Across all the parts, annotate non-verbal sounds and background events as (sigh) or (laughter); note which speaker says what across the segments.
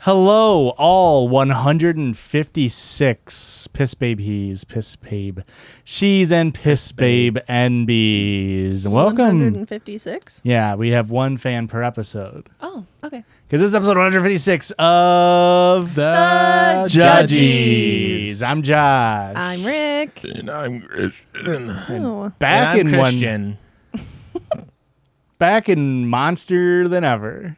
Speaker 1: Hello, all 156 piss babe he's, piss babe she's, and piss babe and bees. Welcome.
Speaker 2: 156.
Speaker 1: Yeah, we have one fan per episode.
Speaker 2: Oh, okay.
Speaker 1: Because this is episode 156 of The
Speaker 2: The
Speaker 1: Judges. I'm Josh.
Speaker 2: I'm Rick.
Speaker 3: And I'm Christian.
Speaker 2: Oh,
Speaker 1: back
Speaker 4: and
Speaker 1: in
Speaker 4: I'm
Speaker 1: one,
Speaker 4: Christian.
Speaker 1: back in monster than ever.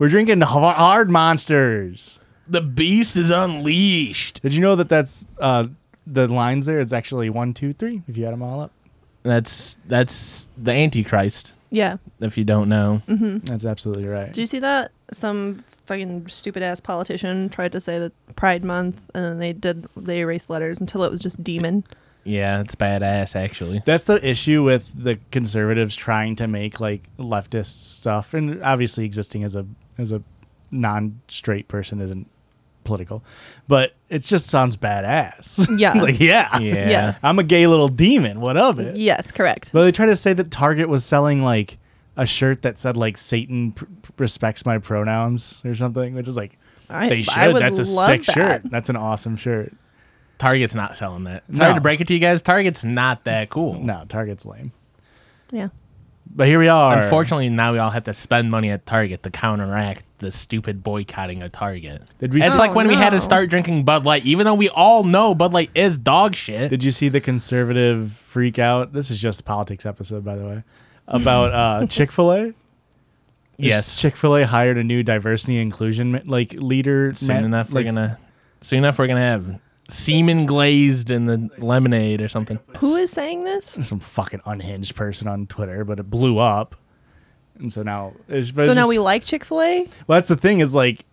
Speaker 1: We're drinking har- hard monsters.
Speaker 4: The beast is unleashed.
Speaker 1: Did you know that that's uh, the lines there? It's actually one, two, three. If you add them all up,
Speaker 4: That's that's the Antichrist.
Speaker 2: yeah.
Speaker 4: If you don't know,
Speaker 1: that's absolutely right.
Speaker 2: Did you see that? Some fucking stupid ass politician tried to say that Pride Month, and then they did they erased letters until it was just demon.
Speaker 4: yeah, it's badass actually.
Speaker 1: That's the issue with the conservatives trying to make like leftist stuff, and obviously existing as a as a non straight person isn't political, but it just sounds badass. (laughs)
Speaker 2: Yeah.
Speaker 1: like (laughs) yeah,
Speaker 4: Yeah.
Speaker 2: Yeah.
Speaker 1: I'm a gay little demon. What of it?
Speaker 2: Yes, correct.
Speaker 1: But they try to say that Target was selling like a shirt that said like Satan pr- respects my pronouns or something, which is like
Speaker 2: I-
Speaker 1: they
Speaker 2: I
Speaker 1: should.
Speaker 2: would
Speaker 1: That's a
Speaker 2: love
Speaker 1: sick
Speaker 2: that.
Speaker 1: shirt. That's an awesome shirt.
Speaker 4: Target's not selling that. Sorry
Speaker 1: No.
Speaker 4: to break it to you guys. Target's not that cool.
Speaker 1: No, Target's lame.
Speaker 2: Yeah.
Speaker 1: But here we are.
Speaker 4: Unfortunately, now we all have to spend money at Target to counteract the stupid boycotting of Target.
Speaker 1: Did we Oh,
Speaker 4: It's
Speaker 1: see-
Speaker 4: like when we had to
Speaker 2: no.
Speaker 4: start drinking Bud Light, even though we all know Bud Light is dog shit.
Speaker 1: Did you see the conservative freak out? This is just a politics episode, by the way. About uh, Chick Fil A.
Speaker 4: yes.
Speaker 1: Chick Fil A hired a new diversity and inclusion ma- like leader.
Speaker 4: Soon
Speaker 1: ma-
Speaker 4: enough,
Speaker 1: like,
Speaker 4: we're gonna. Soon enough, we're gonna have semen glazed in the lemonade or something.
Speaker 2: Who is saying this?
Speaker 1: some fucking unhinged person on Twitter, but it blew up. And so now, it's, but
Speaker 2: So
Speaker 1: it's
Speaker 2: now
Speaker 1: just-
Speaker 2: we like Chick Fil A.
Speaker 1: Well, that's the thing is like,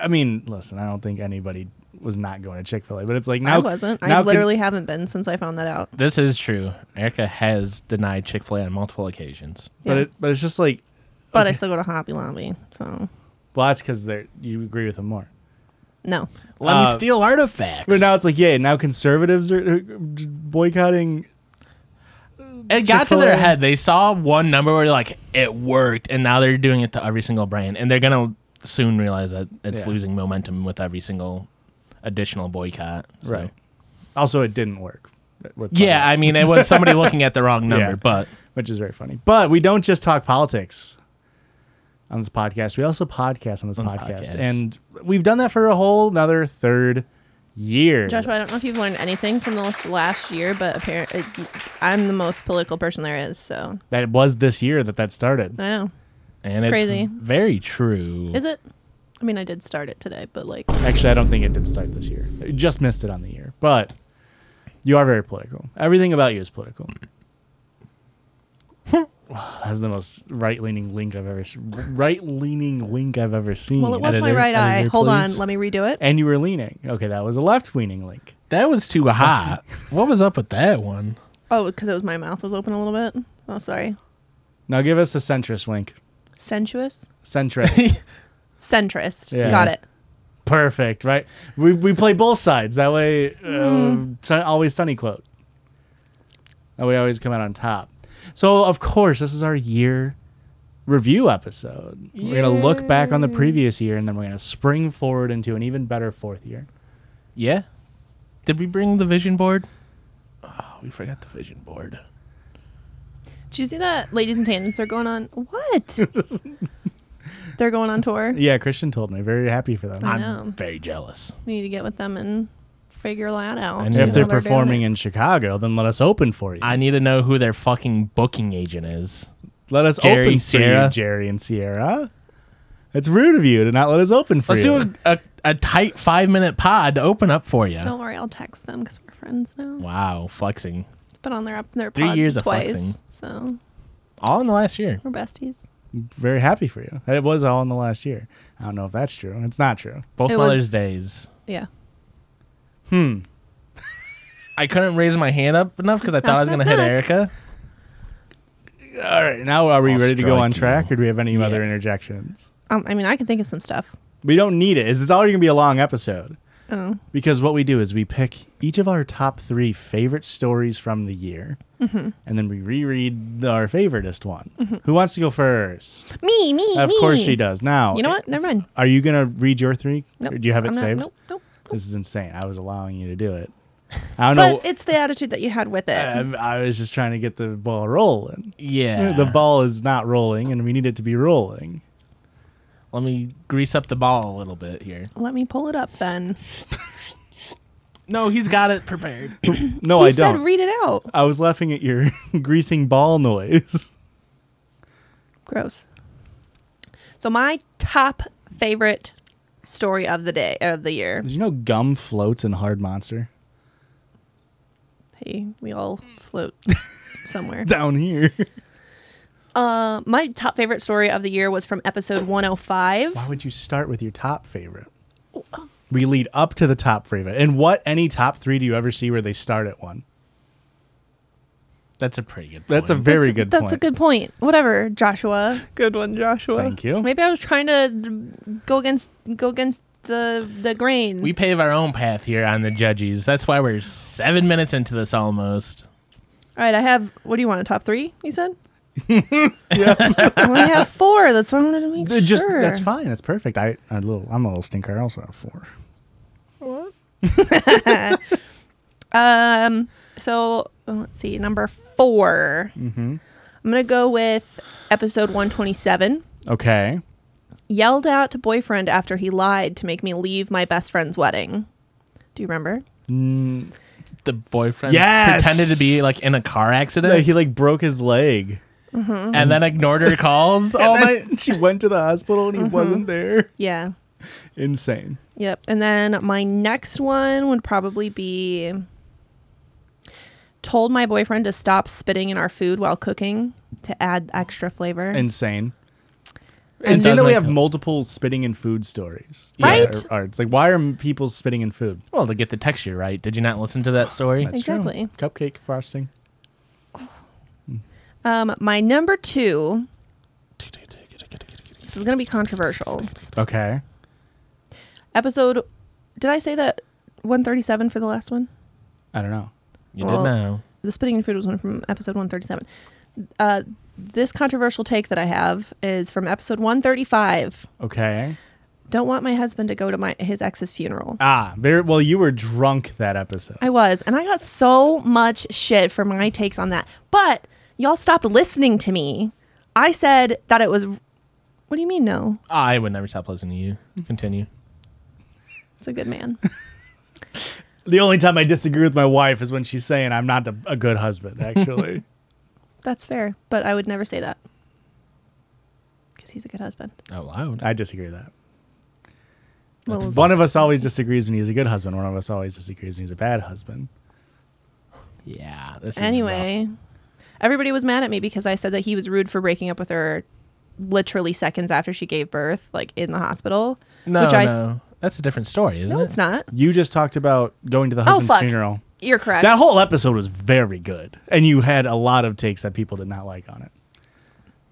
Speaker 1: I mean, listen, I don't think anybody was not going to Chick Fil A, but it's like now
Speaker 2: I wasn't.
Speaker 1: now
Speaker 2: I
Speaker 1: can-
Speaker 2: literally haven't been since I found that out.
Speaker 4: This is true. Erica has denied Chick Fil A on multiple occasions.
Speaker 1: but
Speaker 2: Yeah.
Speaker 1: it, but it's just like,
Speaker 2: But I still go to Hobby Lobby. So
Speaker 1: well, that's because they you agree with them more.
Speaker 2: no.
Speaker 4: Let
Speaker 1: Uh,
Speaker 4: me steal artifacts.
Speaker 1: But now it's like, yeah, now conservatives are uh, boycotting.
Speaker 4: it got to their
Speaker 1: Chick-fil-A.
Speaker 4: head. They saw one number where like it worked, and now they're doing it to every single brand, and they're gonna soon realize that it's
Speaker 1: Yeah.
Speaker 4: losing momentum with every single additional boycott. So-
Speaker 1: Right. Also, it didn't work. with
Speaker 4: Yeah,
Speaker 1: Biden,
Speaker 4: I mean, it was somebody looking at the wrong
Speaker 1: (laughs)
Speaker 4: number,
Speaker 1: Yeah.
Speaker 4: but
Speaker 1: which is very funny. But we don't just talk politics on this podcast. We also podcast on this
Speaker 4: On the
Speaker 1: podcast.
Speaker 4: podcast.
Speaker 1: and we've done that for a whole another third year.
Speaker 2: Joshua, I don't know if you've learned anything from this last year, but apparently I'm the most political person there is. So
Speaker 1: That it was this year that that started.
Speaker 2: I know.
Speaker 4: and
Speaker 2: It's
Speaker 4: it's,
Speaker 2: crazy.
Speaker 4: Very true.
Speaker 2: Is it? I mean, I did start it today, but like,
Speaker 4: Mm.
Speaker 1: Actually, I don't think it did start this year. It just missed it on the year. But you are very political. Everything about you is political.
Speaker 2: Hmm.
Speaker 1: Wow, (sighs) That's the most right-leaning link I've ever se- right-leaning wink I've ever seen.
Speaker 2: well, it was my
Speaker 4: Editor-
Speaker 2: right eye.
Speaker 4: editor,
Speaker 2: Hold on,
Speaker 4: please. Eh.
Speaker 2: let me redo it.
Speaker 1: and you were leaning. Okay, that was a left-leaning link.
Speaker 4: That was too hot. what was up with that one?
Speaker 2: Oh, because it was my mouth was open a little bit. Oh, sorry.
Speaker 1: Now give us a centrist wink.
Speaker 2: Sensuous,
Speaker 1: Centrist.
Speaker 2: centrist.
Speaker 1: Yeah.
Speaker 2: Got it.
Speaker 1: Perfect, right? We, we play both sides. That way,
Speaker 2: Mm.
Speaker 1: um, sun- always sunny quote. That way, always come out on top. So, of course, this is our year review episode. We're going to look back on the previous year and then we're going to spring forward into an even better fourth year.
Speaker 4: Yeah. Did we bring the vision board? Oh, we forgot the vision board.
Speaker 2: Did you see that? Ladies and Tangents are going on.
Speaker 4: (laughs)
Speaker 2: What? They're going on tour.
Speaker 1: Yeah, Christian told me. Very happy for them.
Speaker 2: I
Speaker 4: I'm
Speaker 2: know.
Speaker 4: very jealous.
Speaker 2: We need to get with them and figure that out.
Speaker 4: And
Speaker 2: See
Speaker 1: If
Speaker 2: how
Speaker 1: they're
Speaker 2: doing
Speaker 1: performing
Speaker 2: it.
Speaker 1: in Chicago, then let us open for you.
Speaker 4: I need to know who their fucking booking agent is.
Speaker 1: let us
Speaker 4: Jerry,
Speaker 1: open for you,
Speaker 4: Sierra.
Speaker 1: Jerry and Sierra. It's rude of you to not let us open for
Speaker 4: Let's
Speaker 1: you.
Speaker 4: do a, a, a tight five minute pod to open up for you.
Speaker 2: don't worry, I'll text them because we're friends now.
Speaker 4: Wow, flexing.
Speaker 2: But on their up their
Speaker 4: Three
Speaker 2: pod
Speaker 4: years of
Speaker 2: twice,
Speaker 4: flexing.
Speaker 2: so
Speaker 4: All in the last year.
Speaker 2: we're besties.
Speaker 1: very happy for you. It was all in the last year. I don't know if that's true. It's not true.
Speaker 4: Both
Speaker 2: It was-
Speaker 4: Mother's Days.
Speaker 2: Yeah.
Speaker 1: Hmm.
Speaker 4: I couldn't raise my hand up enough because I thought I was
Speaker 2: Knock,
Speaker 4: going to
Speaker 2: knock,
Speaker 4: hit
Speaker 2: knock.
Speaker 4: Erica.
Speaker 1: All right. Now, are we
Speaker 4: I'll
Speaker 1: ready to go
Speaker 4: strike
Speaker 1: on
Speaker 4: you.
Speaker 1: track, or do we have any
Speaker 4: Yeah.
Speaker 1: other interjections?
Speaker 2: Um, I mean, I can think of some stuff.
Speaker 1: We don't need it. It's it's already gonna be a long episode.
Speaker 2: Oh.
Speaker 1: because what we do is we pick each of our top three favorite stories from the year,
Speaker 2: Mm-hmm.
Speaker 1: and then we reread our favoritest one. Who wants to go first?
Speaker 2: Me, me,
Speaker 1: Of
Speaker 2: me.
Speaker 1: course she does. Now,
Speaker 2: You know what? Never mind.
Speaker 1: Are you gonna read your three?
Speaker 2: Nope.
Speaker 1: Or do you have it
Speaker 2: I'm not-
Speaker 1: saved?
Speaker 2: Nope, nope.
Speaker 1: This is insane. I was allowing you to do
Speaker 2: (laughs)
Speaker 1: it. I don't
Speaker 2: But
Speaker 1: know.
Speaker 2: it's the attitude that you had with it.
Speaker 1: I'm- I was just trying to get the ball rolling.
Speaker 4: Yeah.
Speaker 1: The ball is not rolling, and we need it to be rolling.
Speaker 4: Let me grease up the ball a little bit here.
Speaker 2: Let me pull it up then.
Speaker 4: No, he's got it prepared.
Speaker 1: No, Oh,
Speaker 2: he
Speaker 1: I
Speaker 2: said
Speaker 1: don't.
Speaker 2: read it out.
Speaker 1: I was laughing at your (laughs) greasing ball noise.
Speaker 2: Gross. So my top favorite story of the day of the year.
Speaker 1: Did you know gum floats in Hard Monster?
Speaker 2: Hey, we all
Speaker 1: (laughs)
Speaker 2: float somewhere.
Speaker 1: Down here.
Speaker 2: Uh, my top favorite story of the year was from episode 105.
Speaker 1: Why would you start with your top (laughs) favorite? We lead up to the top favorite. And what any top three do you ever see where they start at one?
Speaker 4: That's a pretty good. Point.
Speaker 1: That's a very
Speaker 2: that's,
Speaker 1: good
Speaker 2: That's
Speaker 1: point.
Speaker 2: a good point. Whatever, Joshua. Good one, Joshua.
Speaker 1: Thank you.
Speaker 2: Maybe I was trying to d- go against go against the the grain.
Speaker 4: We pave our own path here on the judges. That's why we're seven minutes into this almost.
Speaker 2: All right, I have. What do you want? A top three? You said. (laughs) I only have four. That's what I wanted to make
Speaker 1: Th- Uh, Just
Speaker 2: sure.
Speaker 1: that's fine. That's perfect. I I little I'm a little stinker. I also have four.
Speaker 2: Um. So uh, let's see. Number 4 Mm-hmm. I'm gonna go with episode 127.
Speaker 1: Okay.
Speaker 2: Yelled out to boyfriend after he lied to make me leave my best friend's wedding. Do you remember?
Speaker 4: The boyfriend
Speaker 1: Yes!
Speaker 4: pretended to be like in a car
Speaker 1: Like,
Speaker 4: accident
Speaker 1: he like broke his leg. Oh,
Speaker 4: and then ignored her (laughs) calls all night.
Speaker 1: (laughs) she went to the hospital and
Speaker 2: Uh-huh.
Speaker 1: he wasn't there.
Speaker 2: Yeah.
Speaker 1: Insane.
Speaker 2: Yep. And then my next one would probably be told my boyfriend to stop spitting in our food while cooking to add extra flavor.
Speaker 1: Insane.
Speaker 4: And
Speaker 1: Insane
Speaker 4: so
Speaker 1: that we
Speaker 4: it's
Speaker 1: have
Speaker 4: like-
Speaker 1: multiple spitting in food stories.
Speaker 4: Yeah.
Speaker 2: Right?
Speaker 1: Or- or it's like why are people spitting in food?
Speaker 4: Well, to get the texture right. Did you not listen to that story?
Speaker 1: That's true.
Speaker 2: Exactly.
Speaker 1: Cupcake frosting.
Speaker 2: um, my number two. This is gonna be controversial.
Speaker 1: Okay.
Speaker 2: Episode. Did I say that 137 for the last one?
Speaker 1: I don't know.
Speaker 4: You
Speaker 2: Well-
Speaker 4: did know.
Speaker 2: The spitting in food was one from episode 137. Uh, this controversial take that I have is from episode 135.
Speaker 1: Okay.
Speaker 2: Don't want my husband to go to my his ex's funeral.
Speaker 1: Ah, very well. You were drunk that episode.
Speaker 2: I was, and I got so much shit for my takes on that. But y'all stopped listening to me. I said that it was. What do you mean? No,
Speaker 4: Ah, I would never stop listening to you. Continue.
Speaker 2: it's a good man.
Speaker 1: The only time I disagree with my wife is when she's saying I'm not the, a good husband.
Speaker 2: (laughs)
Speaker 1: Actually,
Speaker 2: That's fair, but I would never say that because he's a good husband.
Speaker 4: Out loud.
Speaker 1: I disagree with that.
Speaker 2: Well,
Speaker 1: One of us always disagrees when he's a good husband. One of us always disagrees when he's a bad husband.
Speaker 4: yeah. This is rough.
Speaker 2: anyway, everybody was mad at me because I said that he was rude for breaking up with her literally seconds after she gave birth, like in the hospital.
Speaker 4: No,
Speaker 2: which I s-
Speaker 4: no. That's a different story, isn't
Speaker 2: No,
Speaker 4: it?
Speaker 2: it's not.
Speaker 1: You just talked about going to the
Speaker 2: Oh
Speaker 1: husband's
Speaker 2: fuck!
Speaker 1: funeral.
Speaker 2: You're correct.
Speaker 1: That whole episode was very good, and you had a lot of takes that people did not like on it,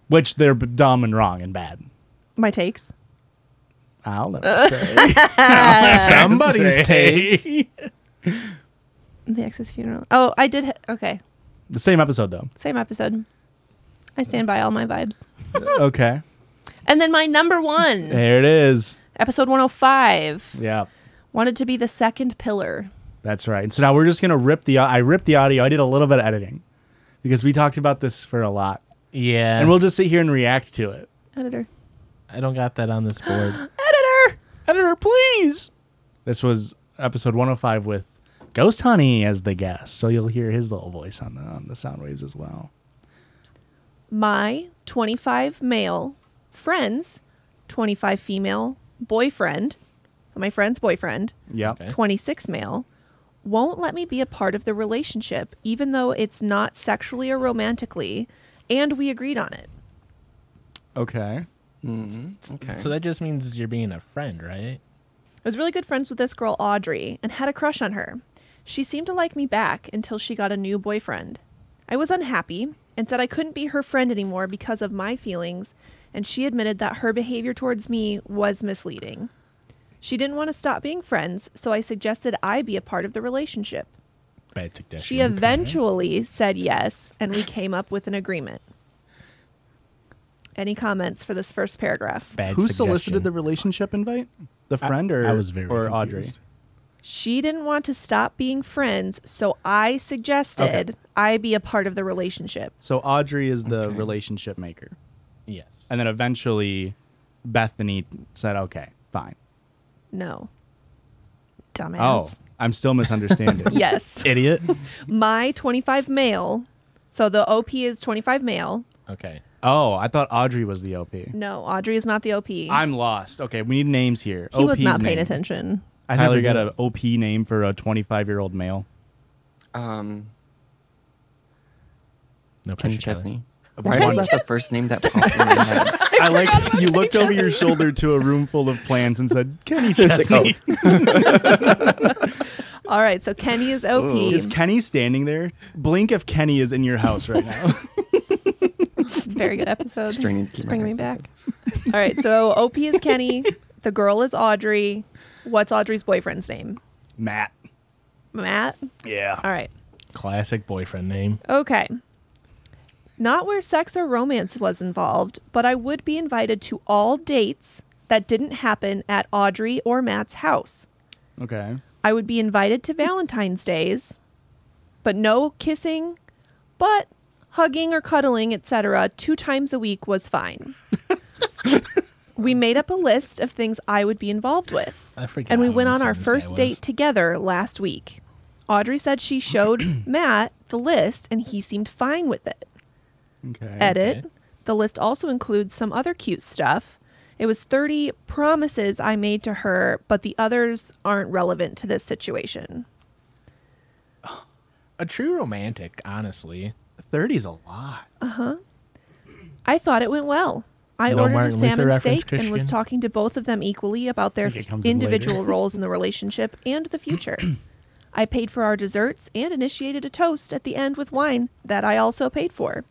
Speaker 1: which they're b- dumb and wrong and bad.
Speaker 2: my takes.
Speaker 1: I'll
Speaker 4: (laughs)
Speaker 1: never say.
Speaker 4: Somebody's take.
Speaker 2: The ex's funeral. Oh, I did. Ha- okay.
Speaker 1: the same episode though.
Speaker 2: Same episode. I stand by all my vibes.
Speaker 1: Okay,
Speaker 2: And then my number one,
Speaker 1: there it is.
Speaker 2: episode 105,
Speaker 1: Yeah.
Speaker 2: wanted to be the second pillar.
Speaker 1: That's right. So now we're just gonna rip the. I ripped the audio. I did a little bit of editing because we talked about this for a lot,
Speaker 4: Yeah.
Speaker 1: and we'll just sit here and react to it.
Speaker 2: Editor.
Speaker 4: I don't got that on this board.
Speaker 2: Editor!
Speaker 4: Editor, please.
Speaker 1: This was episode 105 with Ghost Honey as the guest, so you'll hear his little voice on the on the sound waves as well.
Speaker 2: My 25 male friends, 25 female boyfriend, so my friend's boyfriend,
Speaker 1: Yep.
Speaker 4: Okay.
Speaker 2: 26 male, won't let me be a part of the relationship, even though it's not sexually or romantically, and we agreed on it.
Speaker 1: Okay.
Speaker 3: Okay.
Speaker 4: So that just means you're being a friend,
Speaker 2: I
Speaker 4: right?
Speaker 2: was really good friends with this girl, Audrey, and had a crush on her. She seemed to like me back until she got a new boyfriend. I was unhappy and said I couldn't be her friend anymore because of my feelings, and she admitted that her behavior towards me was misleading. She didn't want to stop being friends, so I suggested I be a part of the relationship.
Speaker 4: Bad tick dash.
Speaker 2: She eventually said yes, and we came up with an agreement. Any comments for this first paragraph?
Speaker 4: Bad
Speaker 1: Who
Speaker 4: suggestion.
Speaker 1: solicited the relationship invite? The friend or
Speaker 4: I was very
Speaker 1: or
Speaker 4: confused.
Speaker 2: She didn't want to stop being friends, so I suggested I be a part of the relationship.
Speaker 1: Audrey? So Audrey is the relationship maker,
Speaker 4: Yes.
Speaker 1: and then eventually Bethany said, "Okay, fine." Oh,
Speaker 2: No. Dumbass.
Speaker 1: I'm still (laughs) misunderstanding.
Speaker 2: Yes. (laughs)
Speaker 1: idiot.
Speaker 2: My 25 male. So the OP is 25 male.
Speaker 4: Okay.
Speaker 1: Oh, I thought Audrey was the OP.
Speaker 2: No, Audrey is not the OP.
Speaker 1: I'm lost. Okay, we need names here.
Speaker 2: he was
Speaker 1: OP's
Speaker 2: not paying
Speaker 1: name.
Speaker 2: attention.
Speaker 1: I
Speaker 4: Tyler
Speaker 1: never got
Speaker 4: did.
Speaker 1: an OP name for a 25 year old male.
Speaker 2: (laughs)
Speaker 5: Um,
Speaker 4: No pressure.
Speaker 5: Ken
Speaker 4: Tyler.
Speaker 5: Chesney. Why was that Uh, the first name that popped in
Speaker 2: (laughs)
Speaker 5: my head?
Speaker 1: I, like you looked over your shoulder to a room full of plants and (laughs) said, "Kenny Chesney."
Speaker 2: All right, so Kenny is OP.
Speaker 1: Is Kenny standing there? Blink if Kenny is in your house right now.
Speaker 2: (laughs) Very good episode.
Speaker 5: Just trying to keep
Speaker 2: Just
Speaker 5: my
Speaker 2: bringing me
Speaker 5: eyes
Speaker 2: back. All right, so (laughs) OP is Kenny. The girl is Audrey. What's Audrey's boyfriend's name?
Speaker 1: Matt.
Speaker 2: Matt?
Speaker 1: Yeah.
Speaker 2: All right.
Speaker 4: Classic boyfriend name.
Speaker 2: Okay. Not where sex or romance was involved, but I would be invited to all dates that didn't happen at Audrey or Matt's house.
Speaker 1: Okay.
Speaker 2: I would be invited to Valentine's Days, but no kissing, but hugging or cuddling, etc., two times a week was fine. we made up a list of things I would be involved with,
Speaker 4: I forget.
Speaker 2: and we
Speaker 4: how
Speaker 2: went on our
Speaker 4: insane this guy
Speaker 2: first
Speaker 4: was.
Speaker 2: date together last week. Audrey said she
Speaker 4: (clears throat)
Speaker 2: showed Matt the list and he seemed fine with it.
Speaker 1: Okay.
Speaker 2: Edit.
Speaker 4: Okay.
Speaker 2: The list also includes some other cute stuff. It was 30 promises I made to her, but the others aren't relevant to this situation.
Speaker 4: A true romantic, honestly.
Speaker 1: 30's a
Speaker 2: (laughs)
Speaker 1: lot.
Speaker 2: I thought it went well. I
Speaker 4: No
Speaker 2: ordered
Speaker 4: Martin
Speaker 2: a
Speaker 4: Luther
Speaker 2: salmon
Speaker 4: reference,
Speaker 2: steak and was
Speaker 4: Christian?
Speaker 2: talking to both of them equally about their
Speaker 4: think it comes in
Speaker 2: individual roles in the relationship and the
Speaker 4: (clears throat)
Speaker 2: future. I paid for our desserts and initiated a toast at the end with wine that I also paid for.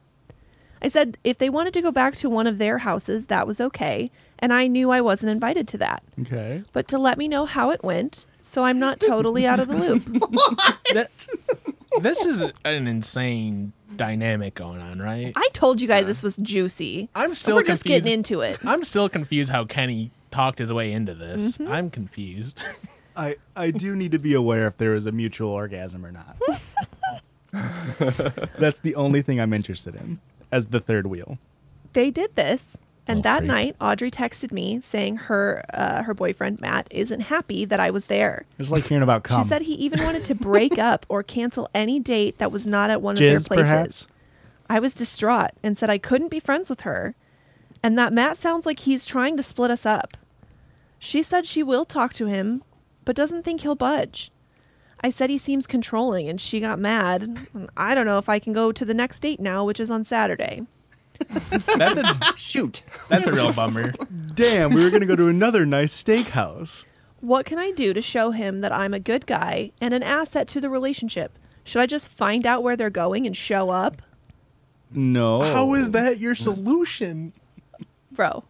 Speaker 2: I said if they wanted to go back to one of their houses, that was okay, and I knew I wasn't invited to that.
Speaker 1: Okay.
Speaker 2: But to let me know how it went, so I'm not totally out of the
Speaker 4: (laughs)
Speaker 2: loop.
Speaker 4: That, this is an insane dynamic going on, right?
Speaker 2: I told you guys this was juicy.
Speaker 4: I'm still
Speaker 2: We're just
Speaker 4: confused.
Speaker 2: getting into it.
Speaker 4: I'm still confused how Kenny talked his way into this.
Speaker 2: Mm-hmm.
Speaker 4: I'm confused.
Speaker 1: I I do need to be aware if there is a mutual orgasm or
Speaker 2: (laughs)
Speaker 1: not. That's the only thing I'm interested in as the third wheel.
Speaker 2: they did this and
Speaker 4: Little
Speaker 2: that
Speaker 4: freak.
Speaker 2: night audrey texted me saying her uh, her boyfriend matt isn't happy that i was there
Speaker 1: It's like hearing about cum.
Speaker 2: she said he even wanted to break up or cancel any date that was not at one of their
Speaker 1: Jizz,
Speaker 2: places
Speaker 1: perhaps.
Speaker 2: i was distraught and said i couldn't be friends with her and that matt sounds like he's trying to split us up she said she will talk to him but doesn't think he'll budge i said he seems controlling and she got mad i don't know if i can go to the next date now which is on saturday
Speaker 4: That's a
Speaker 5: Shoot.
Speaker 4: that's a real bummer.
Speaker 1: (laughs) Damn, we were gonna go to another nice steakhouse.
Speaker 2: What can I do to show him that I'm a good guy and an asset to the relationship? Should I just find out where they're going and show up?
Speaker 1: No.
Speaker 4: that
Speaker 2: (laughs)
Speaker 4: your solution?
Speaker 2: Bro.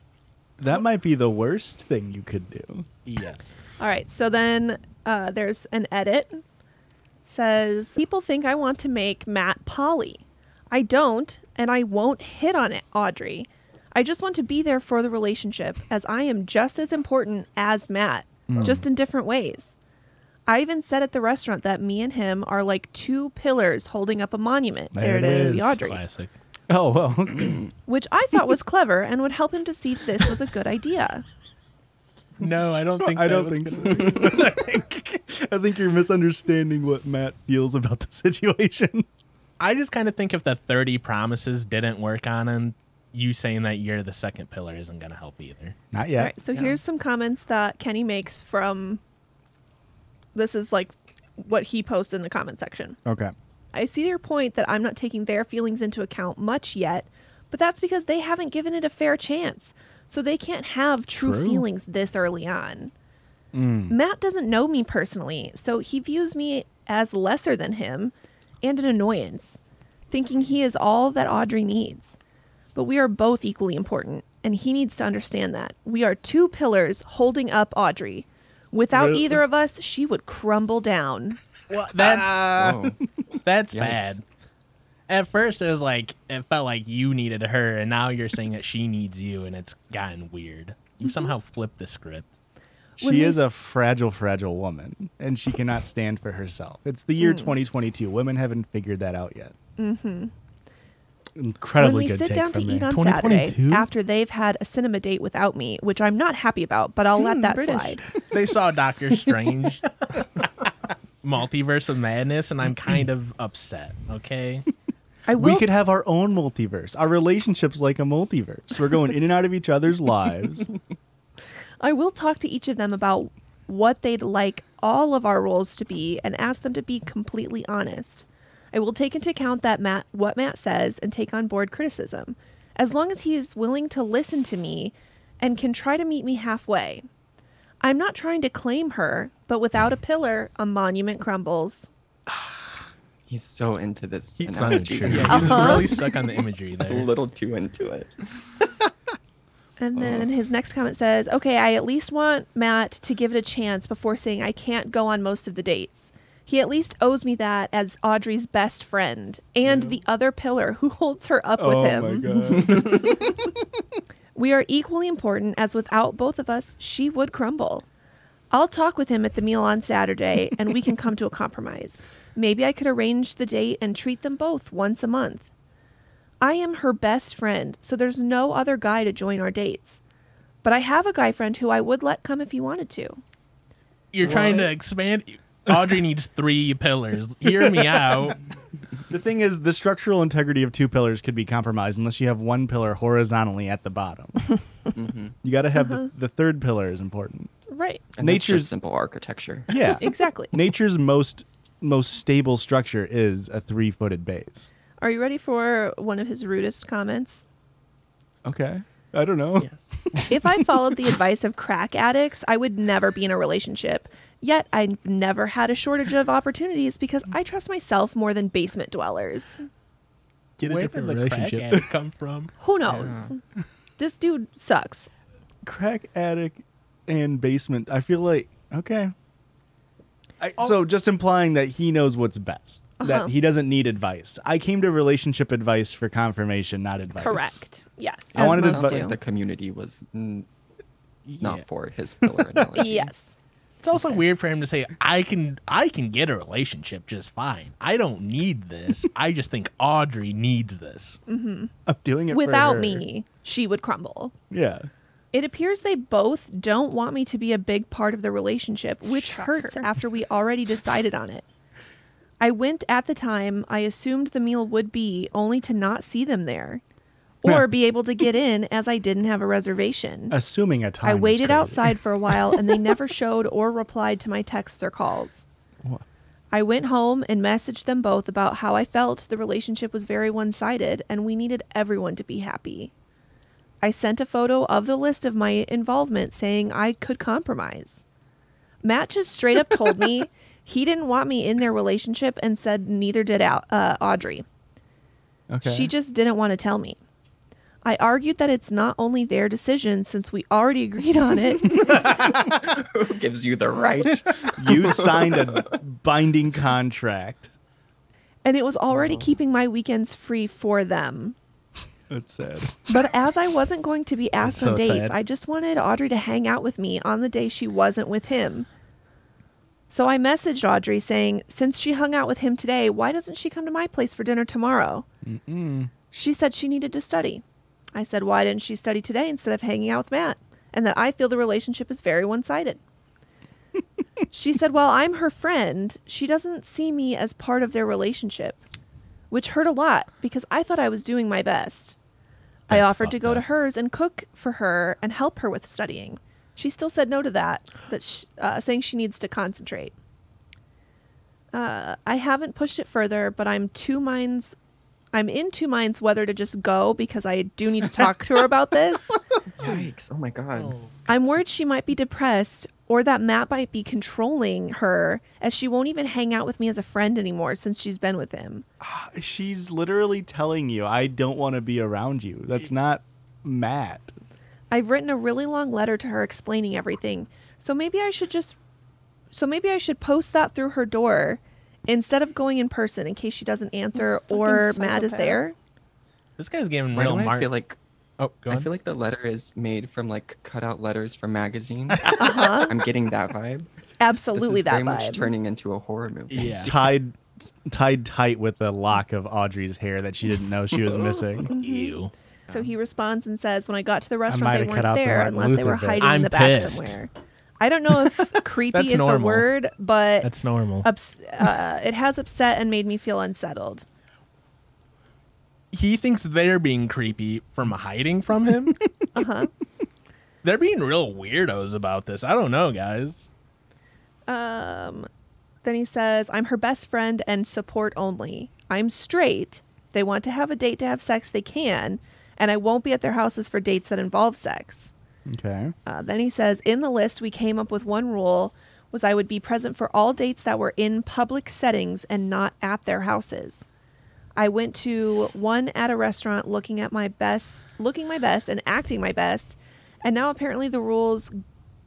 Speaker 1: That might be the worst thing you could do.
Speaker 4: Yes.
Speaker 2: All right, so then uh, there's an edit. Says, people think I want to make Matt Polly. I don't, and I won't hit on it, Audrey. I just want to be there for the relationship, as I am just as important as Matt,
Speaker 1: Mm.
Speaker 2: just in different ways. I even said at the restaurant that me and him are like two pillars holding up a monument.
Speaker 1: There
Speaker 2: There,
Speaker 1: it
Speaker 2: it is,
Speaker 1: is.
Speaker 2: the Audrey.
Speaker 4: Classic.
Speaker 1: Oh well.
Speaker 2: which I thought was clever and would help him to see this was a good idea.
Speaker 4: No, I don't
Speaker 1: (laughs)
Speaker 4: think.
Speaker 1: I
Speaker 4: that
Speaker 1: don't
Speaker 4: was
Speaker 1: think
Speaker 4: good.
Speaker 1: so. (laughs) I think I think you're misunderstanding what Matt feels about the situation.
Speaker 4: I just kind of think if the 30 promises didn't work on him, you saying that you're the second pillar isn't going to help either.
Speaker 1: Not
Speaker 2: All right, so here's some comments that Kenny makes from this is like what he posted in the comment section.
Speaker 1: Okay.
Speaker 2: I see your point that I'm not taking their feelings into account much yet, but that's because they haven't given it a fair chance. So they can't have true,
Speaker 1: True. Mm.
Speaker 2: feelings this early on. Matt doesn't know me personally, so he views me as lesser than him and an annoyance, thinking he is all that Audrey needs. But we are both equally important, and he needs to understand that. We are two pillars holding up Audrey. Without
Speaker 1: Really?
Speaker 2: either of us, she would crumble down.
Speaker 4: That's
Speaker 2: Uh,
Speaker 1: Oh.
Speaker 5: Whoa.
Speaker 4: that's
Speaker 5: Yikes.
Speaker 4: bad. At first, it was like it felt like you needed her, and now you're saying that she needs you, and it's gotten weird. You somehow flipped the script.
Speaker 1: She
Speaker 2: When we-
Speaker 1: is a fragile, fragile woman, and she cannot stand for herself. It's the
Speaker 2: Hmm.
Speaker 1: year 2022. Women haven't figured that out yet. Mm-hmm. Incredibly
Speaker 2: when we
Speaker 1: good
Speaker 2: sit
Speaker 1: take
Speaker 2: down to
Speaker 1: from
Speaker 2: eat
Speaker 1: me.
Speaker 2: on Saturday
Speaker 4: 2022?
Speaker 2: after they've had a cinema date without me, which I'm not happy about, but I'll let that slide.
Speaker 4: They saw Doctor Strange, Multiverse of Madness, and I'm kind of upset. Okay,
Speaker 2: I
Speaker 1: we
Speaker 2: will.
Speaker 1: could have our own multiverse. Our relationships like a multiverse. We're going in and out of each other's
Speaker 2: (laughs)
Speaker 1: lives.
Speaker 2: I will talk to each of them about what they'd like all of our roles to be and ask them to be completely honest. I will take into account that Matt what Matt says and take on board criticism. As long as he is willing to listen to me and can try to meet me halfway. I'm not trying to claim her, but without a pillar, a monument crumbles.
Speaker 5: He's so into this
Speaker 1: He's
Speaker 5: analogy.
Speaker 4: Yeah, you're
Speaker 2: Uh-huh.
Speaker 4: really stuck on the imagery
Speaker 5: (laughs) A
Speaker 4: there.
Speaker 5: little too into it.
Speaker 2: And then his next comment says, "Okay, I at least want Matt to give it a chance before saying I can't go on most of the dates. He at least owes me that as Audrey's best friend and the other pillar who holds her up with him.
Speaker 1: Oh, my
Speaker 2: (laughs)
Speaker 1: god.
Speaker 2: We are equally important as without both of us, she would crumble. I'll talk with him at the meal on Saturday and we can come to a compromise. Maybe I could arrange the date and treat them both once a month. I am her best friend, so there's no other guy to join our dates. But I have a guy friend who I would let come if he wanted to.
Speaker 4: You're trying to expand. Audrey needs three pillars. Hear me out.
Speaker 1: The thing is, the structural integrity of two pillars could be compromised unless you have one pillar horizontally at the
Speaker 2: (laughs)
Speaker 1: bottom. You got to have
Speaker 2: Uh-huh.
Speaker 1: the, the third pillar is important.
Speaker 2: Right.
Speaker 5: And that's
Speaker 1: Nature's-
Speaker 5: just simple architecture.
Speaker 2: (laughs)
Speaker 1: Yeah.
Speaker 2: Exactly.
Speaker 1: Nature's most most stable structure is a three-footed base.
Speaker 2: Are you ready for one of his rudest comments?
Speaker 1: Okay. I don't know.
Speaker 5: Yes.
Speaker 2: If I followed the advice of crack addicts, I would never be in a relationship. Yet I've never had a shortage of opportunities because I trust myself more than basement dwellers.
Speaker 1: Get a
Speaker 4: Where did
Speaker 1: different
Speaker 4: the
Speaker 1: relationship.
Speaker 4: crack addict come from?
Speaker 2: Who knows? This dude sucks.
Speaker 1: (laughs) Crack attic and basement. I feel like okay. I, So just implying that he knows what's best.
Speaker 2: Uh-huh.
Speaker 1: That he doesn't need advice. I came to relationship advice for confirmation, not advice.
Speaker 2: Correct. Yes.
Speaker 1: I
Speaker 2: as
Speaker 1: wanted to
Speaker 2: most
Speaker 5: Sounds
Speaker 1: bu-
Speaker 5: like
Speaker 2: do.
Speaker 5: the community was mm, not
Speaker 1: Yeah.
Speaker 5: for his pillar
Speaker 2: (laughs)
Speaker 5: analogy.
Speaker 2: Yes.
Speaker 4: It's also weird for him to say, "I can, I can get a relationship just fine. I don't need
Speaker 1: (laughs)
Speaker 4: this. I just think Audrey needs this."
Speaker 1: (laughs) I'm doing it for
Speaker 2: Without
Speaker 1: her.
Speaker 2: me, she would crumble.
Speaker 1: Yeah.
Speaker 2: It appears they both don't want me to be a big part of the relationship, which hurts after we already decided on it. I went at the time I assumed the meal would be, only to not see them there
Speaker 1: Yeah.
Speaker 2: or be able to get in as I didn't have a reservation.
Speaker 1: Assuming a time.
Speaker 2: I
Speaker 1: is
Speaker 2: waited
Speaker 1: crazy.
Speaker 2: outside for a while and
Speaker 1: (laughs)
Speaker 2: they never showed or replied to my texts or calls. I went home and messaged them both about how I felt the relationship was very one sided and we needed everyone to be happy. I sent a photo of the list of my involvement saying I could compromise. Matt just straight up
Speaker 1: (laughs)
Speaker 2: told me he didn't want me in their relationship and said neither did Al- uh, Audrey.
Speaker 1: Okay.
Speaker 2: She just didn't want to tell me. I argued that it's not only their decision since we already agreed on
Speaker 1: (laughs)
Speaker 2: it
Speaker 5: Who gives you the right?
Speaker 1: you signed a
Speaker 2: (laughs)
Speaker 1: binding contract.
Speaker 2: and it was already keeping my weekends free for them.
Speaker 1: That's sad.
Speaker 2: But as I wasn't going to be asked
Speaker 4: (laughs) That's
Speaker 2: on
Speaker 4: so
Speaker 2: dates,
Speaker 4: sad.
Speaker 2: I just wanted Audrey to hang out with me on the day she wasn't with him. So I messaged Audrey saying, Since she hung out with him today, why doesn't she come to my place for dinner tomorrow? Mm-mm. She said she needed to study. I said, Why didn't she study today instead of hanging out with Matt? And that I feel the relationship is very one sided. she said, Well, I'm her friend. She doesn't see me as part of their relationship, which hurt a lot because I thought I was doing my best. I
Speaker 4: That's
Speaker 2: offered to
Speaker 4: fucked
Speaker 2: go to
Speaker 4: up.
Speaker 2: hers and cook for her and help her with studying. She still said no to that, that sh uh, saying she needs to concentrate. Uh, I haven't pushed it further, but I'm two minds. I'm in two minds whether to just go because I do need to talk to her about
Speaker 4: (laughs)
Speaker 2: this.
Speaker 5: Yikes! Oh my god.
Speaker 2: I'm worried she might be depressed or that Matt might be controlling her as she won't even hang out with me as a friend anymore since she's been with him.
Speaker 1: She's literally telling you, I don't want to be around you. That's not Matt.
Speaker 2: I've written a really long letter to her explaining everything, so maybe I should just So maybe I should post that through her door instead of going in person in case she doesn't answer
Speaker 6: Fucking
Speaker 2: or Matt is
Speaker 6: psychopath.
Speaker 2: there.
Speaker 4: This guy's giving
Speaker 5: Why
Speaker 4: real
Speaker 5: do I
Speaker 4: Mark.
Speaker 5: feel like
Speaker 4: oh, go
Speaker 5: I
Speaker 4: on.
Speaker 5: feel like the letter is made from like cutout letters
Speaker 2: (laughs)
Speaker 5: from magazines.
Speaker 2: Uh huh.
Speaker 5: I'm getting that vibe.
Speaker 2: Absolutely
Speaker 5: this is
Speaker 2: that
Speaker 5: very
Speaker 2: vibe.
Speaker 5: much turning into a horror movie.
Speaker 4: yeah.
Speaker 1: tied tied tight with the lock of Audrey's hair that she didn't know she was
Speaker 4: (laughs)
Speaker 1: missing.
Speaker 4: You.
Speaker 2: So he responds and says, "When I got to the
Speaker 7: might
Speaker 2: restaurant, they
Speaker 7: have cut out
Speaker 2: weren't
Speaker 7: the
Speaker 2: there
Speaker 7: Martin
Speaker 2: unless they
Speaker 7: Luther
Speaker 2: were
Speaker 7: bit.
Speaker 2: hiding in
Speaker 4: I'm
Speaker 2: the back
Speaker 4: pissed.
Speaker 2: somewhere." I don't know if creepy
Speaker 4: That's
Speaker 2: is the
Speaker 4: normal.
Speaker 2: word, but
Speaker 4: That's normal.
Speaker 2: ups- uh, it has upset and made me feel unsettled.
Speaker 4: he thinks they're being creepy from hiding from
Speaker 1: (laughs)
Speaker 4: him.
Speaker 2: Uh-huh.
Speaker 4: They're being real weirdos about this. I don't know, guys.
Speaker 2: Um, then he says, "I'm her best friend and support only. I'm straight. If they want to have a date to have sex, they can, and I won't be at their houses for dates that involve sex."
Speaker 7: Okay.
Speaker 2: Uh, then he says, in the list, we came up with one rule was I would be present for all dates that were in public settings and not at their houses. I went to one at a restaurant looking at my best, looking my best and acting my best. And now apparently the rules,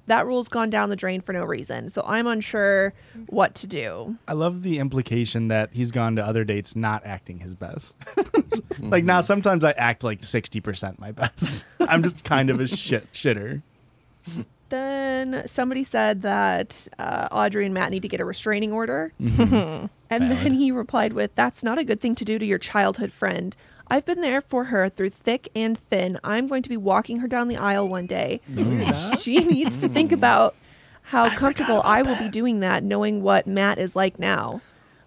Speaker 2: that rule's gone down the drain for no reason. So I'm unsure what to do.
Speaker 1: I love the implication that he's gone to other dates not acting his best. like now sometimes I act like 60% my best. (laughs) I'm just kind of a shit shitter.
Speaker 2: Then somebody said that uh, Audrey and Matt need to get a restraining order. (laughs) and then he replied with, That's not a good thing to do to your childhood friend. I've been there for her through thick and thin. I'm going to be walking her down the aisle one day. she (laughs) needs to think about how comfortable Mm. I will be doing that, knowing what Matt is like now.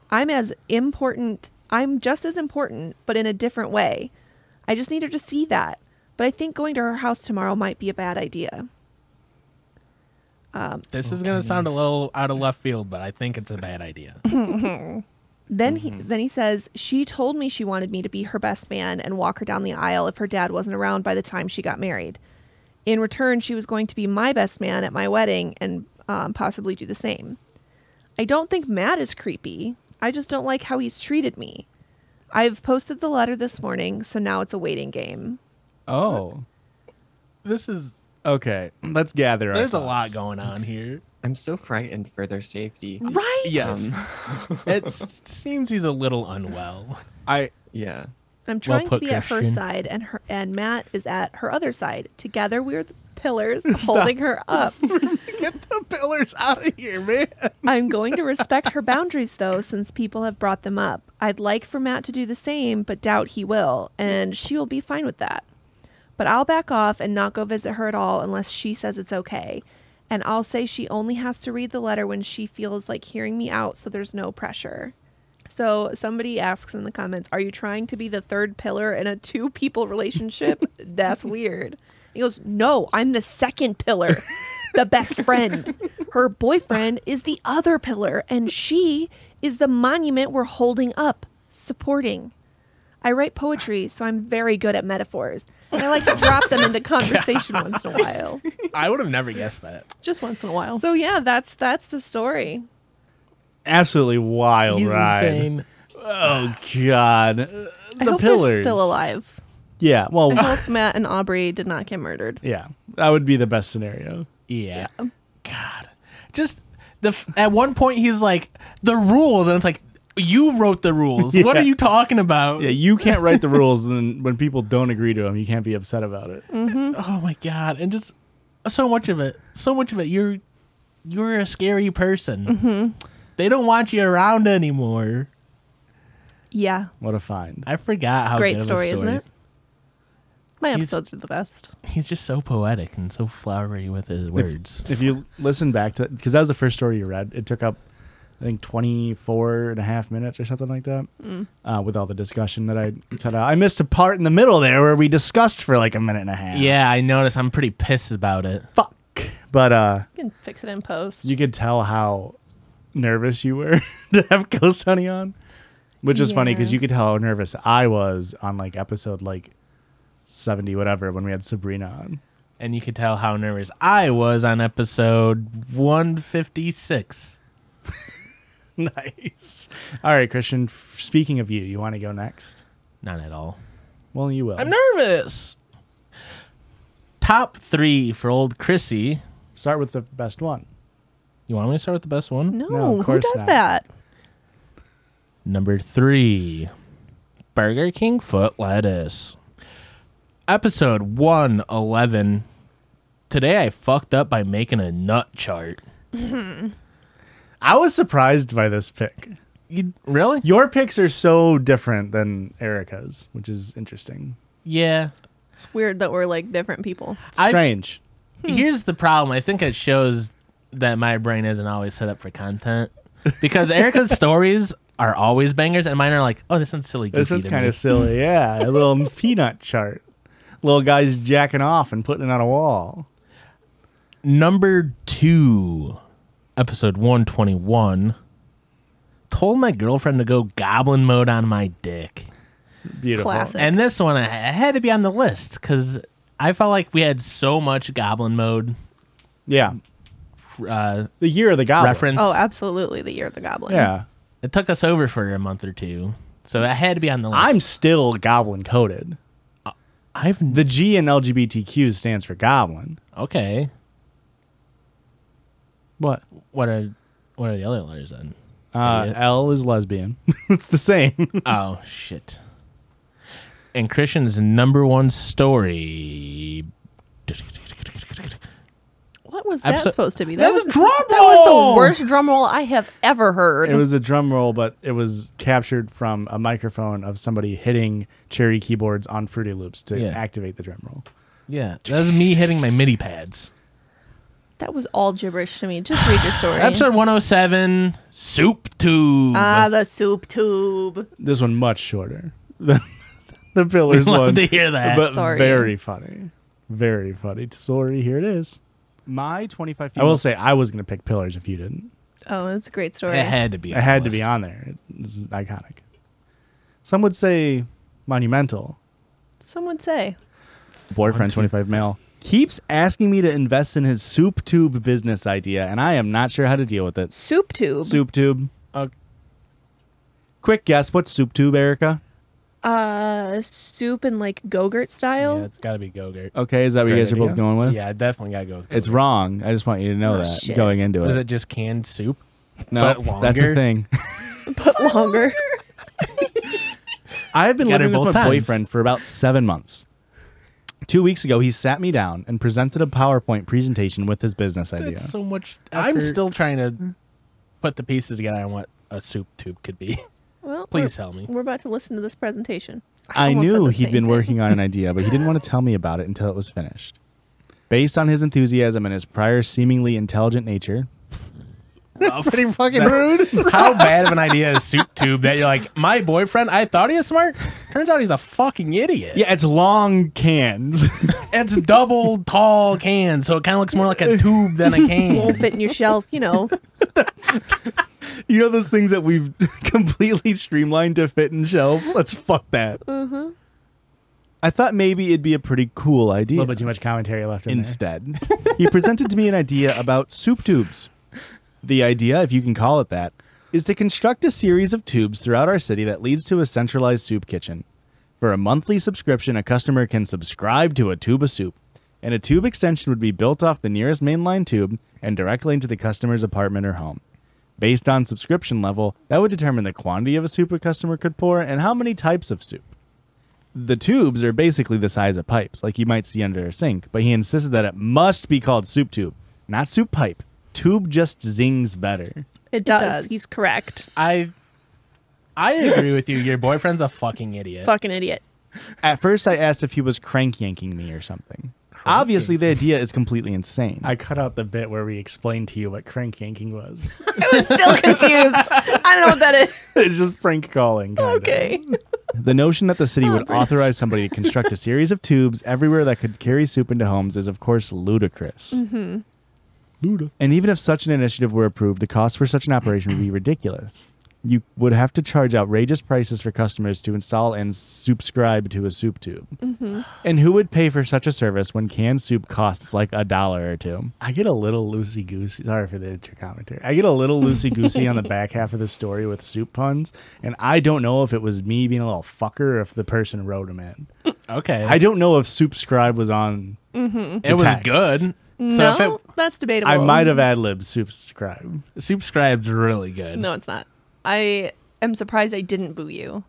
Speaker 2: I'm as important, I'm just as important, but in a different way. I just need her to see that. But I think going to her house tomorrow might be a bad idea.
Speaker 4: This is gonna sound a little out of left field, but I think it's a bad idea.
Speaker 1: (laughs)
Speaker 2: Then he then he says she told me she wanted me to be her best man and walk her down the aisle if her dad wasn't around by the time she got married. In return, she was going to be my best man at my wedding and um, possibly do the same. I don't think Matt is creepy. I just don't like how he's treated me. I've posted the letter this morning, so now it's a waiting game.
Speaker 1: Oh.
Speaker 4: this is
Speaker 1: Okay. Let's gather. our
Speaker 4: there's a
Speaker 1: thoughts.
Speaker 4: lot going on here.
Speaker 5: I'm so frightened for their safety. Um,
Speaker 2: Right?
Speaker 4: Yes, it s- seems he's a little unwell.
Speaker 1: I
Speaker 5: (laughs) Yeah.
Speaker 2: I'm trying
Speaker 4: put,
Speaker 2: to be at her
Speaker 4: Christian.
Speaker 2: side, and her and Matt is at her other side. Together, we're the
Speaker 4: (laughs)
Speaker 2: pillars holding her up.
Speaker 1: get the pillars out of here, man.
Speaker 2: I'm going to respect her boundaries though, since people have brought them up. I'd like for Matt to do the same, but doubt he will, and she will be fine with that. But I'll back off and not go visit her at all unless she says it's okay. And I'll say she only has to read the letter when she feels like hearing me out, so there's no pressure. So somebody asks in the comments, Are you trying to be the third pillar in a two
Speaker 6: (laughs)
Speaker 2: people relationship? That's weird. He goes, No, I'm the second pillar, the best friend. Her boyfriend is the other pillar, and she is the monument we're holding up, supporting. I write poetry, so I'm very good at metaphors. And I like to drop them into conversation once in a while.
Speaker 4: I would have never guessed that.
Speaker 6: Just once in a while.
Speaker 2: So yeah, that's that's the story.
Speaker 1: Absolutely wild
Speaker 4: He's
Speaker 1: ride.
Speaker 4: insane.
Speaker 1: Oh god. The
Speaker 2: I hope they're
Speaker 1: pillars.
Speaker 2: still alive.
Speaker 1: Yeah. Well,
Speaker 2: (laughs) I hope Matt and Aubrey did not get murdered.
Speaker 1: yeah. That would be the best scenario.
Speaker 4: Yeah. God. Just the f- at one point he's like the rules, and it's like you wrote the rules. What are
Speaker 1: Yeah.
Speaker 4: you talking about?
Speaker 1: Yeah, you can't write
Speaker 2: (laughs)
Speaker 1: the rules, and then when people don't agree to them, you can't be upset about it.
Speaker 2: Mm.
Speaker 4: Oh my god! And just so much of it, so much of it. You're you're a scary person.
Speaker 2: Mm-hmm.
Speaker 4: They don't want you around anymore.
Speaker 2: Yeah.
Speaker 1: What a find!
Speaker 4: I forgot how
Speaker 2: Great
Speaker 4: good of a
Speaker 2: story, isn't it?
Speaker 6: My
Speaker 4: He's-
Speaker 6: episodes were the best.
Speaker 4: He's just so poetic and so flowery with his words.
Speaker 1: If you listen back to, because that was the first story you read, it took up, I think, 24 and a half minutes or something like that,
Speaker 2: Mm.
Speaker 1: uh, with all the discussion that I cut out. I missed a part in the middle there where we discussed for like a minute and a half.
Speaker 4: yeah, I noticed. I'm pretty pissed about it.
Speaker 1: fuck. But uh,
Speaker 6: You can fix it in post.
Speaker 1: you could tell how nervous you were (laughs) to have Ghost Honey on, which is funny 'cause funny
Speaker 2: Yeah.
Speaker 1: because you could tell how nervous I was on like episode like seventy whatever when we had Sabrina on.
Speaker 4: And you could tell how nervous I was on episode 156.
Speaker 1: nice. All right, Christian. f- Speaking of you, you want to go next?
Speaker 4: Not at all.
Speaker 1: Well, you will.
Speaker 4: I'm nervous. Top three for old Chrissy.
Speaker 1: Start with the best one.
Speaker 4: You want me to start with the best one?
Speaker 2: No,
Speaker 1: No, of
Speaker 2: who
Speaker 1: course
Speaker 2: does
Speaker 1: not.
Speaker 2: that?
Speaker 4: Number three Burger King foot lettuce. Episode 111. Today I fucked up by making a nut chart.
Speaker 1: I was surprised by this pick.
Speaker 4: You really?
Speaker 1: Your picks are so different than Erica's, which is interesting.
Speaker 4: Yeah.
Speaker 2: It's weird that we're like different people.
Speaker 4: I've-
Speaker 1: Strange.
Speaker 4: Here's the problem. I think it shows that my brain isn't always set up for content because
Speaker 1: (laughs)
Speaker 4: Erica's stories are always bangers, and mine are like, oh, this one's silly.
Speaker 1: This
Speaker 4: goofy
Speaker 1: one's
Speaker 4: to
Speaker 1: kind
Speaker 4: me.
Speaker 1: of (laughs) silly. Yeah, a little peanut chart. Little guy's jacking off and putting it on a wall.
Speaker 4: number two, episode one twenty one. Told my girlfriend to go goblin mode on my dick.
Speaker 1: Beautiful.
Speaker 2: Classic.
Speaker 4: And this one I I had to be on the list because I felt like we had so much goblin mode
Speaker 1: Yeah,
Speaker 4: uh,
Speaker 1: the year of the goblin.
Speaker 4: reference.
Speaker 2: Oh, absolutely. The Year of the Goblin.
Speaker 1: Yeah,
Speaker 4: it took us over for a month or two, so I had to be on the list.
Speaker 1: I'm still goblin coded.
Speaker 4: I've
Speaker 1: The G in LGBTQ stands for goblin.
Speaker 4: okay.
Speaker 1: What?
Speaker 4: What are what are the other letters then? (laughs)
Speaker 1: Uh,
Speaker 4: Idiot.
Speaker 1: L is lesbian. (laughs) it's the same.
Speaker 4: oh shit. And Christian's number one story.
Speaker 2: What was that
Speaker 4: Absol-
Speaker 2: supposed to be?
Speaker 4: That was a drum
Speaker 2: That was
Speaker 4: roll!
Speaker 2: the worst drum roll I have ever heard.
Speaker 1: It was a drum roll, but it was captured from a microphone of somebody hitting cherry keyboards on Fruity Loops to
Speaker 4: Yeah.
Speaker 1: activate the drum roll.
Speaker 4: Yeah, that was me hitting my MIDI pads.
Speaker 2: that was all gibberish to me. Just read your story.
Speaker 4: Episode 107, Soup Tube.
Speaker 2: Ah, the soup tube.
Speaker 1: This one much shorter than (laughs) the (laughs) Pillars
Speaker 4: Love
Speaker 1: one,
Speaker 4: to hear that.
Speaker 1: but
Speaker 2: Sorry.
Speaker 1: very funny, very funny. Sorry, here it is.
Speaker 8: My 25
Speaker 1: I will say I was going to pick Pillars if you didn't.
Speaker 2: Oh, that's a great
Speaker 4: it
Speaker 2: story.
Speaker 4: had to be.
Speaker 1: It had to be on there. It's iconic. Some would say monumental.
Speaker 2: Some would say.
Speaker 1: boyfriend, 25 male, keeps asking me to invest in his soup tube business idea, and I am not sure how to deal with it.
Speaker 2: Soup tube.
Speaker 1: Soup tube.
Speaker 4: Uh,
Speaker 1: Quick guess, what's soup tube, Erica?
Speaker 2: Uh, soup in like Go-Gurt style.
Speaker 4: Yeah, it's got to be Gogurt.
Speaker 1: Okay, is that what Oh, you
Speaker 4: Great
Speaker 1: guys are both
Speaker 4: idea.
Speaker 1: going with?
Speaker 4: Yeah, I definitely got to go with Gogurt.
Speaker 1: It's wrong. I just want you to know
Speaker 2: Oh,
Speaker 1: that
Speaker 2: shit.
Speaker 1: going into
Speaker 4: Was
Speaker 1: it.
Speaker 4: it just canned soup?
Speaker 1: no,
Speaker 4: but
Speaker 1: that's
Speaker 4: longer?
Speaker 1: the thing.
Speaker 2: But
Speaker 4: (laughs)
Speaker 2: longer.
Speaker 1: I've been
Speaker 4: You got her
Speaker 1: living with my
Speaker 4: both times.
Speaker 1: boyfriend for about seven months. Two weeks ago, he sat me down and presented a PowerPoint presentation with his business idea.
Speaker 4: That's so much. I'm still trying to put the pieces together on what a soup tube could be. (laughs)
Speaker 2: Well,
Speaker 4: Please
Speaker 2: we're,
Speaker 4: tell me.
Speaker 2: We're about to listen to this presentation.
Speaker 1: I
Speaker 2: almost said
Speaker 1: knew
Speaker 2: the
Speaker 1: he'd
Speaker 2: same
Speaker 1: been
Speaker 2: thing.
Speaker 1: working on an idea, but he didn't want to tell me about it until it was finished. Based on his enthusiasm and his prior seemingly intelligent nature, (laughs)
Speaker 4: pretty fucking rude. How bad of an idea is soup tube that you're like, my boyfriend? I thought he was smart. Turns out he's a fucking idiot.
Speaker 1: yeah, it's long cans.
Speaker 4: It's double tall cans, so it kind of looks more like a tube than a (laughs)
Speaker 2: Won't
Speaker 4: can.
Speaker 2: fit in your shelf,
Speaker 1: (laughs)
Speaker 2: you know.
Speaker 1: (laughs) you know those things that we've (laughs) completely streamlined to fit in shelves. Let's fuck that. I thought maybe it'd be a pretty cool idea.
Speaker 9: much commentary left
Speaker 1: Instead, (laughs) he presented to me an idea about soup tubes. The idea, if you can call it that, is to construct a series of tubes throughout our city that leads to a centralized soup kitchen. For a monthly subscription, a customer can subscribe to a tube of soup, and a tube extension would be built off the nearest mainline tube and directly into the customer's apartment or home. Based on subscription level, that would determine the quantity of a soup a customer could pour and how many types of soup the tubes are basically the size of pipes, like you might see under a sink, but he insisted that it must be called soup tube, not soup pipe. Tube just zings better.
Speaker 2: It
Speaker 10: does.
Speaker 2: does. He's correct.
Speaker 4: I I agree with you. Your boyfriend's a fucking
Speaker 2: (laughs)
Speaker 4: idiot.
Speaker 2: Fucking idiot.
Speaker 1: At first, I asked if he was crank yanking me or something. Obviously, the idea is completely insane.
Speaker 9: I cut out the bit where we explained to you what crank yanking was.
Speaker 2: (laughs)
Speaker 9: (laughs)
Speaker 2: Still confused. I don't know what that is.
Speaker 1: it's just prank calling. kinda.
Speaker 2: (laughs) Okay.
Speaker 1: The notion that the city would authorize somebody to construct a series of tubes everywhere that could carry soup into homes is, of course, ludicrous. Mm-hmm. And even if such an initiative were approved, the cost for such an operation would be ridiculous. You would have to charge outrageous prices for customers to install and subscribe to a soup tube. And who would pay for such a service when canned soup costs like a dollar or two?
Speaker 9: I get a little loosey goosey. Sorry for the inter commentary. I get a little loosey goosey on the back half of the story with soup puns, and I don't know if it was me being a little fucker or if the person wrote them in.
Speaker 4: Okay.
Speaker 9: I don't know if Soup Scribe was on.
Speaker 4: it was
Speaker 9: text.
Speaker 4: good. So
Speaker 11: No,
Speaker 4: if
Speaker 11: that's debatable.
Speaker 1: I might have ad libbed subscribe.
Speaker 4: it subscribes really good.
Speaker 2: No, it's not. I am surprised I didn't boo you.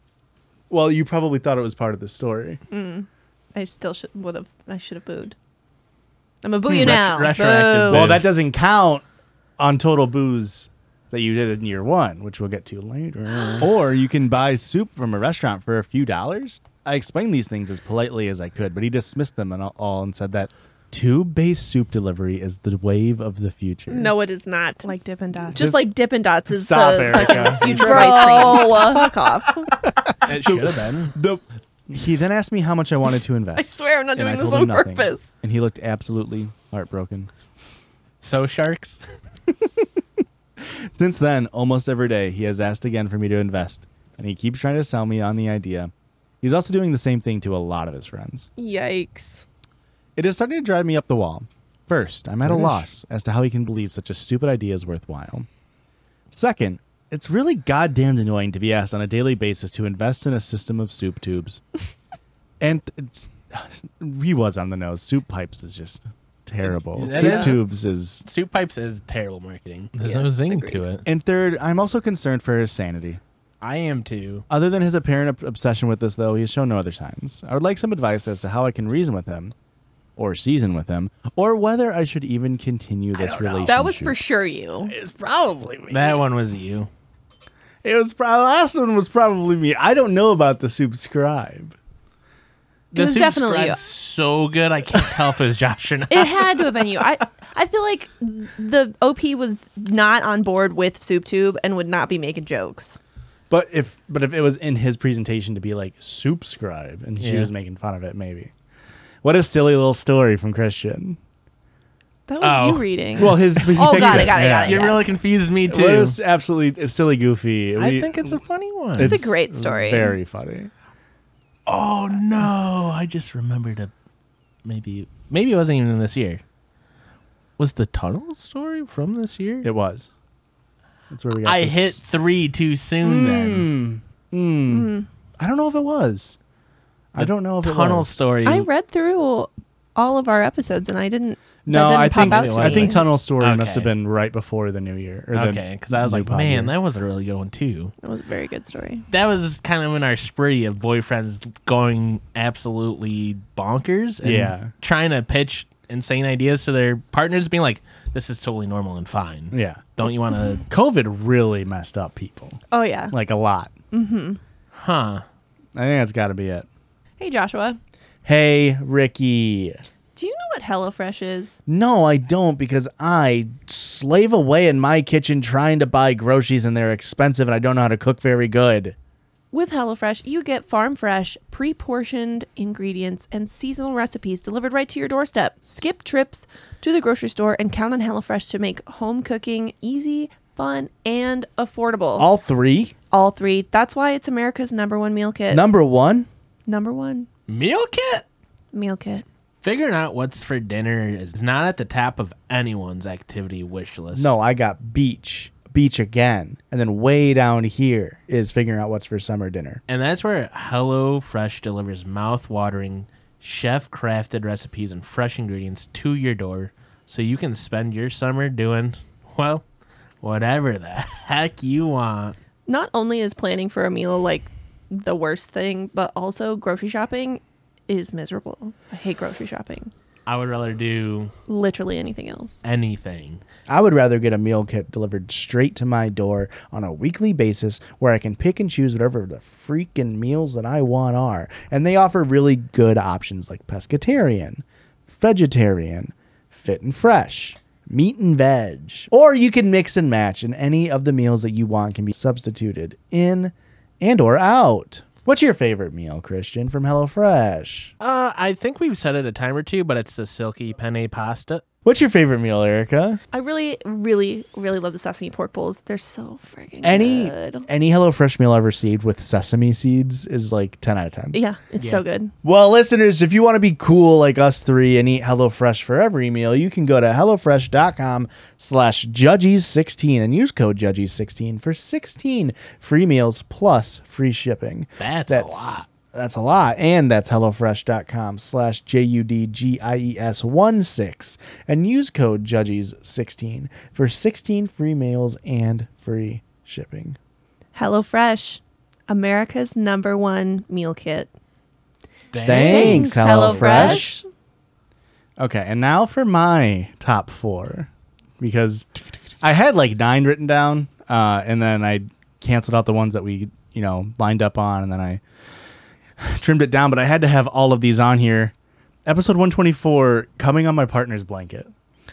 Speaker 1: Well, you probably thought it was part of the story.
Speaker 2: I still should would have. I should have booed. I'm a boo you
Speaker 4: Ret-
Speaker 2: now.
Speaker 4: retroactive
Speaker 2: Boo.
Speaker 1: Well,
Speaker 4: Dude.
Speaker 1: that doesn't count on total booze that you did in year one, which we'll get to later.
Speaker 12: Or you can buy soup from a restaurant for a few dollars. I explained these things as politely as I could, but he dismissed them and all and said that tube based soup delivery is the wave of the future.
Speaker 11: No, it is not. Like
Speaker 2: Like Dippin' Dots.
Speaker 11: just like Dippin' Dots is
Speaker 1: Stop,
Speaker 11: the
Speaker 2: (laughs)
Speaker 1: Erica.
Speaker 11: future of ice cream. Fuck off.
Speaker 4: It should have been.
Speaker 12: The- he then asked me how much I wanted to invest.
Speaker 2: (laughs) I swear I'm not
Speaker 12: and I
Speaker 2: doing this
Speaker 12: told him
Speaker 2: on
Speaker 12: nothing.
Speaker 2: purpose.
Speaker 12: And he looked absolutely heartbroken.
Speaker 4: So sharks.
Speaker 12: Since then, almost every day, he has asked again for me to invest, and he keeps trying to sell me on the idea. He's also doing the same thing to a lot of his friends.
Speaker 2: Yikes.
Speaker 12: It is starting to drive me up the wall. First, I'm at a loss as to how he can believe such a stupid idea is worthwhile. Second, it's really goddamn annoying to be asked on a daily basis to invest in a system of soup tubes. and th- it's, (sighs) he was on the nose. Soup pipes is just terrible.
Speaker 4: It's-
Speaker 12: Soup
Speaker 4: yeah.
Speaker 12: tubes is.
Speaker 4: Soup pipes is terrible marketing. There's
Speaker 2: Yeah,
Speaker 4: no zing
Speaker 2: agreed.
Speaker 4: to it.
Speaker 12: And third, I'm also concerned for his sanity.
Speaker 4: I am too.
Speaker 12: Other than his apparent ob- obsession with this, though, he has shown no other signs. I would like some advice as to how I can reason with him, or season with him, or whether I should even continue this relationship.
Speaker 2: That was for sure you.
Speaker 1: It's probably me.
Speaker 4: That one was you.
Speaker 1: It was pro- last one was probably me. I don't know about the subscribe.
Speaker 4: The
Speaker 2: was
Speaker 4: soup
Speaker 2: definitely
Speaker 4: scribe's
Speaker 2: you.
Speaker 4: so good. I can't tell if it was Josh or not.
Speaker 2: It had to have been you. I I feel like the OP was not on board with SoupTube and would not be making jokes.
Speaker 1: But if but if it was in his presentation to be like subscribe and she
Speaker 4: Yeah.
Speaker 1: was making fun of it, maybe. What a silly little story from Christian.
Speaker 2: That
Speaker 4: Oh.
Speaker 2: was you reading.
Speaker 1: Well, his he
Speaker 2: (laughs) oh,
Speaker 1: picked
Speaker 2: got it, got it, got it.
Speaker 4: You
Speaker 2: (laughs) yeah.
Speaker 4: really confused me too.
Speaker 1: What is absolutely it's silly goofy.
Speaker 4: I
Speaker 1: We-
Speaker 4: think it's a funny one.
Speaker 2: It's a great story.
Speaker 1: Very funny.
Speaker 4: Oh no! I just remembered a maybe maybe it wasn't even this year. Was the tunnel story from this year?
Speaker 1: It was. That's where we got
Speaker 4: I
Speaker 1: this-
Speaker 4: hit three too soon.
Speaker 1: Mm,
Speaker 4: then
Speaker 1: I don't know if it was. I don't know if it
Speaker 4: tunnel
Speaker 1: was.
Speaker 4: story.
Speaker 2: I read through all of our episodes and I didn't.
Speaker 1: No,
Speaker 2: that didn't
Speaker 1: I
Speaker 2: pop
Speaker 1: think
Speaker 2: out to
Speaker 1: I
Speaker 2: me.
Speaker 1: think Tunnel Story must
Speaker 4: Okay.
Speaker 1: have been right before the new year. Or the
Speaker 4: okay, because I was
Speaker 1: new
Speaker 4: like,
Speaker 1: pod year.
Speaker 4: man, that was a really good one too.
Speaker 2: It was a very good story.
Speaker 4: That was kind of in our spree of boyfriends going absolutely bonkers and
Speaker 1: Yeah.
Speaker 4: trying to pitch insane ideas to their partners, being like, "This is totally normal and fine."
Speaker 1: yeah.
Speaker 4: Don't you
Speaker 1: (laughs)
Speaker 4: want to?
Speaker 1: COVID really messed up people
Speaker 2: Oh yeah.
Speaker 1: like a lot.
Speaker 4: Huh?
Speaker 1: I think that's got to be it.
Speaker 2: Hey Joshua,
Speaker 1: Hey, Ricky.
Speaker 2: do you know what HelloFresh is?
Speaker 1: No, I don't because I slave away in my kitchen trying to buy groceries and they're expensive and I don't know how to cook very good.
Speaker 2: With HelloFresh, you get farm fresh, pre portioned ingredients and seasonal recipes delivered right to your doorstep. Skip trips to the grocery store and count on HelloFresh to make home cooking easy, fun, and affordable. All,
Speaker 1: All three?
Speaker 2: three. That's why it's America's number one meal kit.
Speaker 1: Number one?
Speaker 2: number one
Speaker 4: Meal kit.
Speaker 2: meal kit.
Speaker 4: Figuring out what's for dinner is not at the top of anyone's activity wish list.
Speaker 1: No, I got beach, beach again. And then way down here is figuring out what's for summer dinner.
Speaker 4: And that's where HelloFresh delivers mouth-watering, chef-crafted recipes and fresh ingredients to your door so you can spend your summer doing, well, whatever the heck you want.
Speaker 2: Not only is planning for a meal like the worst thing, but also grocery shopping is miserable. I hate grocery shopping.
Speaker 4: I would rather do
Speaker 2: Literally anything else.
Speaker 4: anything.
Speaker 1: I would rather get a meal kit delivered straight to my door on a weekly basis where I can pick and choose whatever the freaking meals that I want are. And they offer really good options like pescatarian, vegetarian, fit and fresh, meat and veg. Or you can mix and match and any of the meals that you want can be substituted in and or out. What's your favorite meal, Christian, from HelloFresh?
Speaker 4: Uh, I think we've said it a time or two, but it's the silky penne pasta.
Speaker 1: What's your favorite meal, Erica?
Speaker 2: I really, really, really love the sesame pork bowls. They're so friggin'
Speaker 1: Any
Speaker 2: good.
Speaker 1: any HelloFresh meal I've received with sesame seeds is like ten out of ten.
Speaker 2: Yeah, it's so good.
Speaker 1: Well, listeners, if you want to be cool like us three and eat HelloFresh for every meal, you can go to HelloFresh.com slash judges16 and use code judges16 for 16 free meals plus free shipping.
Speaker 4: That's a lot.
Speaker 1: That's a lot. And that's HelloFresh.com slash J-U-D-G-I-E-S 1 6. And use code Judges16 for 16 free meals and free shipping.
Speaker 2: HelloFresh, America's number one meal kit.
Speaker 1: Thanks,
Speaker 2: Hello
Speaker 1: HelloFresh. Okay, and now for my top four, because I had like nine written down, uh, and then I canceled out the ones that we, you know, lined up on, and then I (sighs) trimmed it down. But I had to have all of these on here. Episode one twenty four coming on my partner's blanket.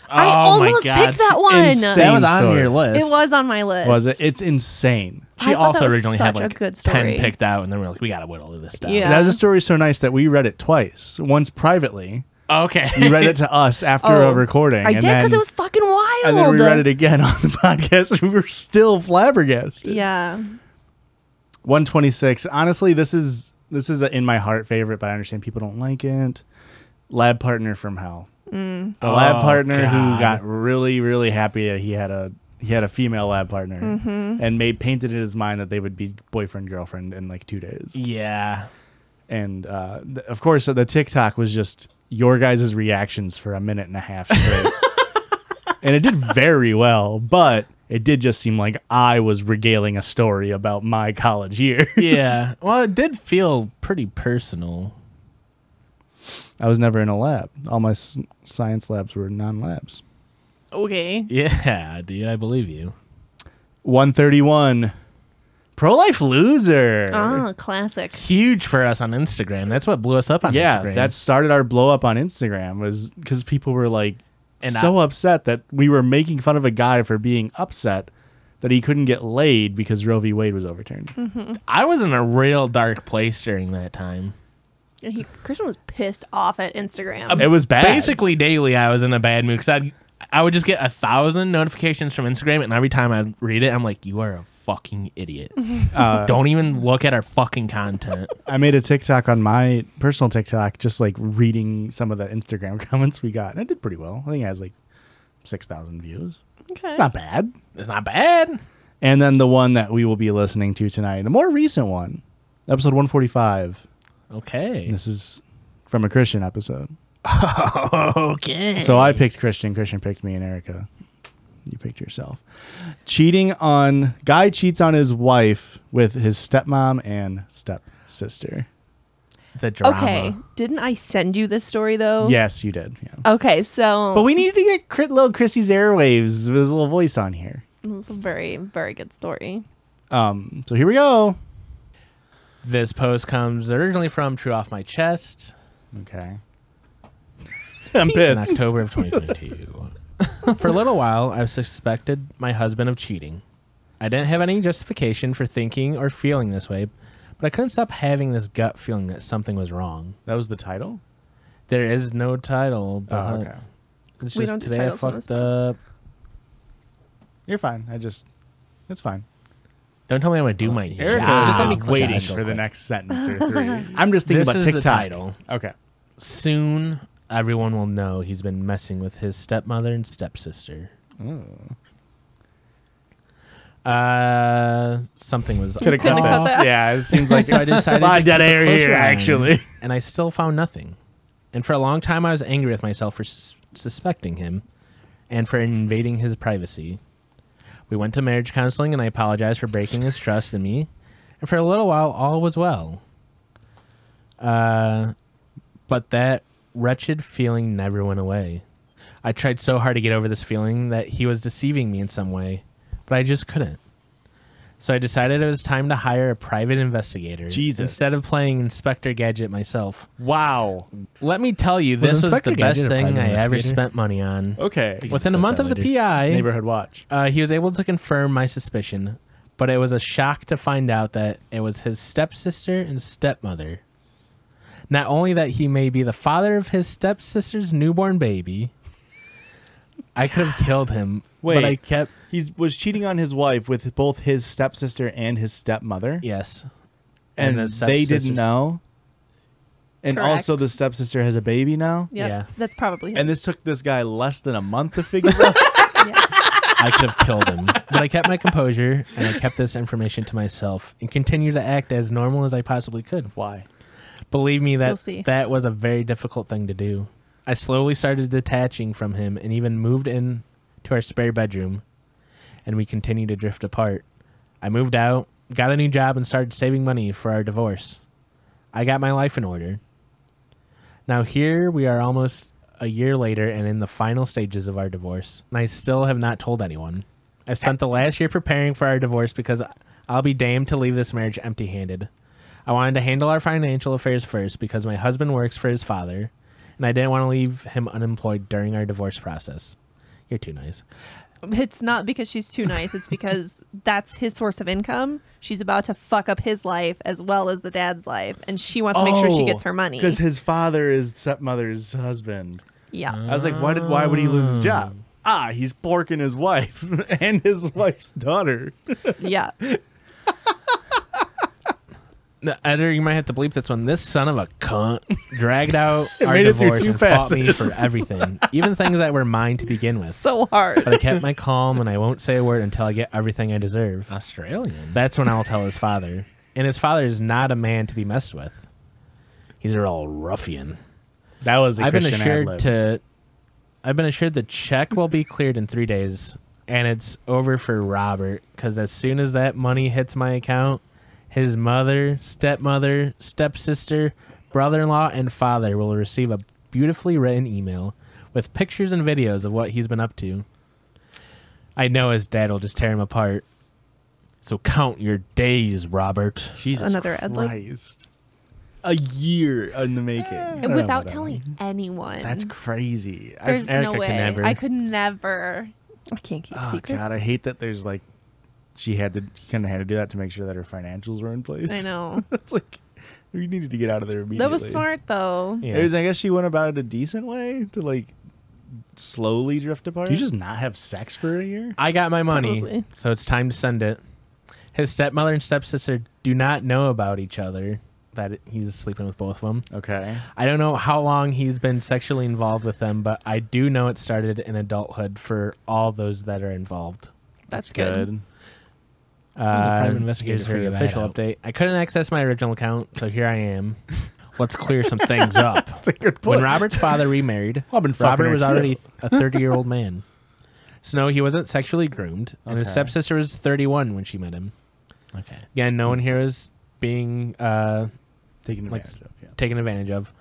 Speaker 2: I almost picked that one.
Speaker 1: Insane.
Speaker 4: That was on
Speaker 1: story.
Speaker 4: your list.
Speaker 2: It was on my list.
Speaker 1: Was it? It's insane.
Speaker 2: I
Speaker 4: She
Speaker 2: thought
Speaker 4: also
Speaker 2: that was
Speaker 4: originally had
Speaker 2: such a
Speaker 4: like
Speaker 2: good story.
Speaker 4: ten picked out, and then we're like, we gotta whittle this down.
Speaker 2: Yeah.
Speaker 1: That was a story so nice that we read it twice. Once privately,
Speaker 4: Okay. (laughs)
Speaker 1: you read it to
Speaker 2: (laughs)
Speaker 1: us after
Speaker 2: Oh,
Speaker 1: a recording.
Speaker 2: I
Speaker 1: and
Speaker 2: did because
Speaker 1: then-
Speaker 2: it was fucking wild.
Speaker 1: And then we read it again (laughs) on the podcast. We were still flabbergasted.
Speaker 2: Yeah.
Speaker 1: 126. Honestly, this is this is a in my heart favorite, but I understand people don't like it. Lab partner from hell. The lab
Speaker 4: Oh,
Speaker 1: partner who
Speaker 4: God.
Speaker 1: got really really happy that he had a he had a female lab partner and made painted in his mind that they would be boyfriend girlfriend in like two days.
Speaker 4: yeah.
Speaker 1: And uh, th- of course, the TikTok was just your guys' reactions for a minute and a half straight. and it did very well, but it did just seem like I was regaling a story about my college year.
Speaker 4: Yeah. Well, it did feel pretty personal.
Speaker 1: I was never in a lab. All my s- science labs were non labs.
Speaker 2: Okay.
Speaker 4: Yeah, dude, I believe you.
Speaker 1: 131. Pro life loser.
Speaker 2: Ah, classic.
Speaker 4: Huge for us on Instagram. That's what blew us up on
Speaker 1: yeah,
Speaker 4: Instagram.
Speaker 1: that started our blow up on Instagram was because people were like
Speaker 4: And
Speaker 1: so upset that we were making fun of a guy for being upset that he couldn't get laid because Roe v. Wade was overturned.
Speaker 4: I was in a real dark place during that time.
Speaker 2: Yeah, He, Christian was pissed off at Instagram.
Speaker 1: It was bad.
Speaker 4: Um, Basically, daily I was in a bad mood because I'd I would just get a thousand notifications from Instagram, and every time I read it, I'm like, "You are a fucking idiot! Uh, Don't even look at our fucking content."
Speaker 1: I made a TikTok on my personal TikTok, just like reading some of the Instagram (laughs) comments we got, and it did pretty well. I think it has like six thousand views.
Speaker 2: okay.
Speaker 1: It's not bad.
Speaker 4: it's not bad.
Speaker 1: And then the one that we will be listening to tonight, a more recent one, episode one forty five.
Speaker 4: (laughs) Okay.
Speaker 1: This is from a Christian episode.
Speaker 4: Okay.
Speaker 1: So I picked Christian. Christian picked me and Erica. You picked yourself. Cheating on guy cheats on his wife with his stepmom and stepsister.
Speaker 4: the drama.
Speaker 2: okay. Didn't I send you this story
Speaker 4: Oh.
Speaker 2: though?
Speaker 1: Yes, you did. Yeah.
Speaker 2: Okay, so
Speaker 1: But we needed to get Crit little Chrissy's airwaves with his little voice on here.
Speaker 2: it was a very, very good story.
Speaker 1: Um, so here we go.
Speaker 4: This post comes originally from True Off My Chest
Speaker 1: Okay. (laughs) I'm
Speaker 4: in
Speaker 1: pissed.
Speaker 4: October of 2022.
Speaker 1: (laughs)
Speaker 4: for a little while, I've suspected my husband of cheating. I didn't have any justification for thinking or feeling this way, but I couldn't stop having this gut feeling that something was wrong.
Speaker 1: That was the title. Uh-huh.
Speaker 4: There is no title, but
Speaker 1: Uh, okay.
Speaker 4: it's
Speaker 2: We
Speaker 4: just
Speaker 2: don't do
Speaker 4: today I
Speaker 2: titles on this
Speaker 4: fucked up.
Speaker 1: You're fine. I just, it's fine.
Speaker 4: Don't tell me I'm gonna do my
Speaker 1: Erica
Speaker 4: job. Just let
Speaker 1: is
Speaker 4: me click
Speaker 1: waiting
Speaker 4: on it real
Speaker 1: for the
Speaker 4: quick.
Speaker 1: next sentence or
Speaker 4: (laughs)
Speaker 1: three. I'm just thinking
Speaker 4: This
Speaker 1: about
Speaker 4: is the
Speaker 1: TikTok.
Speaker 4: title.
Speaker 1: Okay.
Speaker 4: Soon, everyone will know he's been messing with his stepmother and stepsister. Uh, something was
Speaker 1: Could have cut
Speaker 4: off,
Speaker 1: this. Yeah, it seems like
Speaker 4: so
Speaker 1: (laughs)
Speaker 4: I decided
Speaker 1: my
Speaker 4: to
Speaker 1: dead
Speaker 4: keep a
Speaker 1: air
Speaker 4: closer
Speaker 1: here,
Speaker 4: eye on it,
Speaker 1: actually.
Speaker 4: and I still found nothing. And for a long time, I was angry with myself for sus- suspecting him, and for invading his privacy. We went to marriage counseling, and I apologized for breaking his trust in me. And for a little while, all was well. Uh, but that wretched feeling never went away. I tried so hard to get over this feeling that he was deceiving me in some way, but I just couldn't. So I decided it was time to hire a private investigator
Speaker 1: Jesus.
Speaker 4: instead of playing Inspector Gadget myself.
Speaker 1: Wow.
Speaker 4: (laughs) Let me tell you, this was, Inspector the best Gadget a thing private I ever investigator? spent money on.
Speaker 1: Okay.
Speaker 4: Within a discuss month that of the later. PI,
Speaker 1: Neighborhood watch.
Speaker 4: uh, he was able to confirm my suspicion, but it was a shock to find out that it was his stepsister and stepmother. Not only that he may be the father of his stepsister's newborn baby, I could have killed him,
Speaker 1: Wait.
Speaker 4: but I kept
Speaker 1: He was cheating on his wife with both his stepsister and his stepmother.
Speaker 4: yes.
Speaker 1: And,
Speaker 4: the
Speaker 1: they
Speaker 4: stepsister's-
Speaker 1: didn't know. And
Speaker 2: Correct.
Speaker 1: also, the stepsister has a baby now.
Speaker 2: Yep,
Speaker 4: Yeah.
Speaker 2: That's probably
Speaker 1: And this took this guy less than a month
Speaker 13: (laughs)
Speaker 1: to figure out.
Speaker 4: I could have killed him. But I kept my composure and I kept this information to myself and continued to act as normal as I possibly could.
Speaker 1: Why?
Speaker 4: Believe me,
Speaker 2: You'll
Speaker 4: that
Speaker 2: see.
Speaker 4: that was a very difficult thing to do. I slowly started detaching from him and even moved in to our spare bedroom, and we continued to drift apart. I moved out, got a new job, and started saving money for our divorce. I got my life in order. Now, here we are almost a year later and in the final stages of our divorce, and I still have not told anyone. I've spent the last year preparing for our divorce because I'll be damned to leave this marriage empty handed. I wanted to handle our financial affairs first because my husband works for his father, and I didn't want to leave him unemployed during our divorce process. You're too nice.
Speaker 13: It's not because she's too nice. It's because that's his source of income. She's about to fuck up his life as well as the dad's life, and she wants to make sure she gets her money.
Speaker 1: because Oh, his father is stepmother's husband.
Speaker 13: Yeah.
Speaker 1: I was like, why did why would he lose his job? Ah, he's porking his wife (laughs) and his wife's daughter. (laughs)
Speaker 13: yeah.
Speaker 4: No, editor, you might have to bleep this one. This son of a cunt dragged out our
Speaker 1: made (laughs) it through
Speaker 4: divorce
Speaker 1: two
Speaker 4: and fought me for
Speaker 1: (laughs)
Speaker 4: everything, even things that were mine to begin with.
Speaker 13: So hard.
Speaker 4: (laughs) But I kept my calm and I won't say a word until I get everything I deserve.
Speaker 14: Australian.
Speaker 4: That's when I'll tell his father. And his father is not a man to be messed with. He's a real ruffian.
Speaker 1: That was
Speaker 13: (laughs)
Speaker 1: a
Speaker 4: I've been
Speaker 1: Christian
Speaker 4: assured
Speaker 1: ad-lib.
Speaker 4: to I've been assured the check will be cleared in three days and it's over for Robert because as soon as that money hits my account, his mother, stepmother, stepsister, brother in law, and father will receive a beautifully written email with pictures and videos of what he's been up to. I know his dad will just tear him apart. So count your days, Robert.
Speaker 1: Jesus
Speaker 13: Another ad lib.
Speaker 1: Christ. A year in the making. I don't know about
Speaker 13: Without
Speaker 1: that.
Speaker 13: telling anyone.
Speaker 1: That's crazy. I-
Speaker 13: There's
Speaker 4: Erica
Speaker 13: no
Speaker 4: could
Speaker 13: way.
Speaker 4: never.
Speaker 13: I could never. I can't keep
Speaker 1: oh
Speaker 13: secrets.
Speaker 1: god, I hate that there's like she had to kind of had to do that to make sure that her financials were in place. (laughs)
Speaker 13: I know.
Speaker 1: That's like we needed to get out of there immediately.
Speaker 13: that was smart though.
Speaker 4: Yeah.
Speaker 1: It was- I guess she went about it a decent way to like slowly drift apart.
Speaker 15: Do you just not have sex for a year?
Speaker 4: I got my money,
Speaker 13: Probably.
Speaker 4: so it's time to send it. His stepmother and stepsister do not know about each other that it- he's sleeping with both of them.
Speaker 1: okay.
Speaker 4: I don't know how long he's been sexually involved with them, but I do know it started in adulthood for all those that are involved.
Speaker 13: That's good.
Speaker 4: Uh,
Speaker 14: was a private investigator
Speaker 4: here's
Speaker 14: to
Speaker 4: her
Speaker 14: figure that
Speaker 4: official
Speaker 14: out.
Speaker 4: update. I couldn't access my original account, so here
Speaker 14: (laughs)
Speaker 4: I am. Let's clear some things up. When Robert's
Speaker 14: (laughs)
Speaker 4: father remarried,
Speaker 1: I've been fucking
Speaker 4: Robert
Speaker 1: her
Speaker 4: was
Speaker 1: too.
Speaker 4: already a 30 year old man. So, no, he wasn't sexually groomed, and his
Speaker 1: Okay.
Speaker 4: stepsister was 31 when she met him.
Speaker 14: Okay.
Speaker 4: Again, no one here is being uh,
Speaker 1: Taking
Speaker 4: Like-
Speaker 1: advantage of. Yeah.
Speaker 4: taken advantage of.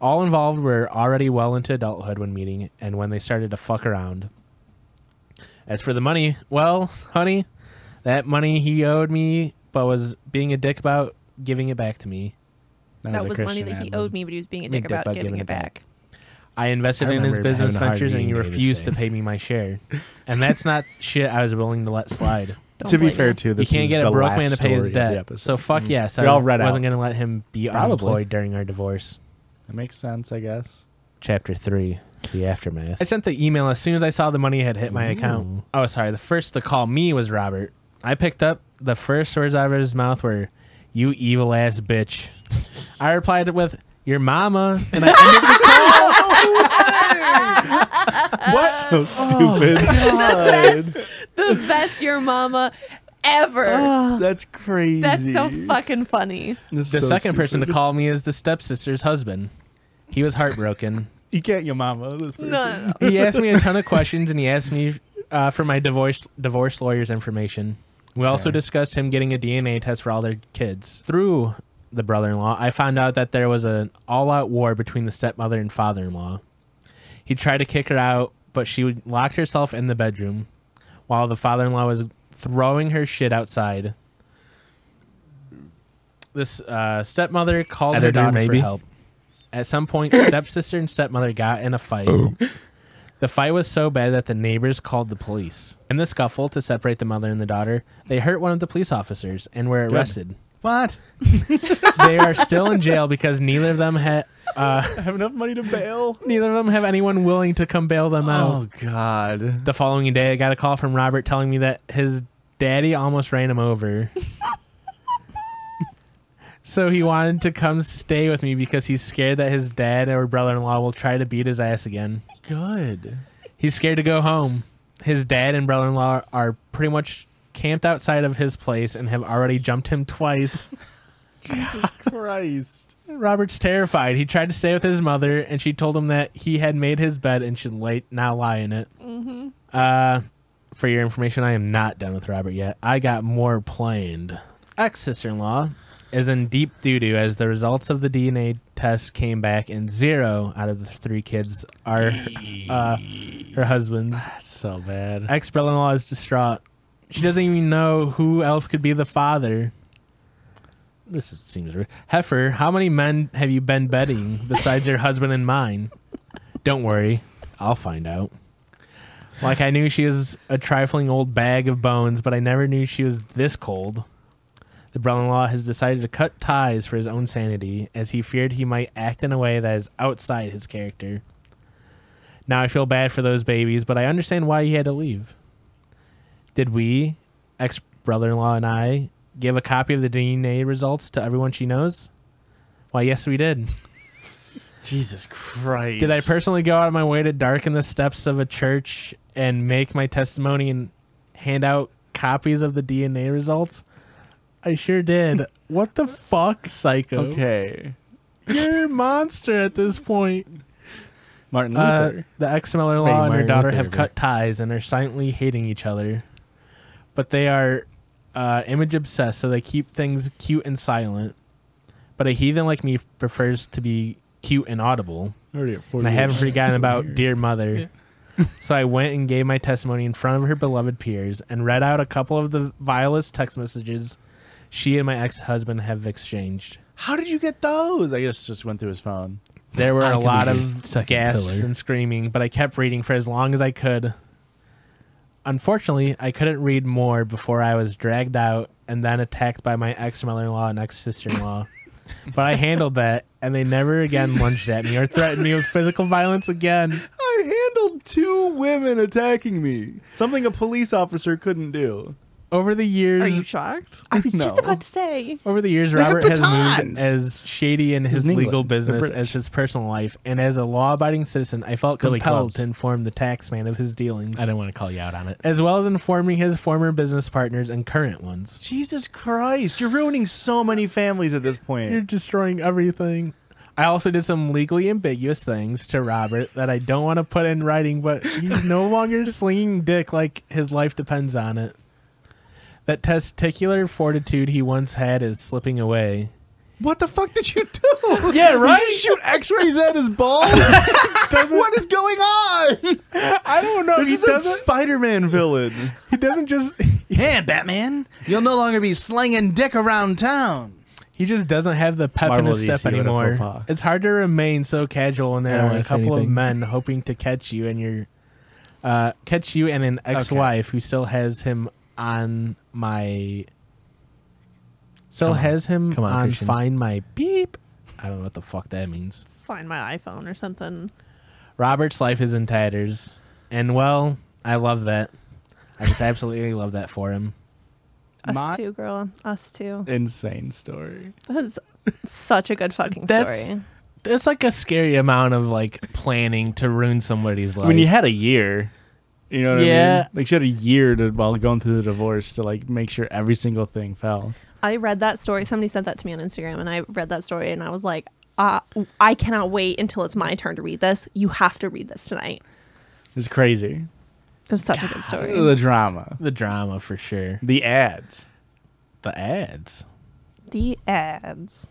Speaker 4: All involved were already well into adulthood when meeting and when they started to fuck around. As for the money, well, honey, that money he owed me but was being a dick about giving it back to me.
Speaker 13: That, was, money that he owed me, but he was being a dick
Speaker 4: dick
Speaker 13: about giving it back.
Speaker 4: I invested
Speaker 14: I
Speaker 4: in his
Speaker 14: remember
Speaker 4: business
Speaker 14: having a hard
Speaker 4: ventures and he
Speaker 14: meeting day to
Speaker 4: refused to
Speaker 14: say.
Speaker 4: pay me my share. And that's not shit I was willing to let slide.
Speaker 13: Don't
Speaker 15: to be
Speaker 13: blame
Speaker 15: fair,
Speaker 13: him.
Speaker 15: too,
Speaker 1: (laughs)
Speaker 4: you
Speaker 15: this
Speaker 4: can't
Speaker 15: is
Speaker 4: get
Speaker 15: the
Speaker 4: a broke
Speaker 15: last
Speaker 4: man to pay
Speaker 15: story
Speaker 4: his
Speaker 15: of the
Speaker 4: debt.
Speaker 15: episode.
Speaker 4: So fuck yes, I
Speaker 15: You're all
Speaker 4: was,
Speaker 15: read out.
Speaker 4: wasn't going to let him be
Speaker 14: Probably.
Speaker 4: unemployed during our divorce.
Speaker 15: That makes sense, I guess.
Speaker 4: chapter three, the aftermath. I sent the email as soon as I saw the money had hit my account. Oh, sorry. The first to call me was Robert. I picked up. The first words out of his mouth were, "You evil ass (laughs) bitch." I replied with, "Your mama," (laughs) and I ended the
Speaker 15: So
Speaker 2: (laughs)
Speaker 15: stupid.
Speaker 13: The best your mama ever.
Speaker 1: Ah.
Speaker 15: That's crazy.
Speaker 13: That's so fucking funny.
Speaker 4: the second person to call me is the stepsister's husband. He was heartbroken.
Speaker 15: You can't your mama. This person.
Speaker 13: No,
Speaker 4: he asked me a ton of questions and he asked me uh, for my divorce divorce lawyer's information. We also discussed him getting a DNA test for all their kids. Through the brother-in-law, I found out that there was an all-out war between the stepmother and father-in-law. He tried to kick her out, but she would- locked herself in the bedroom while the father-in-law was throwing her shit outside. This uh, stepmother called
Speaker 14: Editor,
Speaker 4: her daughter
Speaker 14: maybe?
Speaker 4: for help. At some point, stepsister and stepmother got in a fight. The fight was so bad that the neighbors called the police. In the scuffle to separate the mother and the daughter, they hurt one of the police officers and were arrested.
Speaker 15: What?
Speaker 4: they are still in jail because neither of them had uh, (laughs)
Speaker 15: I have enough money to bail.
Speaker 4: neither of them have anyone willing to come bail them out.
Speaker 15: Oh God.
Speaker 4: The following day, I got a call from Robert telling me that his daddy almost ran him over. (laughs) so he wanted to come stay with me because he's scared that his dad or brother-in-law will try to beat his ass again.
Speaker 15: Good.
Speaker 4: He's scared to go home. His dad and brother in law are pretty much camped outside of his place and have already jumped him twice. (laughs)
Speaker 1: Jesus Christ.
Speaker 4: Robert's terrified. He tried to stay with his mother, and she told him that he had made his bed and should late now lie in it. Mm-hmm. Uh, for your information, I am not done with Robert yet. I got more planned. Ex sister in law is in deep doo doo as the results of the DNA test came back, and zero out of the three kids are uh, her husband's.
Speaker 9: That's so
Speaker 13: Uh,
Speaker 9: bad.
Speaker 4: Ex brother in law is distraught. She doesn't even know who else could be the father. This is, seems rude. Heifer, how many men have you been betting besides your husband and mine? Don't worry, I'll find out. Like I knew she was a trifling old bag of bones, but I never knew she was this cold. The brother-in-law has decided to cut ties for his own sanity, as he feared he might act in a way that is outside his character. Now I feel bad for those babies, but I understand why he had to leave. Did we, ex brother in law and I, give a copy of the DNA results to everyone she knows? Why, yes, we did.
Speaker 9: (laughs) Jesus Christ.
Speaker 4: Did I personally go out of my way to darken the steps of a church and make my testimony and hand out copies of the DNA results? I sure
Speaker 9: (laughs)
Speaker 4: did. what the fuck, psycho?
Speaker 9: Okay.
Speaker 4: You're a monster at this point.
Speaker 9: Martin
Speaker 4: Uh,
Speaker 9: Luther.
Speaker 4: the ex mother in
Speaker 16: Big
Speaker 4: law and her
Speaker 16: Martin
Speaker 4: daughter
Speaker 16: Luther
Speaker 4: have
Speaker 16: Day.
Speaker 4: cut ties and are silently hating each other. But they are uh, image obsessed, so they keep things cute and silent. But a heathen like me prefers to be cute and audible.
Speaker 9: Already at
Speaker 4: And I
Speaker 9: 40
Speaker 4: haven't forgotten about Dear Mother. (laughs) so I went and gave my testimony in front of her beloved peers and read out a couple of the vilest text messages she and my ex husband have exchanged.
Speaker 1: How did you get those? I guess just went through his phone.
Speaker 4: There were
Speaker 16: I
Speaker 4: a
Speaker 16: can
Speaker 4: lot
Speaker 16: be
Speaker 4: of
Speaker 16: second
Speaker 4: gasps
Speaker 16: pillar.
Speaker 4: and screaming, but I kept reading for as long as I could. Unfortunately, I couldn't read more before I was dragged out and then attacked by my ex mother in law and ex sister
Speaker 16: (laughs)
Speaker 4: in law. but I handled that, and they never again lunged at me or threatened me with physical violence again.
Speaker 1: I handled two women attacking me. Something a police officer couldn't do.
Speaker 4: Over the years,
Speaker 17: Are you shocked?
Speaker 2: I was
Speaker 1: No.
Speaker 2: just about to say.
Speaker 4: Over the years,
Speaker 1: have
Speaker 4: Robert has moved
Speaker 1: batons.
Speaker 4: as shady in his
Speaker 1: in
Speaker 4: legal
Speaker 1: England. They're
Speaker 4: business
Speaker 1: British.
Speaker 4: as his personal life, and as a law-abiding citizen, I felt
Speaker 16: Billy
Speaker 4: compelled
Speaker 16: clubs.
Speaker 4: to inform the taxman of his dealings,
Speaker 16: I didn't want to call you out on it.
Speaker 4: as well as informing his former business partners and current ones.
Speaker 1: Jesus Christ. You're ruining so many families at this
Speaker 4: You're
Speaker 1: point.
Speaker 4: destroying everything. I also did some legally ambiguous things to Robert that I don't want to put in writing, but he's (laughs) no longer slinging dick like his life depends on it. That testicular fortitude he once had is slipping away.
Speaker 1: What the fuck did you
Speaker 18: (laughs)
Speaker 1: do? Yeah, right? Did you shoot x rays at his balls? what is going on?
Speaker 4: I don't know.
Speaker 1: This
Speaker 4: he
Speaker 1: is a
Speaker 4: doesn't.
Speaker 1: Spider Man villain.
Speaker 4: He doesn't just. (laughs)
Speaker 18: Yeah, Batman. You'll no longer be slinging dick around town.
Speaker 4: He just doesn't have the pep in
Speaker 1: Marvel
Speaker 4: his step
Speaker 1: DC with a faux
Speaker 4: anymore.
Speaker 1: pas.
Speaker 4: It's hard to remain so casual when
Speaker 16: I
Speaker 4: there
Speaker 16: don't
Speaker 4: are a
Speaker 16: wanna say
Speaker 4: couple of
Speaker 16: anything.
Speaker 4: men hoping to catch you and your uh, catch you and an ex-wife who still has him on my still
Speaker 16: Come on.
Speaker 4: has him
Speaker 16: Come on,
Speaker 4: on
Speaker 16: Christian.
Speaker 4: find my beep. I don't know what the fuck that means.
Speaker 17: Find my iPhone or something.
Speaker 4: Robert's life is in tatters. And well, I love that. I just absolutely love that for him.
Speaker 17: Us
Speaker 1: My-
Speaker 17: too, girl. Us too.
Speaker 9: Insane story.
Speaker 17: That's such a good fucking
Speaker 4: That's-
Speaker 17: story.
Speaker 4: It's like a scary amount of like planning to ruin somebody's life.
Speaker 9: when you had a year, you know what I
Speaker 4: Yeah.
Speaker 9: mean? Like she had a year to while going through the divorce to like make sure every single thing fell.
Speaker 2: I read that story. Somebody sent that to me on Instagram, and I read that story, and I was like, uh, I cannot wait until it's my turn to read this. You have to read this tonight.
Speaker 9: It's crazy.
Speaker 2: It's such a good story.
Speaker 1: The drama.
Speaker 4: the drama for sure.
Speaker 1: The ads.
Speaker 4: The ads.
Speaker 17: The ads.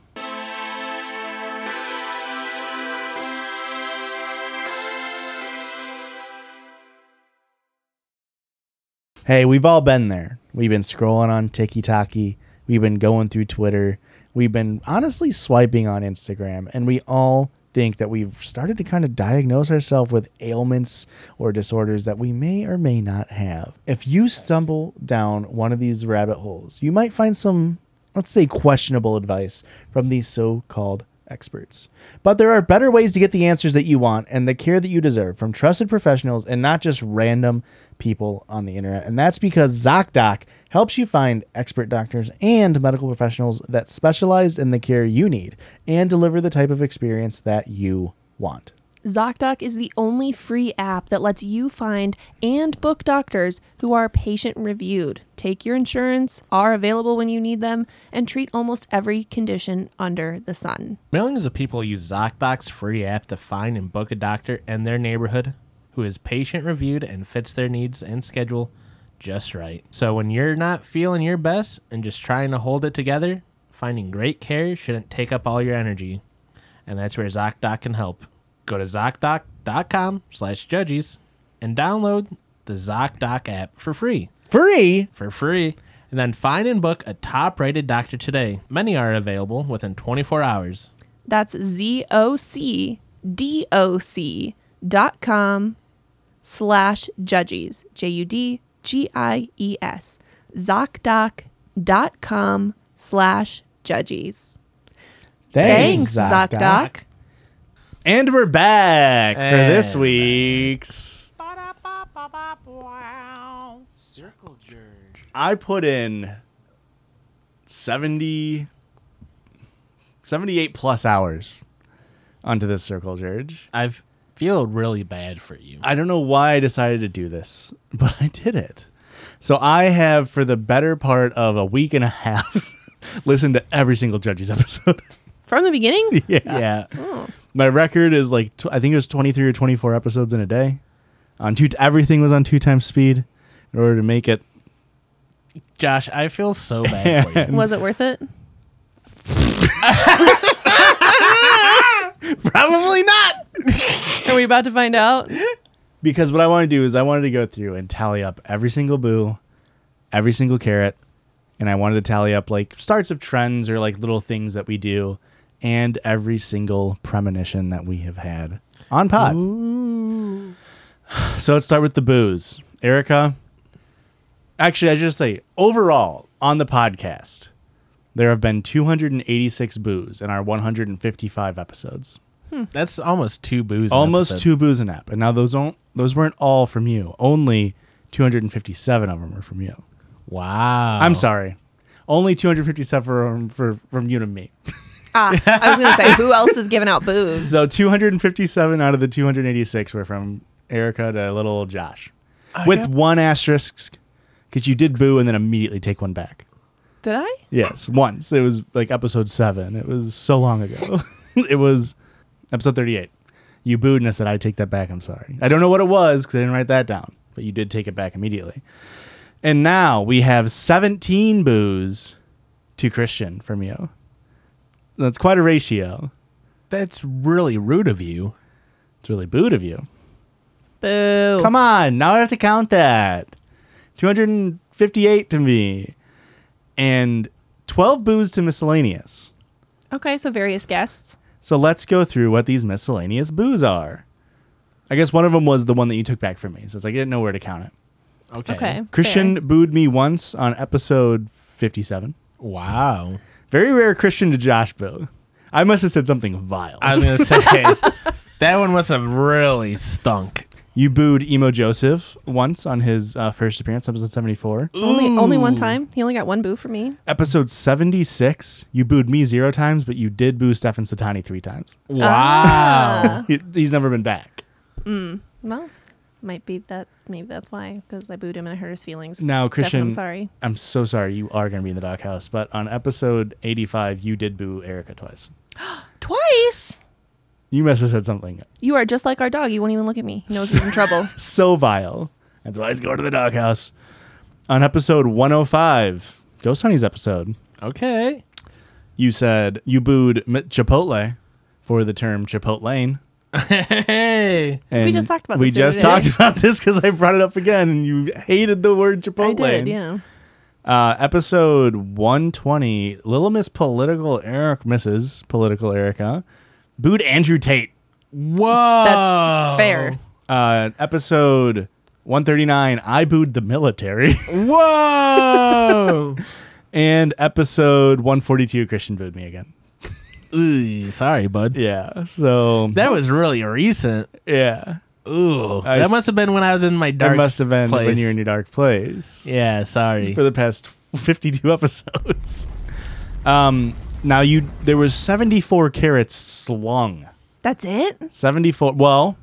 Speaker 1: Hey, we've all been there. We've been scrolling on TikTok. We've been going through Twitter. We've been honestly swiping on Instagram. And we all think that we've started to kind of diagnose ourselves with ailments or disorders that we may or may not have. If you stumble down one of these rabbit holes, you might find some, let's say, questionable advice from these so called experts. But there are better ways to get the answers that you want and the care that you deserve from trusted professionals and not just random people on the internet. And that's because ZocDoc helps you find expert doctors and medical professionals that specialize in the care you need and deliver the type of experience that you want.
Speaker 2: ZocDoc is the only free app that lets you find and book doctors who are patient reviewed, take your insurance, are available when you need them, and treat almost every condition under the sun.
Speaker 4: Millions of people use ZocDoc's free app to find and book a doctor in their neighborhood who is patient reviewed and fits their needs and schedule just right. So when you're not feeling your best and just trying to hold it together, finding great care shouldn't take up all your energy. And that's where ZocDoc can help. Go to ZocDoc.com slash judges and download the ZocDoc app for free
Speaker 19: Free.
Speaker 4: for free. And then find and book a top rated doctor today. Many are available within 24 hours.
Speaker 2: That's Z O C D O C dot com slash judges. J U D G I E S. ZocDoc dot com slash judges. Thanks, ZocDoc.
Speaker 9: And we're back for this
Speaker 4: And
Speaker 9: week's. I put in 70, 78 plus hours onto this circle, George.
Speaker 4: I feel really bad for you.
Speaker 9: I don't know why I decided to do this, (laughs) but I did it. So I have, for the better part of a week and a half, (laughs) listened to every single Judges episode. (laughs)
Speaker 2: From the beginning?
Speaker 4: Yeah.
Speaker 9: My record is like tw- I think it was 23 or 24 episodes in a day. On two, everything was on two times speed in order to make it.
Speaker 4: Josh, I feel so bad (laughs) for you.
Speaker 2: Was it worth it?
Speaker 9: Probably not.
Speaker 2: (laughs) Are we about to find out?
Speaker 9: Because what I want to do is I wanted to go through and tally up every single boo, every single carrot, and I wanted to tally up like starts of trends or like little things that we do, and every single premonition that we have had on pod. So let's start with the boos, Erica. Actually, I should just say overall on the podcast, there have been 286 boos in our 155 episodes
Speaker 4: That's almost two booze. an
Speaker 9: almost
Speaker 4: episode.
Speaker 9: two booze an app. And now those don't those weren't all from you. Only 257 of them were from you.
Speaker 4: Wow.
Speaker 9: I'm sorry. Only 257 from for, from you to me.
Speaker 2: Ah, I was going to say, who else is giving out booze?
Speaker 9: So 257 out of the 286 were from Erica to little old Josh, with one asterisk because you did boo and then immediately take one back.
Speaker 2: (laughs) Did I?
Speaker 9: Yes, once it was like episode seven. It was so long ago. (laughs) it was episode thirty-eight. You booed and I said, "I take that back. I'm sorry. I don't know what it was because I didn't write that down, but you did take it back immediately." And now we have seventeen boos to Christian from you. That's quite a ratio.
Speaker 4: That's really rude of you.
Speaker 9: It's really booed of you.
Speaker 2: Boo.
Speaker 9: Come on, now I have to count that. 258 to me. And 12 boos to miscellaneous.
Speaker 2: Okay, so various guests.
Speaker 9: So let's go through what these miscellaneous boos are. I guess one of them was the one that you took back from me, since I didn't know where to count it.
Speaker 4: Okay.
Speaker 2: Okay.
Speaker 9: Christian
Speaker 2: fair.
Speaker 9: booed me once on episode 57.
Speaker 4: Wow.
Speaker 9: Very rare Christian to Josh boo. I must have said something vile.
Speaker 4: I was gonna say (laughs) that one must have really stunk.
Speaker 9: you booed Emo Joseph once on his uh, first appearance, episode 74.
Speaker 2: Only, only one time. He only got one boo for me.
Speaker 9: Episode 76, you booed me zero times, but you did boo Stefan Satani three times.
Speaker 4: Wow.
Speaker 2: Ah.
Speaker 9: He- he's never been back.
Speaker 2: Well, might be that. Maybe that's why, because I booed him and I hurt his feelings. Stefan,
Speaker 9: Now,
Speaker 2: I'm
Speaker 9: Christian-
Speaker 2: sorry.
Speaker 9: I'm so sorry. You are going to be in the doghouse. But on episode 85, you did boo Erica twice.
Speaker 2: Twice.
Speaker 9: You must have said something
Speaker 2: You are just like our dog. You won't even look at me. He knows he's in trouble.
Speaker 9: so vile. That's why he's going to the doghouse. On episode 105, Ghost Honey's episode,
Speaker 4: Okay. (laughs)
Speaker 9: you said you booed M- Chipotle for the term Chipotlane.
Speaker 4: Hey.
Speaker 9: And
Speaker 2: just talked about
Speaker 9: we
Speaker 2: this the other
Speaker 9: just
Speaker 2: day.
Speaker 9: talked (laughs) about this because I brought it up again, and you hated the word
Speaker 2: (laughs)
Speaker 9: Chipotle.
Speaker 2: I did, yeah.
Speaker 9: Uh, episode 120, Little Miss Political Eric, Mrs. Political Erica, booed Andrew Tate.
Speaker 4: Whoa.
Speaker 2: That's
Speaker 9: Oh.
Speaker 2: fair.
Speaker 9: Uh, episode 139, I booed the military. (laughs)
Speaker 4: Whoa.
Speaker 9: and episode 142, Christian booed me again.
Speaker 4: Ooh, sorry, bud.
Speaker 9: Yeah. So,
Speaker 4: That was really recent.
Speaker 9: yeah.
Speaker 4: Ooh,
Speaker 9: I
Speaker 4: that
Speaker 9: s-
Speaker 4: must have been when I was in my dark.
Speaker 9: it must have been
Speaker 4: place.
Speaker 9: when you're in your dark place
Speaker 4: Yeah, sorry.
Speaker 9: for the past (laughs) 52 episodes. Um, now, you there was 74 carrots slung
Speaker 13: That's it?
Speaker 9: 74. Well,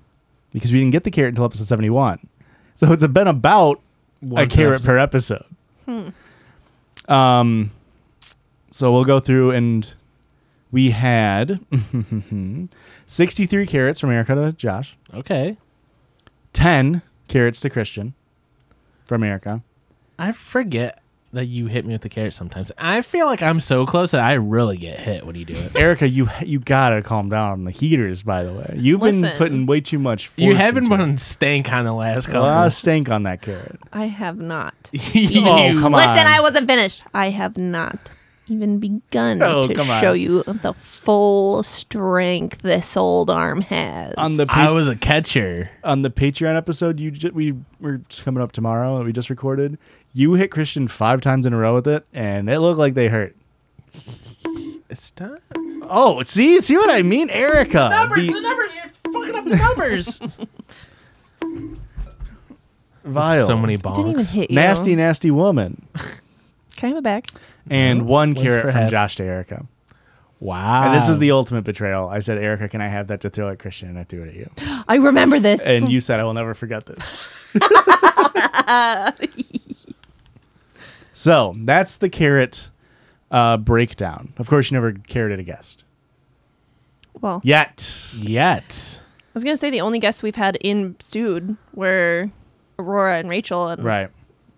Speaker 9: because we didn't get the carrot until episode 71. So it's been about
Speaker 4: One
Speaker 9: a
Speaker 4: per
Speaker 9: carrot
Speaker 4: episode.
Speaker 9: per episode. Um, so we'll go through and we had (laughs) 63 carrots from Erica to Josh,
Speaker 4: Okay.
Speaker 9: 10 carrots to Christian from Erica.
Speaker 4: I forget that you hit me with the carrot sometimes. I feel like I'm so close that I really get hit when you do it.
Speaker 9: Erica, you you gotta calm down on the heaters. By the way, you've been
Speaker 2: Listen.
Speaker 9: putting way too much. Force
Speaker 4: you haven't
Speaker 9: into
Speaker 4: been
Speaker 9: it.
Speaker 4: on stank on the last
Speaker 9: a
Speaker 4: couple. (laughs)
Speaker 9: lot of stank on that carrot.
Speaker 2: I have not.
Speaker 4: You-
Speaker 9: Oh come on!
Speaker 13: Listen, I wasn't finished. I have not even begun
Speaker 9: Oh,
Speaker 13: to
Speaker 9: come on.
Speaker 13: show you the full strength this old arm has.
Speaker 9: on the
Speaker 4: I was a catcher.
Speaker 9: on the Patreon episode you ju- we were just coming up tomorrow that we just recorded. You hit Christian five times in a row with it, and it looked like they hurt.
Speaker 4: It's not
Speaker 9: Oh, see, see what I mean, Erica. The
Speaker 4: numbers. You're fucking up the
Speaker 9: (laughs)
Speaker 4: numbers.
Speaker 9: vile,
Speaker 4: So many
Speaker 13: I didn't even
Speaker 4: bonks.
Speaker 13: hit you.
Speaker 9: nasty,
Speaker 4: (laughs)
Speaker 9: nasty woman,
Speaker 13: Can I have it back?
Speaker 9: and one carrot
Speaker 4: for Um,
Speaker 9: from
Speaker 4: half.
Speaker 9: Josh to Erica.
Speaker 4: Wow.
Speaker 9: And this was the ultimate betrayal. I said, Erica, can I have that to throw at Christian? And I threw it at you.
Speaker 13: I remember this.
Speaker 9: And you said, I will never forget this. so that's the carrot uh, breakdown. Of course, you never carroted a guest
Speaker 2: Well,
Speaker 9: yet.
Speaker 4: yet.
Speaker 13: I was gonna say the only guests we've had in Stood were Aurora and Rachel, and
Speaker 9: Right.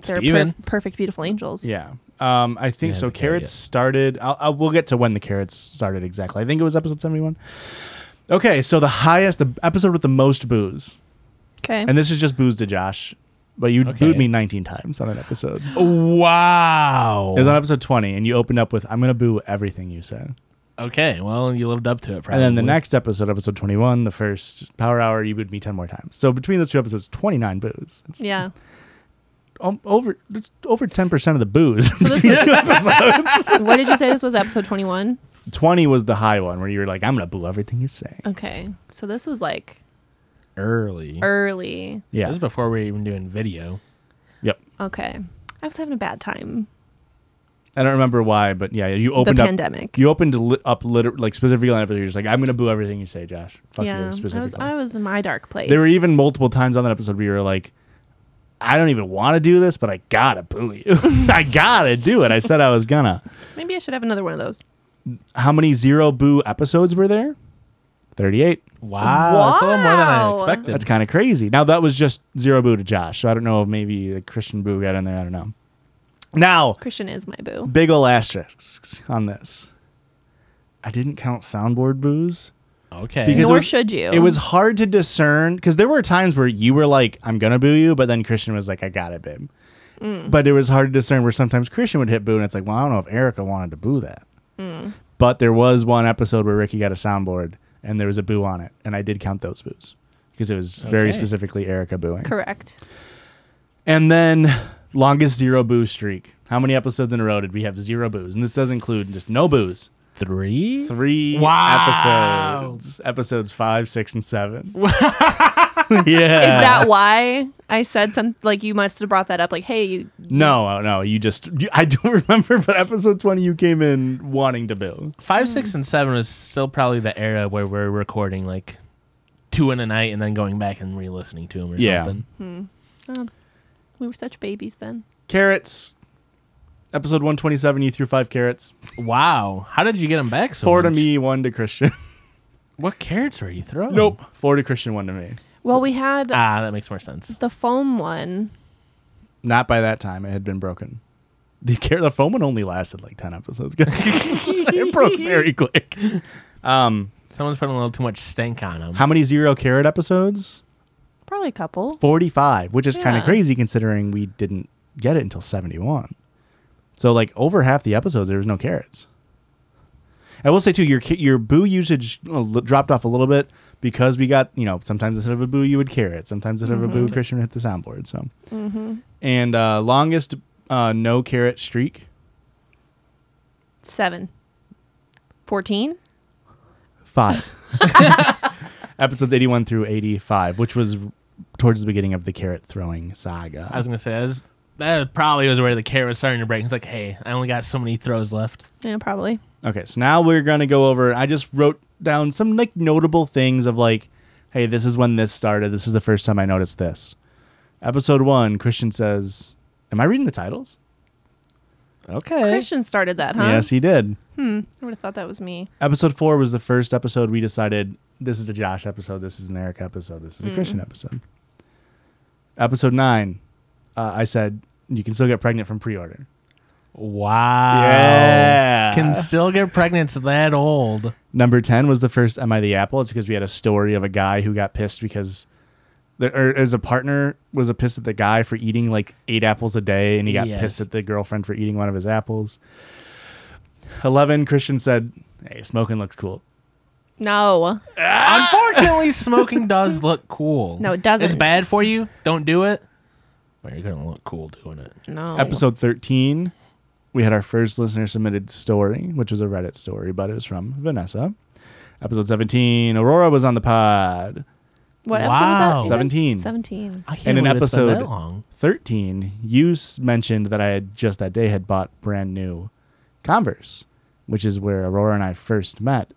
Speaker 13: they're
Speaker 4: Steven.
Speaker 13: perf- perfect, beautiful angels.
Speaker 9: Yeah. Um, I think
Speaker 4: Yeah,
Speaker 9: so.
Speaker 4: the
Speaker 9: Carrots
Speaker 4: carrot.
Speaker 9: started. I'll, I'll, we'll get to when the carrots started exactly. I think it was episode 71. Okay. So the highest, the episode with the most booze.
Speaker 13: Okay.
Speaker 9: And this is just booze to Josh, but you
Speaker 4: Okay. Oh.
Speaker 9: booed me 19 times on an episode.
Speaker 4: Wow.
Speaker 9: It was on episode 20, and you opened up with, I'm going to boo everything you said.
Speaker 4: Okay. Well, you lived up to it. Probably.
Speaker 9: And then the next episode, episode 21, the first Power Hour, you booed me 10 more times. So between those two episodes, 29 boos. It's
Speaker 13: yeah.
Speaker 9: um, over it's over 10% of the boos. (laughs)
Speaker 13: this
Speaker 9: between (laughs) two
Speaker 13: (laughs)
Speaker 9: episodes.
Speaker 13: what did you say this was? Episode twenty-one.
Speaker 9: 20 was the high one where you were like, I'm going to boo everything you say.
Speaker 13: Okay. So this was like
Speaker 4: early.
Speaker 13: early.
Speaker 9: Yeah.
Speaker 4: This is before we were even doing video.
Speaker 9: Yep.
Speaker 13: Okay. I was having a bad time.
Speaker 9: I don't remember why, but yeah, you opened up.
Speaker 13: pandemic.
Speaker 9: You opened li- up liter- like specifically on episode. You're just like, I'm going to boo everything you say, Josh. Fuck
Speaker 13: yeah.
Speaker 9: you
Speaker 13: I was
Speaker 9: specifically.
Speaker 13: I was in my dark place.
Speaker 9: There were even multiple times on that episode where you were like, I don't even want to do this, but I gotta boo you. (laughs) I gotta do it. I said I was gonna.
Speaker 13: Maybe I should have another one of those.
Speaker 9: How many zero boo episodes were there? 38.
Speaker 4: Wow. That's a little more than I
Speaker 13: Wow.
Speaker 4: expected.
Speaker 9: That's kind of crazy. Now, that was just zero boo to Josh. So I don't know if maybe a Christian boo got in there. I don't know. Now,
Speaker 13: Christian is my boo.
Speaker 9: big ol' asterisks on this. I didn't count soundboard boos.
Speaker 4: okay.
Speaker 9: Because- it
Speaker 13: Nor
Speaker 9: was-
Speaker 13: should you.
Speaker 9: It was hard to discern because there were times where you were like, I'm going to boo you, but then Christian was like, I got it, babe. But it was hard to discern where sometimes Christian would hit boo, and it's like, well, I don't know if Erica wanted to boo that. But there was one episode where Ricky got a soundboard and there was a boo on it, and I did count those boos because it was very
Speaker 4: Okay.
Speaker 9: specifically Erica booing.
Speaker 13: correct.
Speaker 9: And then longest zero boo streak. How many episodes in a row did we have zero boos? And this does include just no boos.
Speaker 4: three.
Speaker 9: Three
Speaker 4: Wow.
Speaker 9: episodes. Episodes five, six, and seven. yeah.
Speaker 13: Is that why I said something like you must have brought that up? Like, hey, you,
Speaker 9: No, uh, no, you just you, I don't (laughs) remember, but episode 20 you came in wanting to boo.
Speaker 4: Five,
Speaker 9: hmm.
Speaker 4: six, and seven was still probably the era where we're recording like two in a night and then going back and re-listening to them or
Speaker 9: Yeah.
Speaker 4: something.
Speaker 13: we were such babies then.
Speaker 9: Carrots. Episode 127 you threw 5 carrots.
Speaker 4: Wow. How did you get them back so
Speaker 9: 4 to
Speaker 4: much?
Speaker 9: me, 1 to Christian.
Speaker 4: What carrots were you throwing?
Speaker 9: 4 to Christian, 1 to me.
Speaker 13: Well, we had
Speaker 9: Uh,
Speaker 4: Ah, that makes more sense.
Speaker 13: the foam one.
Speaker 9: Not by that time it had been broken. The car- the foam one only lasted like 10 episodes. (laughs) it broke very quick. Um,
Speaker 4: Someone's putting a little too much stank on them.
Speaker 9: how many zero carrot episodes?
Speaker 13: Probably a couple.
Speaker 9: 45, which is kind of
Speaker 13: Yeah.
Speaker 9: crazy considering we didn't get it until 71. So like over half the episodes there was no carrots. I will say too your ca- your boo usage uh, l- dropped off a little bit because we got, you know, sometimes instead of a boo you would carrot, sometimes instead of a boo Christian would hit the soundboard, so. And uh longest uh no carrot streak
Speaker 13: Seven. 14?
Speaker 9: 5. Episodes 81 through 85, which was towards the beginning of the carrot throwing saga.
Speaker 4: I was gonna say that, was, that probably was where the carrot was starting to break. It's like, hey, I only got so many throws left.
Speaker 13: Yeah, probably.
Speaker 9: Okay, so now we're gonna go over. I just wrote down some like notable things of like, hey, this is when this started. This is the first time I noticed this. Episode one, Christian says, "Am I reading the titles?"
Speaker 4: Okay.
Speaker 13: Christian started that, huh?
Speaker 9: Yes, he did.
Speaker 13: I would have thought that was me.
Speaker 9: Episode four was the first episode we decided this is a Josh episode, this is an Eric episode, this is a Christian episode. Episode nine, uh, I said you can still get pregnant from pre-order.
Speaker 4: Wow.
Speaker 9: Yeah.
Speaker 4: Can still get pregnant that old.
Speaker 9: Number 10 was the first Am I the Apple? It's because we had a story of a guy who got pissed because the, or as a partner was a pissed at the guy for eating like eight apples a day and he got
Speaker 4: Yes.
Speaker 9: pissed at the girlfriend for eating one of his apples. 11 Christian said, "Hey, smoking looks cool."
Speaker 13: No.
Speaker 9: Ah.
Speaker 4: Unfortunately, smoking does look cool.
Speaker 13: No, it doesn't.
Speaker 4: It's bad for you. Don't do it. But you're gonna look cool doing it.
Speaker 2: Oh.
Speaker 13: No.
Speaker 9: Episode 13, we had our first listener submitted story, which was a Reddit story, but it was from Vanessa. Episode 17, Aurora was on the pod.
Speaker 13: What episode was that?
Speaker 4: Wow.
Speaker 13: You said?
Speaker 9: 17.
Speaker 13: 17.
Speaker 4: I can't
Speaker 9: And an
Speaker 4: believe it's been
Speaker 9: episode-
Speaker 4: that long.
Speaker 9: 13, you s- mentioned that I had just that day had bought brand new Converse, which is where Aurora and I first met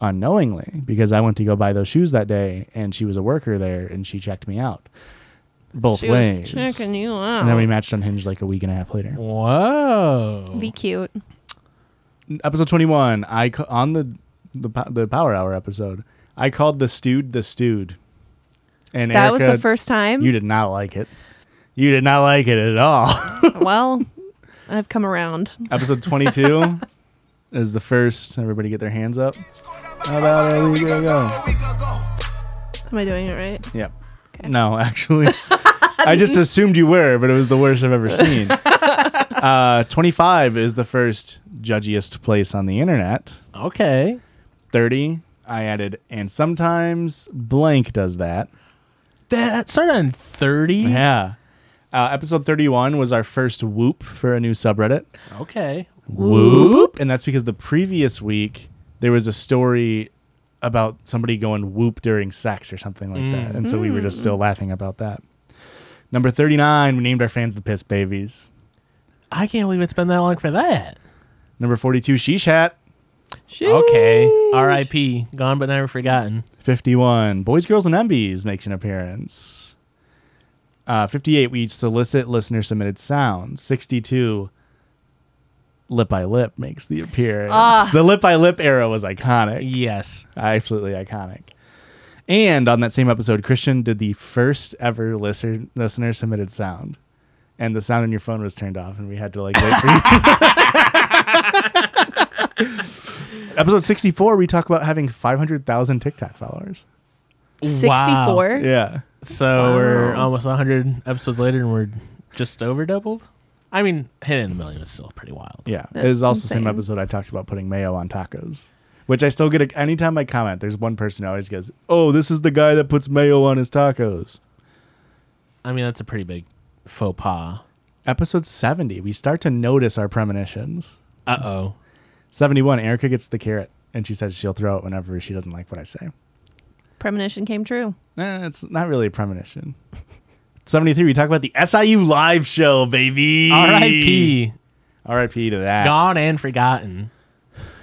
Speaker 9: unknowingly because I went to go buy those shoes that day and she was a worker there and she checked me out both
Speaker 13: She was
Speaker 9: ways.
Speaker 13: checking you out.
Speaker 9: and then we matched on Hinge like a week and a half later.
Speaker 4: Whoa.
Speaker 13: Be cute.
Speaker 9: Episode 21, I ca- on the, the po- the Power Hour episode, I called the stewed the stewed. And
Speaker 13: That was the
Speaker 9: Erica,
Speaker 13: first time.
Speaker 9: You did not like it. You did not like it at all. (laughs)
Speaker 13: well, I've come around.
Speaker 9: Episode 22 is the first. Everybody get their hands up. How about a week ago?
Speaker 13: Am I doing it right?
Speaker 9: Yep. No, (laughs) actually. I just assumed you were, but it was the worst I've ever seen. Uh, 25 is the first judgiest place on the internet.
Speaker 4: Okay.
Speaker 9: 30, I added, and sometimes blank does that.
Speaker 4: That started on thirty.
Speaker 9: Yeah. Uh, episode 31 was our first whoop for a new subreddit.
Speaker 4: Okay.
Speaker 9: Whoop. And that's because the previous week there was a story about somebody going whoop during sex or something like that. And so we were just still laughing about that. Number 39, we named our fans the Piss Babies.
Speaker 4: I can't believe it's been that long for that.
Speaker 9: Number 42, Sheesh Hat.
Speaker 4: Okay. R.I.P. Gone but never forgotten.
Speaker 9: 51, Boys, Girls, and MBs makes an appearance. Uh, 58, we solicit listener submitted sounds. 62, Lip by Lip makes the appearance. The Lip by Lip era was iconic.
Speaker 4: Yes.
Speaker 9: absolutely iconic. And on that same episode, Christian did the first ever listener listener submitted sound, and the sound on your phone was turned off, and we had to like wait for
Speaker 13: (laughs)
Speaker 9: you. episode sixty four, we talk about having five hundred thousand TikTok followers.
Speaker 13: 64?
Speaker 9: Yeah,
Speaker 4: So we're almost 100 episodes later and we're just over doubled. I mean, hitting a million is still pretty wild.
Speaker 9: yeah.
Speaker 13: That's
Speaker 9: it is also the same
Speaker 13: insane.
Speaker 9: episode I talked about putting mayo on tacos. Which I still get a, anytime I comment. There's one person who always goes, "Oh, this is the guy that puts mayo on his tacos."
Speaker 4: I mean, that's a pretty big faux pas.
Speaker 9: Episode seventy, we start to notice our premonitions.
Speaker 4: Uh oh.
Speaker 9: 71 erica gets the carrot and she says she'll throw it whenever she doesn't like what i say
Speaker 13: Premonition came true.
Speaker 9: Eh, it's not really a premonition (laughs) 73 we talk about the siu live show
Speaker 4: E.
Speaker 9: baby
Speaker 4: R.I.P.
Speaker 9: rip to that
Speaker 4: Gone and forgotten.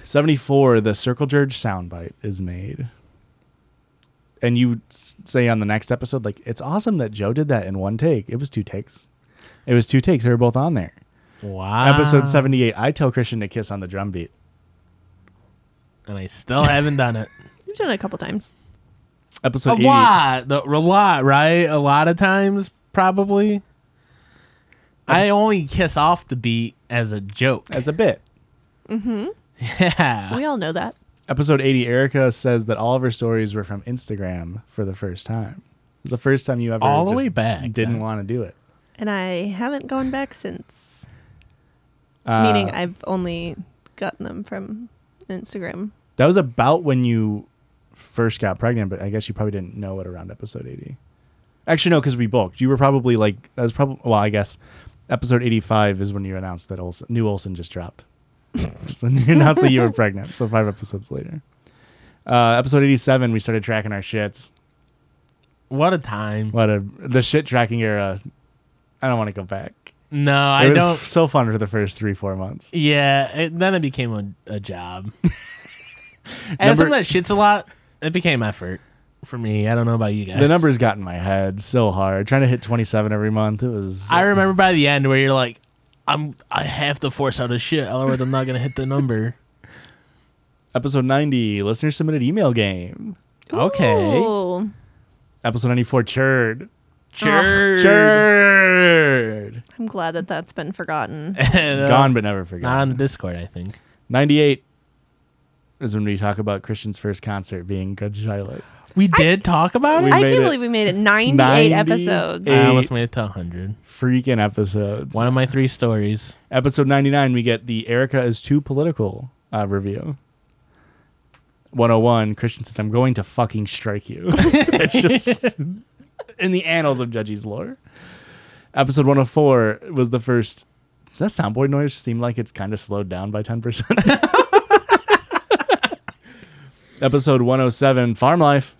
Speaker 9: 74 the circle jerk soundbite is made and you s- say on the next episode like it's awesome that joe did that in one take it was two takes it was two takes they were both on there
Speaker 4: Wow.
Speaker 9: episode 78 i tell christian to kiss on the drum beat
Speaker 4: And I still haven't done it. E.
Speaker 13: You've done it a couple times.
Speaker 4: (laughs)
Speaker 9: episode
Speaker 4: a
Speaker 9: 80
Speaker 4: lot. The, a lot, right? A lot of times, probably. I only kiss off the beat as a joke. (laughs)
Speaker 9: as a bit
Speaker 4: yeah. Uh,
Speaker 13: We all know that.
Speaker 9: Episode 80, Erica says that all of her stories were from Instagram for the first time. It was the first time you ever
Speaker 4: All the
Speaker 9: just
Speaker 4: way back,
Speaker 9: didn't
Speaker 4: yeah.
Speaker 9: want to do it.
Speaker 13: And I haven't gone back since.
Speaker 9: Uh,
Speaker 13: Meaning I've only gotten them from Instagram.
Speaker 9: that was about when you first got pregnant, but I guess you probably didn't know it around episode 80. Actually, no, because we bulked. You were probably like, that was probably, well, I guess episode 85 is when you announced that Olsen, new Olsen just dropped.
Speaker 4: (laughs)
Speaker 9: That's when you announced that you were pregnant. So five episodes later. Uh, episode 87, we started tracking our shits.
Speaker 4: What a time.
Speaker 9: What a, the shit tracking era. I don't want to go back.
Speaker 4: No,
Speaker 9: it
Speaker 4: I
Speaker 9: was
Speaker 4: don't.
Speaker 9: so fun for the first three, four months.
Speaker 4: Yeah, it, then it became a, a job. As someone
Speaker 20: Number-
Speaker 4: that shits a lot, it became effort for me. I don't know about you guys.
Speaker 20: The numbers got in my head so hard. Trying to hit 27 every month. It was.
Speaker 4: I remember by the end where you're like, I'm I have to force out a shit, otherwise I'm not gonna hit the number.
Speaker 20: Episode 90, listener submitted email game.
Speaker 4: okay.
Speaker 2: Ooh.
Speaker 20: Episode 94, churd.
Speaker 4: Ah, Sure. (laughs)
Speaker 20: Churd.
Speaker 2: I'm glad that that's been forgotten.
Speaker 20: Uh, Gone but never
Speaker 4: uh, Not on the
Speaker 20: forgotten.
Speaker 4: Discord, I think.
Speaker 20: 98 is when we talk about Christian's first concert being Good Charlotte.
Speaker 4: We did talk about
Speaker 20: We
Speaker 4: it.
Speaker 2: I
Speaker 20: made
Speaker 2: can't
Speaker 20: it.
Speaker 2: believe we made it 98 episodes.
Speaker 4: I
Speaker 20: eight
Speaker 4: almost made it to 100.
Speaker 20: freaking episodes.
Speaker 4: One of my three stories.
Speaker 20: Episode 99, we get the Erica is too political uh, review. 101, Christian says, I'm going to fucking strike you. it's just in the annals of Judgy's lore. Episode 104 was the first. Does that soundboard noise seem like it's kind of slowed down by 10%? (laughs) Episode 107, Farm Life.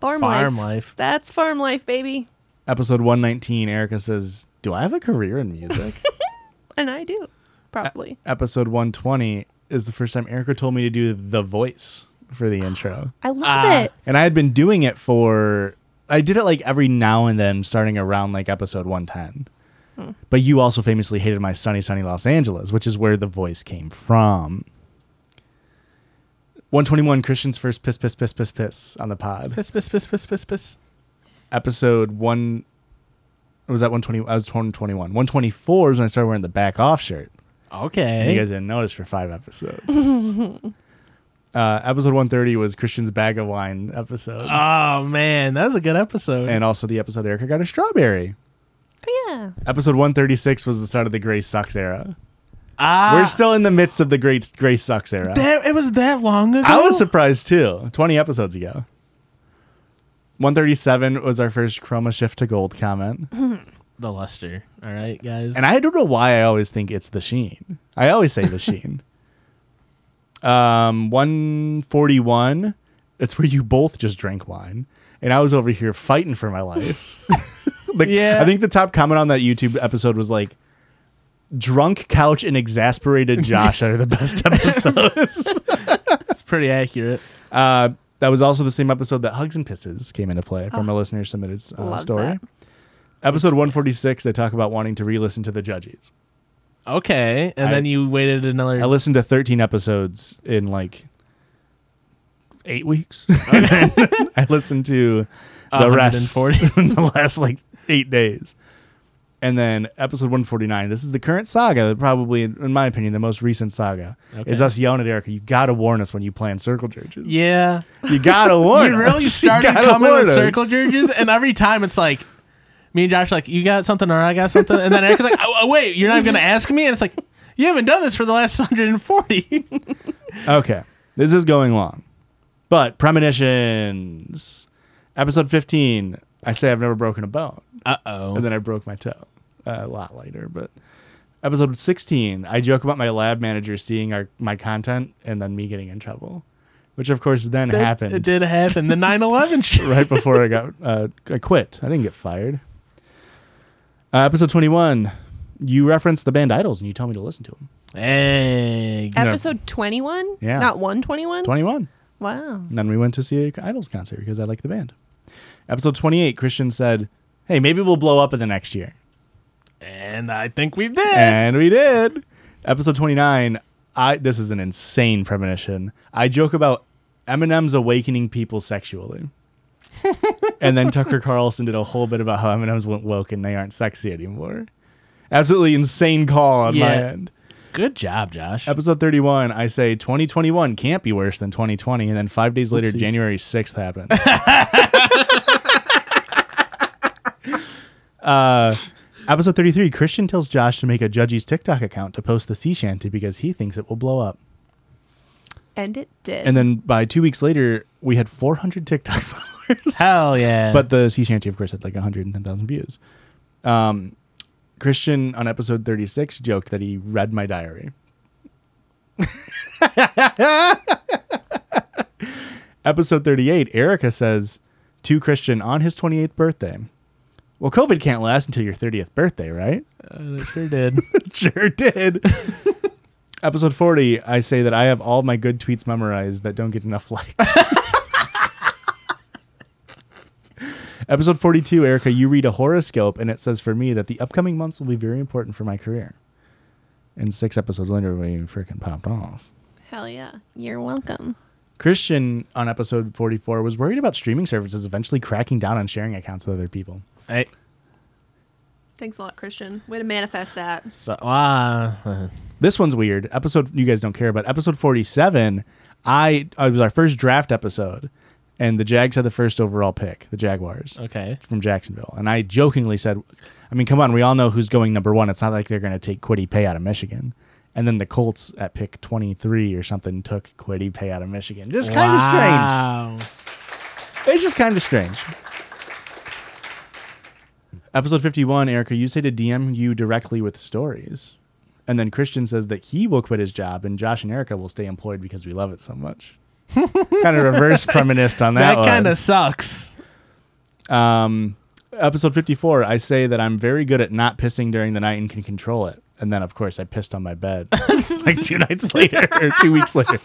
Speaker 2: Farm,
Speaker 4: Farm
Speaker 2: life.
Speaker 4: life.
Speaker 2: That's farm life, baby.
Speaker 9: Episode 119, Erica says, Do I have a career in music?
Speaker 2: And I do, probably.
Speaker 9: Episode 120 is the first time Erica told me to do the voice for the
Speaker 4: (gasps)
Speaker 9: intro.
Speaker 4: Uh,
Speaker 2: I love it.
Speaker 9: And I had been doing it for, I did it like every now and then, starting around like episode 110.
Speaker 4: Hmm.
Speaker 9: But you also famously hated my sunny, sunny Los Angeles, which is where the voice came from. 121 Christian's first piss, piss, piss, piss, piss on the pod.
Speaker 4: Piss, piss, piss, piss, piss, piss.
Speaker 9: episode one or was that 120 i was 121 124 is when i started wearing the back off shirt and
Speaker 4: Okay.
Speaker 9: you guys didn't notice for
Speaker 4: (laughs)
Speaker 9: five episodes uh, episode 130 was christian's bag of wine episode
Speaker 4: oh man, that was a good episode.
Speaker 9: and also the episode erica got a strawberry
Speaker 13: Oh,
Speaker 2: yeah.
Speaker 9: episode 136 was the start of the gray sucks era
Speaker 4: ah,
Speaker 9: we're still in the midst of the great gray sucks era
Speaker 4: that, it was that long ago.
Speaker 9: i was surprised too 20 episodes ago 137 was our first chroma shift to gold comment
Speaker 4: the luster. All right, guys.
Speaker 9: And I don't know why I always think it's the Sheen. I always say
Speaker 2: (laughs)
Speaker 9: the Sheen. Um, 141. It's where you both just drank wine. And I was over here fighting for my life. (laughs) like,
Speaker 4: Yeah.
Speaker 9: I think the top comment on that YouTube episode was like, drunk couch
Speaker 2: (laughs)
Speaker 9: and exasperated Josh are the best episodes.
Speaker 4: it's pretty accurate.
Speaker 9: uh, that was also the same episode that Hugs and Pisses came into play from a listener submitted uh,
Speaker 2: loves
Speaker 9: story.
Speaker 2: that.
Speaker 9: Episode 146, they talk about wanting to re listen to the judges.
Speaker 4: Okay, and
Speaker 9: I-
Speaker 4: then you waited another.
Speaker 9: I listened to 13 episodes in like eight weeks. (laughs) I listened to the rest
Speaker 4: 140.
Speaker 9: (laughs) in the last like eight days. And then episode 149. This is the current saga, probably, in in my opinion, the most recent saga.
Speaker 4: Okay.
Speaker 9: Is us yelling at Erica, you gotta warn us when you plan circle churches.
Speaker 4: yeah,
Speaker 9: You gotta
Speaker 4: (laughs)
Speaker 9: warn
Speaker 4: you
Speaker 9: us. (laughs)
Speaker 4: really started
Speaker 9: gotta
Speaker 4: coming
Speaker 9: warn
Speaker 4: with
Speaker 9: us."
Speaker 4: circle jerges, and every time it's like. Me and Josh are like you got something or I got something, and then Erica's like, oh, oh, wait, you're not gonna ask me, and it's like you haven't done this for the last (laughs) 140.
Speaker 9: Okay. This is going long. But premonitions. Episode 15. I say I've never broken a bone.
Speaker 4: Uh oh.
Speaker 9: and then I broke my toe uh, a lot later. But episode 16, I joke about my lab manager seeing our my content and then me getting in trouble, which of course then happened
Speaker 4: It did happen. The
Speaker 9: (laughs)
Speaker 4: 9/11 shit.
Speaker 9: right before I got uh, I quit. I didn't get fired. Uh, episode 21, you referenced the band Idols and you told me to listen to them.
Speaker 4: Hey.
Speaker 2: Episode 21?
Speaker 9: Yeah.
Speaker 2: Not 121?
Speaker 9: 21.
Speaker 2: Wow.
Speaker 9: And then we went to see an Idols concert because I like the band. Episode 28, Christian said, "Hey, maybe we'll blow up in the next year."
Speaker 4: And I think we did.
Speaker 9: and we did. Episode 29. I this is an insane premonition. I joke about Eminem's awakening
Speaker 4: (laughs)
Speaker 9: people sexually. and then Tucker Carlson did a whole bit about how M&Ms went woke and they aren't sexy anymore. Absolutely insane call on my
Speaker 4: Yeah.
Speaker 9: end.
Speaker 4: Good job, Josh.
Speaker 9: Episode 31, I say 2021 can't be worse than 2020 and then 5 days later
Speaker 4: Oopsies.
Speaker 9: January
Speaker 4: (laughs)
Speaker 9: 6th happened. (laughs) uh Episode 33 Christian tells Josh to make a Judgy's TikTok account to post the sea shanty because he thinks it will blow up.
Speaker 2: And it did.
Speaker 9: And then by two weeks later, we had 400 TikTok (laughs) followers.
Speaker 4: Hell yeah.
Speaker 9: But the sea shanty, of course, had like 110,000 views. Um, Christian on episode 36 joked that he read my diary. (laughs) episode 38, Erica says to Christian on his 28th birthday, Well, COVID can't (laughs) last until your 30th birthday, right?
Speaker 4: Uh, it (laughs) sure did.
Speaker 9: sure did. episode 40, I say that I have all my good tweets memorized that don't get enough likes. (laughs) episode 42, Erica, you read a horoscope and it says for me that the upcoming months will be very important for my career. And six episodes later, we freaking popped off.
Speaker 13: Hell yeah. You're welcome.
Speaker 9: Christian on episode 44 was worried about streaming services eventually cracking down on sharing accounts with other people.
Speaker 4: Hey,
Speaker 2: Thanks a lot, Christian. Way to manifest that.
Speaker 4: so uh,
Speaker 9: This one's weird. Episode you guys don't care about. Episode 47, I uh, it was our first draft episode and the Jags had the first overall pick, the Jaguars
Speaker 4: okay.
Speaker 9: from Jacksonville. And I jokingly said, I mean, come on, we all know who's going number 1. It's not like they're going to take Quiddy Pay out of Michigan. And then the Colts at pick 23 or something took Quiddy Pay out of Michigan. Just kind of strange.
Speaker 4: of strange.
Speaker 9: It's just kind of strange. Episode 51, Erica, you say to DM you directly with stories. And then Christian says that he will quit his job and Josh and Erica will stay employed because we love it so (laughs) much. kind of reverse feminist on that.
Speaker 4: That kind
Speaker 9: one.
Speaker 4: of sucks.
Speaker 9: Um, episode 54, I say that I'm very good at not pissing during the night and can control it. And then, of course, I pissed on my bed like two nights later (laughs) or two weeks later.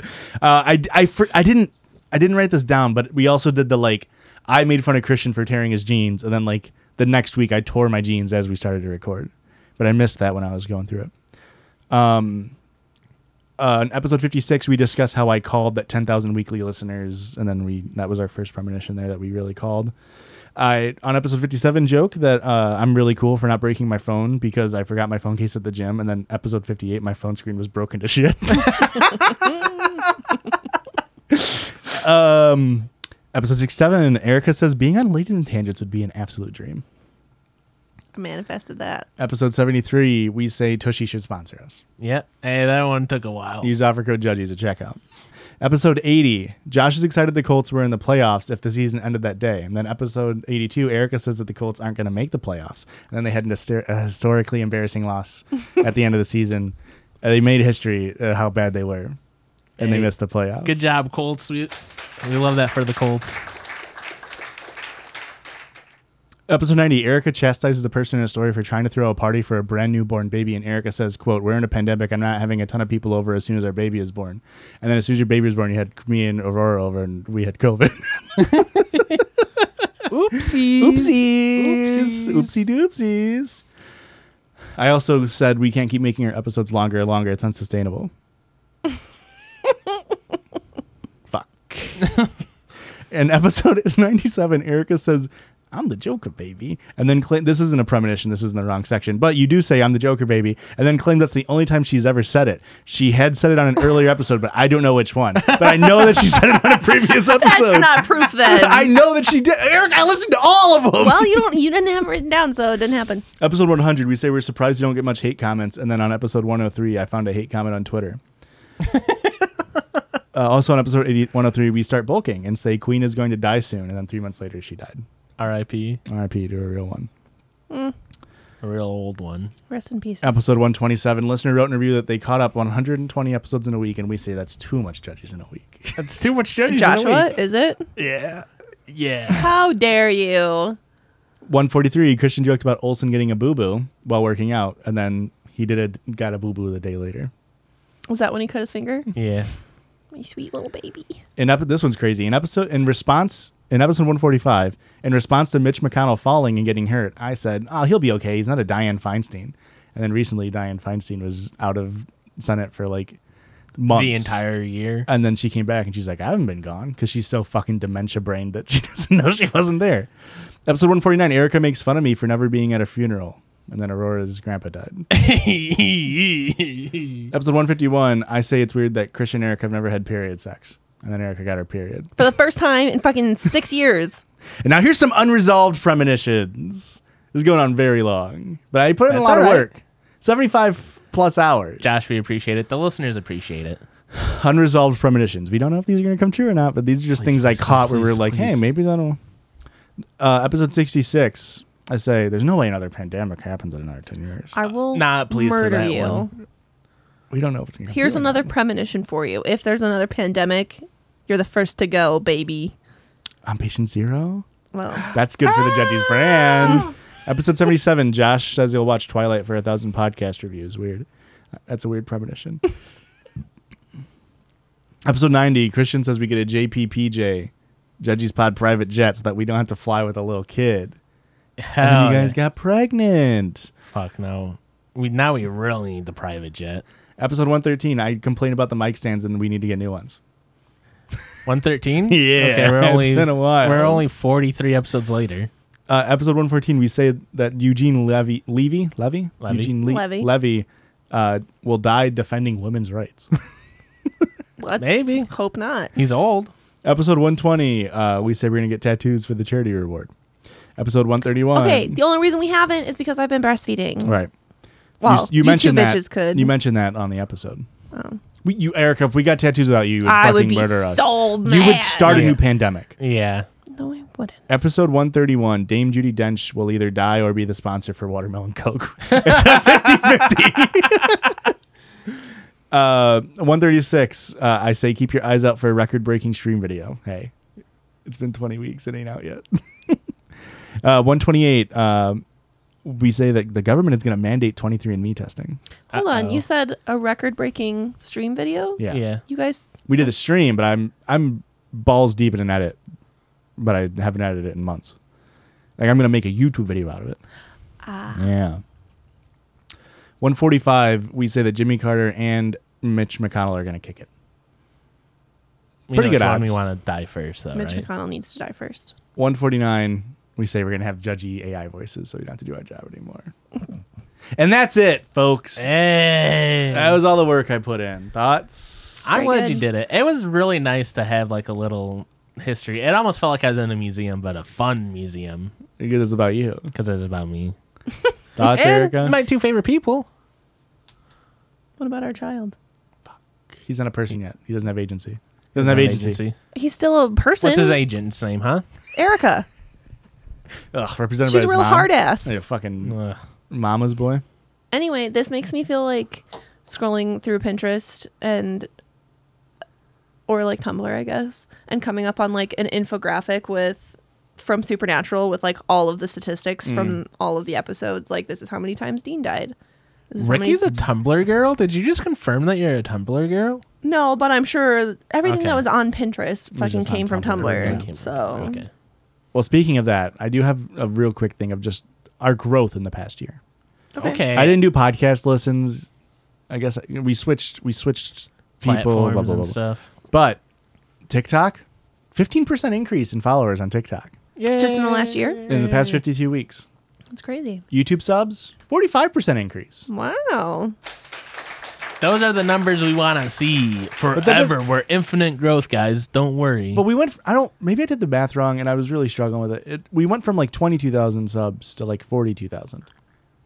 Speaker 9: uh, I, I, fr- I didn't I didn't write this down, but we also did the like I made fun of Christian for tearing his jeans, and then like the next week I tore my jeans as we started to record. But I missed that when I was going through it. Uh, in episode 56 we discuss how i called that 10000 weekly listeners and then we that was our first premonition there that we really called i on episode 57 joke that uh, i'm really cool for not breaking my phone because i forgot my phone case at the gym and then episode 58 my phone screen was broken to shit (laughs) um episode 67 erica says being on ladies and tangents would be an absolute dream
Speaker 13: I manifested that.
Speaker 9: episode 73 we say tushy should sponsor us
Speaker 4: Yep. Hey, that one took a while.
Speaker 9: Use offer code Judges at checkout. Episode 80. Josh is excited the Colts were in the playoffs if the season ended that day. And then episode 82, Erica says that the Colts aren't going to make the playoffs. And then they had an hyster- a historically embarrassing
Speaker 4: (laughs)
Speaker 9: loss at the end of the season. Uh, they made history uh, how bad they were. And they
Speaker 4: Hey,
Speaker 9: missed the playoffs.
Speaker 4: Good job, Colts. We, we love that for the Colts.
Speaker 9: Episode 90, Erica chastises a person in a story for trying to throw a party for a brand newborn baby. And Erica says, quote, we're in a pandemic. I'm not having a ton of people over as soon as our baby is born. And then as soon as your baby was born, you had me and Aurora over and we had COVID.
Speaker 4: Oopsie. (laughs)
Speaker 9: Oopsies. Oopsie doopsies. I also said we can't keep making our episodes longer and longer.
Speaker 13: (laughs)
Speaker 9: It's unsustainable. Fuck. (laughs) In episode 97, Erica says, I'm the Joker, baby. And then claim this isn't a premonition. This is in the wrong section. But you do say, I'm the Joker, baby. And then claim that's the only time she's ever said it. She had said it on an
Speaker 13: (laughs)
Speaker 9: earlier episode, but I don't know which one. But I know that she said it on a previous episode.
Speaker 13: (laughs) That's not proof then.
Speaker 9: (laughs) I know that she did. Eric, I listened to all of them.
Speaker 13: well, you don't. You didn't have it written down, so it didn't happen.
Speaker 9: episode 100, we say we're surprised you don't get much hate comments. And then on episode 103, I found a hate comment on Twitter. uh, also on episode 80, 103, we start bulking and say Queen is going to die soon. And then three months later, she died.
Speaker 4: R.I.P.
Speaker 9: RIP to a real one.
Speaker 4: A real old one.
Speaker 13: Rest in peace.
Speaker 9: Episode 127, listener wrote in a review that they caught up 120 episodes in a week. And we say that's too much judges in a week. (laughs)
Speaker 4: That's too much judges. in a
Speaker 13: Joshua,
Speaker 4: week.
Speaker 13: is it?
Speaker 9: yeah.
Speaker 4: Yeah.
Speaker 13: How dare you?
Speaker 9: 143, Christian joked about Olson getting a boo boo while working out. And then he did it, got a boo boo the day later.
Speaker 13: Was that when he cut his finger?
Speaker 4: Yeah.
Speaker 13: My sweet little baby.
Speaker 9: in epi- this one's crazy. In episode in response in episode 145, in response to Mitch McConnell falling and getting hurt, I said, "Oh, he'll be okay. He's not a Diane Feinstein." And then recently, Diane Feinstein was out of Senate for like months.
Speaker 4: The entire
Speaker 9: (laughs)
Speaker 4: year. (laughs)
Speaker 9: And then she came back and she's like, "I haven't been gone," because she's so fucking dementia brained that she (laughs) doesn't know she wasn't there. Episode 149, Erica makes fun of me for never being at a funeral, and then Aurora's
Speaker 4: (laughs)
Speaker 9: grandpa died. episode 151, I say it's weird that Christian and Erica have never had period sex, and then Erica got her period.
Speaker 13: For the first time in fucking six years.
Speaker 9: And now here's some unresolved premonitions. This is going on very long, but I put in a
Speaker 4: That's
Speaker 9: lot of
Speaker 4: all right.
Speaker 9: work 75 plus hours.
Speaker 4: Josh, we appreciate it. The listeners appreciate it.
Speaker 9: Unresolved premonitions. We don't know if these are going to come true or not, but these are just things I
Speaker 4: please,
Speaker 9: caught where
Speaker 4: please,
Speaker 9: we're like, hey,
Speaker 4: please.
Speaker 9: maybe that'll. Uh, episode 66, I say, there's no way another pandemic happens in another 10 years.
Speaker 13: I will
Speaker 4: Nah, please to
Speaker 13: murder
Speaker 4: that
Speaker 13: you.
Speaker 4: one.
Speaker 9: We don't know if it's going to
Speaker 13: Here's another premonition for you. If there's another pandemic, you're the first to go, baby.
Speaker 9: On patient zero?
Speaker 13: Well,
Speaker 9: That's good for the Judges
Speaker 4: Ah.
Speaker 9: brand. Episode 77, Josh says he'll watch Twilight for a thousand podcast reviews. Weird. That's a
Speaker 4: (laughs)
Speaker 9: weird premonition. Episode 90, Christian says we get a JPPJ, Judgy's Pod private jet, so that we don't have to fly with a little kid. And
Speaker 4: Hell,
Speaker 9: then you guys
Speaker 4: Oh, yeah.
Speaker 9: got pregnant.
Speaker 4: fuck no. We now we really need the private jet.
Speaker 9: Episode 113, I complain about the mic stands and we need to get new ones.
Speaker 4: One thirteen.
Speaker 9: Yeah,
Speaker 4: okay, we're
Speaker 9: it's
Speaker 4: only
Speaker 9: been a while.
Speaker 4: we're only forty three episodes later.
Speaker 9: Uh, episode 114, we say that Eugene Levy, Levy, Levy,
Speaker 4: Levy.
Speaker 9: Eugene Le-
Speaker 21: Levy.
Speaker 9: Levy uh, will die defending women's rights.
Speaker 2: Let's
Speaker 4: Maybe.
Speaker 2: hope not.
Speaker 4: He's old.
Speaker 9: episode 120, uh, we say we're going to get tattoos for the charity reward. Episode 131.
Speaker 2: Okay, the only reason we haven't is because I've been breastfeeding.
Speaker 9: right.
Speaker 2: Well, you,
Speaker 9: mentioned
Speaker 2: two
Speaker 9: that.
Speaker 2: bitches could. Oh.
Speaker 9: You mentioned that on the episode. We, you, Erica, if we got tattoos without you, you would
Speaker 2: I
Speaker 9: fucking
Speaker 2: would be
Speaker 9: murder us.
Speaker 2: so mad.
Speaker 9: you would start a
Speaker 4: Yeah.
Speaker 9: new pandemic.
Speaker 4: Yeah.
Speaker 2: No, I wouldn't.
Speaker 9: Episode 131 Dame Judy Dench will either die or be the sponsor for Watermelon Coke. (laughs) it's a 50 50. (laughs) uh, 136, uh, I say keep your eyes out for a record breaking stream video. Hey, it's been 20 weeks. It ain't out yet. (laughs) uh, 128, um, we say that the government is going to mandate 23andMe testing.
Speaker 2: Hold on.
Speaker 4: Uh-oh.
Speaker 2: You said a record-breaking stream video.
Speaker 9: Uh, oh. Yeah.
Speaker 4: Yeah.
Speaker 2: You guys,
Speaker 9: We did the stream, but I'm I'm balls deep in an edit, but I haven't edited it in months. Like I'm gonna make a YouTube video out of it. Yeah. 145. We say that Jimmy Carter and Mitch McConnell are gonna kick it.
Speaker 4: We
Speaker 9: Pretty
Speaker 4: know
Speaker 9: good
Speaker 4: which one
Speaker 9: odds.
Speaker 4: We want to die first, though,
Speaker 2: Mitch
Speaker 4: right?
Speaker 2: McConnell needs to die first.
Speaker 9: 149. We say we're gonna have judgy AI voices, so we don't have to do our job anymore. (laughs) and that's it, folks.
Speaker 4: Hey.
Speaker 9: That was all the work I put in. Thoughts?
Speaker 4: I'm glad
Speaker 21: good.
Speaker 4: you did it. It was really nice to have like a little history. It almost felt like I was in a museum, but a fun museum
Speaker 9: Because it's about you.
Speaker 4: because it was about me.
Speaker 9: Thoughts, Erica?
Speaker 4: my two favorite people.
Speaker 2: What about our child?
Speaker 9: He's not a person yet. He doesn't have agency. He doesn't have agency.
Speaker 2: He's still a person.
Speaker 4: What's his agent's name, huh?
Speaker 2: Erica.
Speaker 9: Ugh, represented by
Speaker 2: She's a
Speaker 9: his
Speaker 2: real
Speaker 9: mom.
Speaker 2: hard ass.
Speaker 9: Like a fucking
Speaker 4: Ugh.
Speaker 9: mama's boy.
Speaker 2: Anyway, this makes me feel like scrolling through Pinterest and or like Tumblr, I guess, and coming up on like an infographic with from Supernatural with like all of the statistics
Speaker 4: Mm.
Speaker 2: from all of the episodes. Like this is how many times Dean died. This is how many-
Speaker 4: Ricky's a Tumblr girl. Did you just confirm that you're a Tumblr girl?
Speaker 2: No, but I'm sure everything
Speaker 4: Okay.
Speaker 2: that was on Pinterest fucking
Speaker 4: Just on
Speaker 2: came from
Speaker 4: Everything
Speaker 2: Tumblr.
Speaker 4: came from
Speaker 2: So
Speaker 4: Tumblr. okay.
Speaker 9: Well, speaking of that, I do have a real quick thing of just our growth in the past year.
Speaker 2: Okay.
Speaker 4: Okay.
Speaker 9: I didn't do podcast listens. I guess I- we switched. We switched people. Blah,
Speaker 4: platforms
Speaker 9: blah, blah,
Speaker 4: and
Speaker 9: blah.
Speaker 4: stuff.
Speaker 9: But TikTok, fifteen percent increase in followers on TikTok
Speaker 4: Yeah.
Speaker 2: just in the last year,
Speaker 9: in the past fifty-two weeks.
Speaker 2: it's crazy.
Speaker 9: YouTube subs, forty-five percent increase.
Speaker 2: Wow.
Speaker 4: Those are the numbers we want to see
Speaker 9: that
Speaker 4: forever. We're infinite growth, guys. Don't worry.
Speaker 9: But we went. f- I don't. Maybe I did the math wrong, and I was really struggling with it. it we went from like twenty-two thousand subs to like forty-two thousand.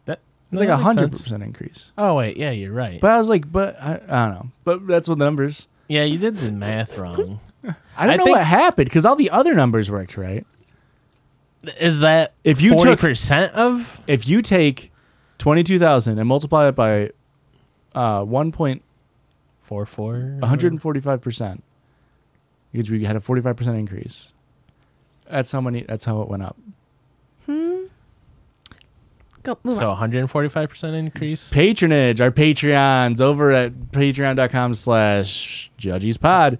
Speaker 4: That- no,
Speaker 9: It's like
Speaker 4: that
Speaker 9: a
Speaker 4: makes
Speaker 9: hundred
Speaker 4: sense.
Speaker 9: percent increase.
Speaker 4: Oh wait, yeah, you're right.
Speaker 9: But I was like, but I, I don't know. But that's what the numbers.
Speaker 4: yeah, you did the math (laughs) wrong.
Speaker 9: I don't
Speaker 4: I
Speaker 9: know
Speaker 4: think-
Speaker 9: what happened because all the other numbers worked right.
Speaker 4: Is that
Speaker 9: If you
Speaker 4: forty
Speaker 9: took-
Speaker 4: percent of?
Speaker 9: If you take twenty two thousand and multiply it by uh, one point
Speaker 4: Four four.
Speaker 9: one hundred and forty five percent, because we had a forty five percent increase. That's how many. That's how it went up.
Speaker 2: Go move
Speaker 4: So
Speaker 2: on.
Speaker 4: 145 percent increase.
Speaker 9: Patronage, our Patreons over at patreon.com slash judgies pod.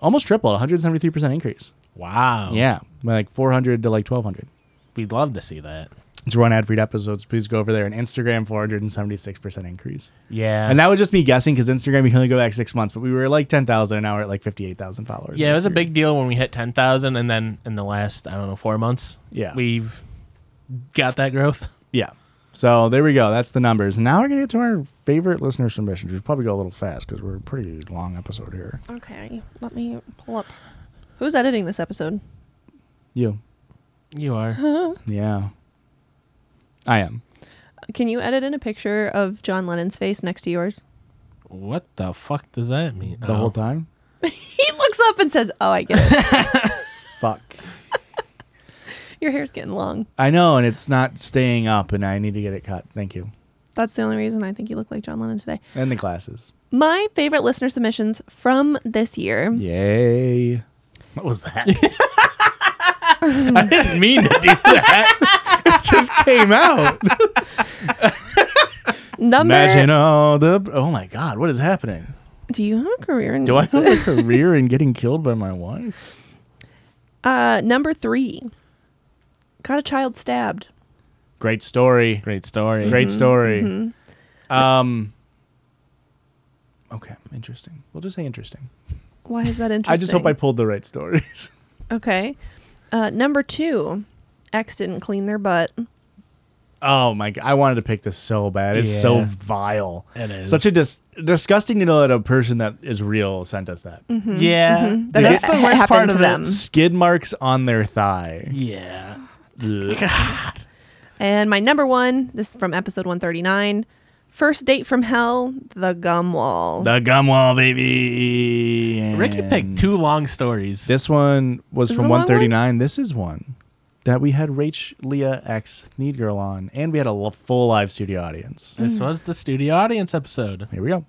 Speaker 9: Almost tripled, 173% increase.
Speaker 4: Wow.
Speaker 9: Yeah. Like 400 to like 1200.
Speaker 4: We'd love to see that.
Speaker 9: It's run ad free episodes. Please go over there and Instagram 476% increase.
Speaker 4: Yeah.
Speaker 9: And that was just me guessing because Instagram, you can only go back six months, but we were like 10,000 and now we're at like 58,000 followers.
Speaker 4: yeah, it was a
Speaker 9: Instagram.
Speaker 4: big deal when we hit 10,000, and then in the last I don't know four months,
Speaker 9: Yeah.
Speaker 4: we've got that growth.
Speaker 9: Yeah. So there we go. That's the numbers. Now we're going to get to our favorite listener submissions. We'll probably go a little fast because we're a pretty long episode here.
Speaker 2: Okay, let me pull up. Who's editing this episode?
Speaker 9: You.
Speaker 4: You are.
Speaker 9: Yeah. I am.
Speaker 2: Can you edit in a picture of John Lennon's face next to yours? (laughs)
Speaker 4: what the fuck does that mean? Oh.
Speaker 9: The
Speaker 4: (laughs)
Speaker 9: whole time?
Speaker 2: He looks up and says, "Oh, I get
Speaker 9: (laughs)
Speaker 2: it.
Speaker 9: Fuck.
Speaker 2: Your hair's getting long."
Speaker 9: I know, and it's not staying up, and I need to get it cut. Thank you.
Speaker 2: That's the only reason I think you look like John Lennon today.
Speaker 9: And the glasses.
Speaker 2: My favorite listener submissions from this year.
Speaker 9: Yay. What was that?
Speaker 4: (laughs)
Speaker 9: I didn't mean to do that. It just came out.
Speaker 2: Number.
Speaker 9: Imagine all the. Oh my God, what is happening?
Speaker 2: Do you have a career in
Speaker 9: Do I have
Speaker 2: (laughs)
Speaker 9: a career in getting killed by my wife?
Speaker 2: Uh, number three. Got a child stabbed.
Speaker 9: Great story.
Speaker 22: Great story.
Speaker 9: Great
Speaker 2: Mm-hmm.
Speaker 9: story. Um. Okay, interesting. We'll just say interesting.
Speaker 2: Why is that interesting?
Speaker 9: (laughs) I just hope I pulled the right stories. (laughs)
Speaker 2: Okay. Uh, number two. X didn't clean their butt.
Speaker 9: Oh my god, I wanted to pick this so bad. It's so
Speaker 22: Yeah.
Speaker 9: vile.
Speaker 22: It is.
Speaker 9: Such a dis- disgusting to know that a person that is real sent us that.
Speaker 22: Yeah.
Speaker 2: Mm, That
Speaker 9: Dude,
Speaker 2: it
Speaker 9: that's the
Speaker 2: happened
Speaker 9: worst part
Speaker 2: to
Speaker 9: of
Speaker 2: them.
Speaker 9: them. Skid marks on their thigh.
Speaker 22: Yeah.
Speaker 9: Ugh.
Speaker 2: And my number one. This is from episode 139. First date from hell. The gum wall.
Speaker 9: the gum wall, baby.
Speaker 22: Ricky
Speaker 9: And
Speaker 22: picked two long stories.
Speaker 9: This one was
Speaker 2: This
Speaker 9: from
Speaker 2: is a long one?
Speaker 9: 139. This is one that we had Rach, Leah, X, Need Girl on, and we had a l- full live studio
Speaker 2: Mm.
Speaker 9: audience.
Speaker 22: This was the studio audience episode.
Speaker 9: Here we go.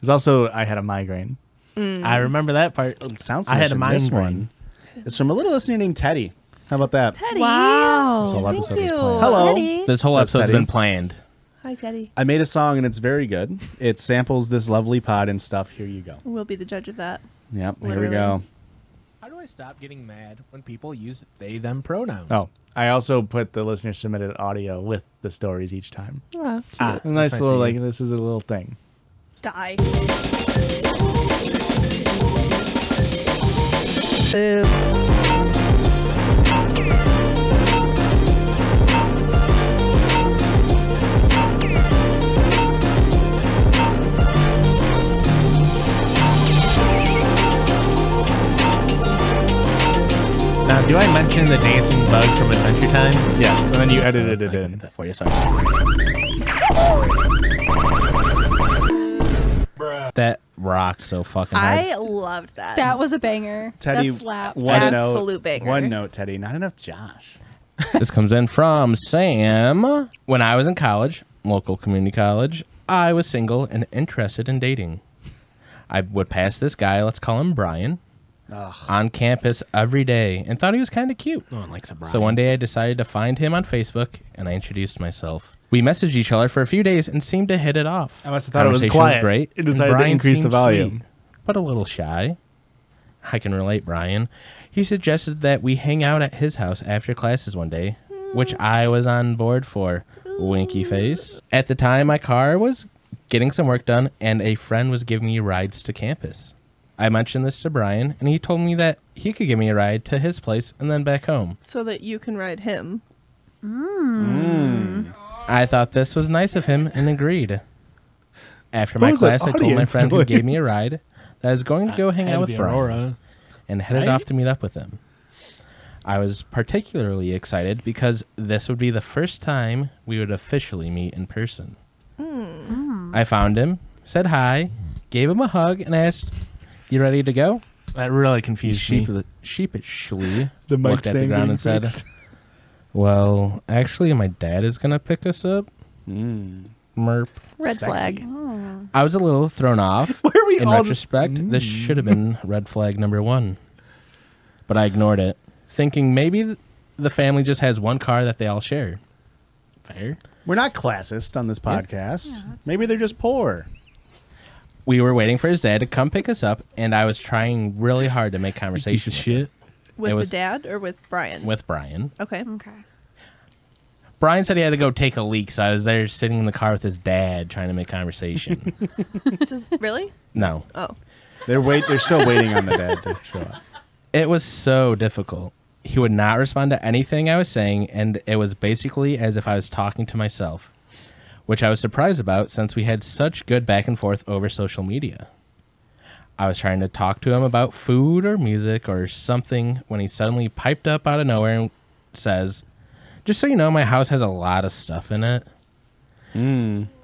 Speaker 9: There's also I had a migraine.
Speaker 22: I remember that part.
Speaker 9: It sounds.
Speaker 22: I had a
Speaker 9: similar to this
Speaker 22: migraine.
Speaker 9: one. It's from a little listener named Teddy. How about that?
Speaker 2: Teddy.
Speaker 9: This
Speaker 2: Wow.
Speaker 9: whole episode
Speaker 1: Thank
Speaker 9: is
Speaker 1: you.
Speaker 9: planned.
Speaker 1: Hello.
Speaker 4: This whole
Speaker 9: So
Speaker 4: episode's
Speaker 9: upsetting.
Speaker 4: been planned.
Speaker 2: Hi, Teddy.
Speaker 9: I made a song and it's very good. It samples this lovely pod and stuff. Here you go.
Speaker 2: We'll be the judge of that.
Speaker 9: Yep, here
Speaker 2: Literally.
Speaker 9: we go.
Speaker 4: How do I stop getting mad when people use they them pronouns?
Speaker 9: Oh, I also put the listener submitted audio with the stories each time.
Speaker 2: Oh,
Speaker 22: Ah,
Speaker 9: A nice
Speaker 4: nice
Speaker 9: little
Speaker 4: of
Speaker 9: like
Speaker 4: you.
Speaker 9: this is a little thing.
Speaker 1: Die.
Speaker 2: Ooh.
Speaker 4: Now, do I mention the dancing bug from Adventure Time?
Speaker 9: Yes, and then you edited it
Speaker 4: I can
Speaker 9: in.
Speaker 4: get that for you. Sorry. That rocked so fucking hard.
Speaker 1: I loved that.
Speaker 23: That was a banger.
Speaker 9: Teddy,
Speaker 23: that slapped.
Speaker 9: one
Speaker 2: Absolute
Speaker 9: note,
Speaker 2: banger.
Speaker 9: one note, Teddy. Not enough, Josh.
Speaker 4: this comes in from Sam. When I was in college, local community college, I was single and interested in dating. I would pass this guy, let's call him Brian, on campus every day and thought he was kind of cute.
Speaker 22: No one likes a Brian.
Speaker 4: So one day I decided to find him on Facebook and I introduced myself. We messaged each other for a few days and seemed to hit it off.
Speaker 9: I must have thought it was
Speaker 4: Conversation
Speaker 9: quiet.
Speaker 4: great.
Speaker 9: It decided to
Speaker 4: Brian
Speaker 9: increase the
Speaker 4: seemed
Speaker 9: volume.
Speaker 4: sweet, but a little shy. I can relate, Brian. He suggested that we hang out at his house after classes one day, which I was on board for. Winky face. At the time, my car was getting some work done, and a friend was giving me rides to campus. I mentioned this to Brian, and he told me that he could give me a ride to his place and then back home.
Speaker 1: so that you can ride him.
Speaker 4: I thought this was nice of him and agreed. After my
Speaker 9: What was that
Speaker 4: class, I told my
Speaker 9: audience
Speaker 4: friend who
Speaker 9: noise?
Speaker 4: gave me a ride that I was going to go hang
Speaker 22: Had to
Speaker 4: out
Speaker 22: be
Speaker 4: with Brian.
Speaker 22: Aurora.
Speaker 4: and headed
Speaker 22: Right?
Speaker 4: off to meet up with him. I was particularly excited because this would be the first time we would officially meet in person. I found him, said hi, gave him a hug, and asked, You ready to go?
Speaker 22: That really
Speaker 4: He
Speaker 22: confused me.
Speaker 4: sheep- sheepishly
Speaker 9: (laughs) The mic
Speaker 4: looked at the
Speaker 9: stand
Speaker 4: ground
Speaker 9: getting
Speaker 4: and said,
Speaker 9: fixed.
Speaker 4: Well, actually, my dad is going to pick us up.
Speaker 9: Hmm.
Speaker 4: Merp.
Speaker 2: Red flag.
Speaker 4: I was a little thrown
Speaker 9: (laughs)
Speaker 4: off.
Speaker 9: Where we
Speaker 4: in
Speaker 9: all just- Hmm.
Speaker 4: retrospect, this should have been red flag number one, but I ignored it, thinking maybe th- the family just has one car that they all share.
Speaker 22: Fair.
Speaker 9: We're not classist on this podcast. Maybe they're
Speaker 2: (laughs)
Speaker 9: just poor.
Speaker 4: We were waiting for his dad to come pick us up, and I was trying really hard to make
Speaker 22: Piece
Speaker 4: conversation
Speaker 22: of
Speaker 4: with,
Speaker 22: shit.
Speaker 1: With
Speaker 4: It
Speaker 1: the
Speaker 4: was-
Speaker 1: dad or with Brian?
Speaker 4: with Brian.
Speaker 1: okay.
Speaker 23: Okay.
Speaker 4: Brian said he had to go take a leak, so I was there sitting in the car with his dad trying to
Speaker 22: (laughs)
Speaker 4: make conversation.
Speaker 1: Does, really?
Speaker 4: no,
Speaker 1: Oh.
Speaker 9: They're wait. They're still waiting on the dad to
Speaker 2: (laughs)
Speaker 9: show up.
Speaker 4: It was so difficult. He would not respond to anything I was saying, and it was basically as if I was talking to myself, which I was surprised about since we had such good back and forth over social media. I was trying to talk to him about food or music or something when he suddenly piped up out of nowhere and says, Just so you know, my house has a lot of stuff in it.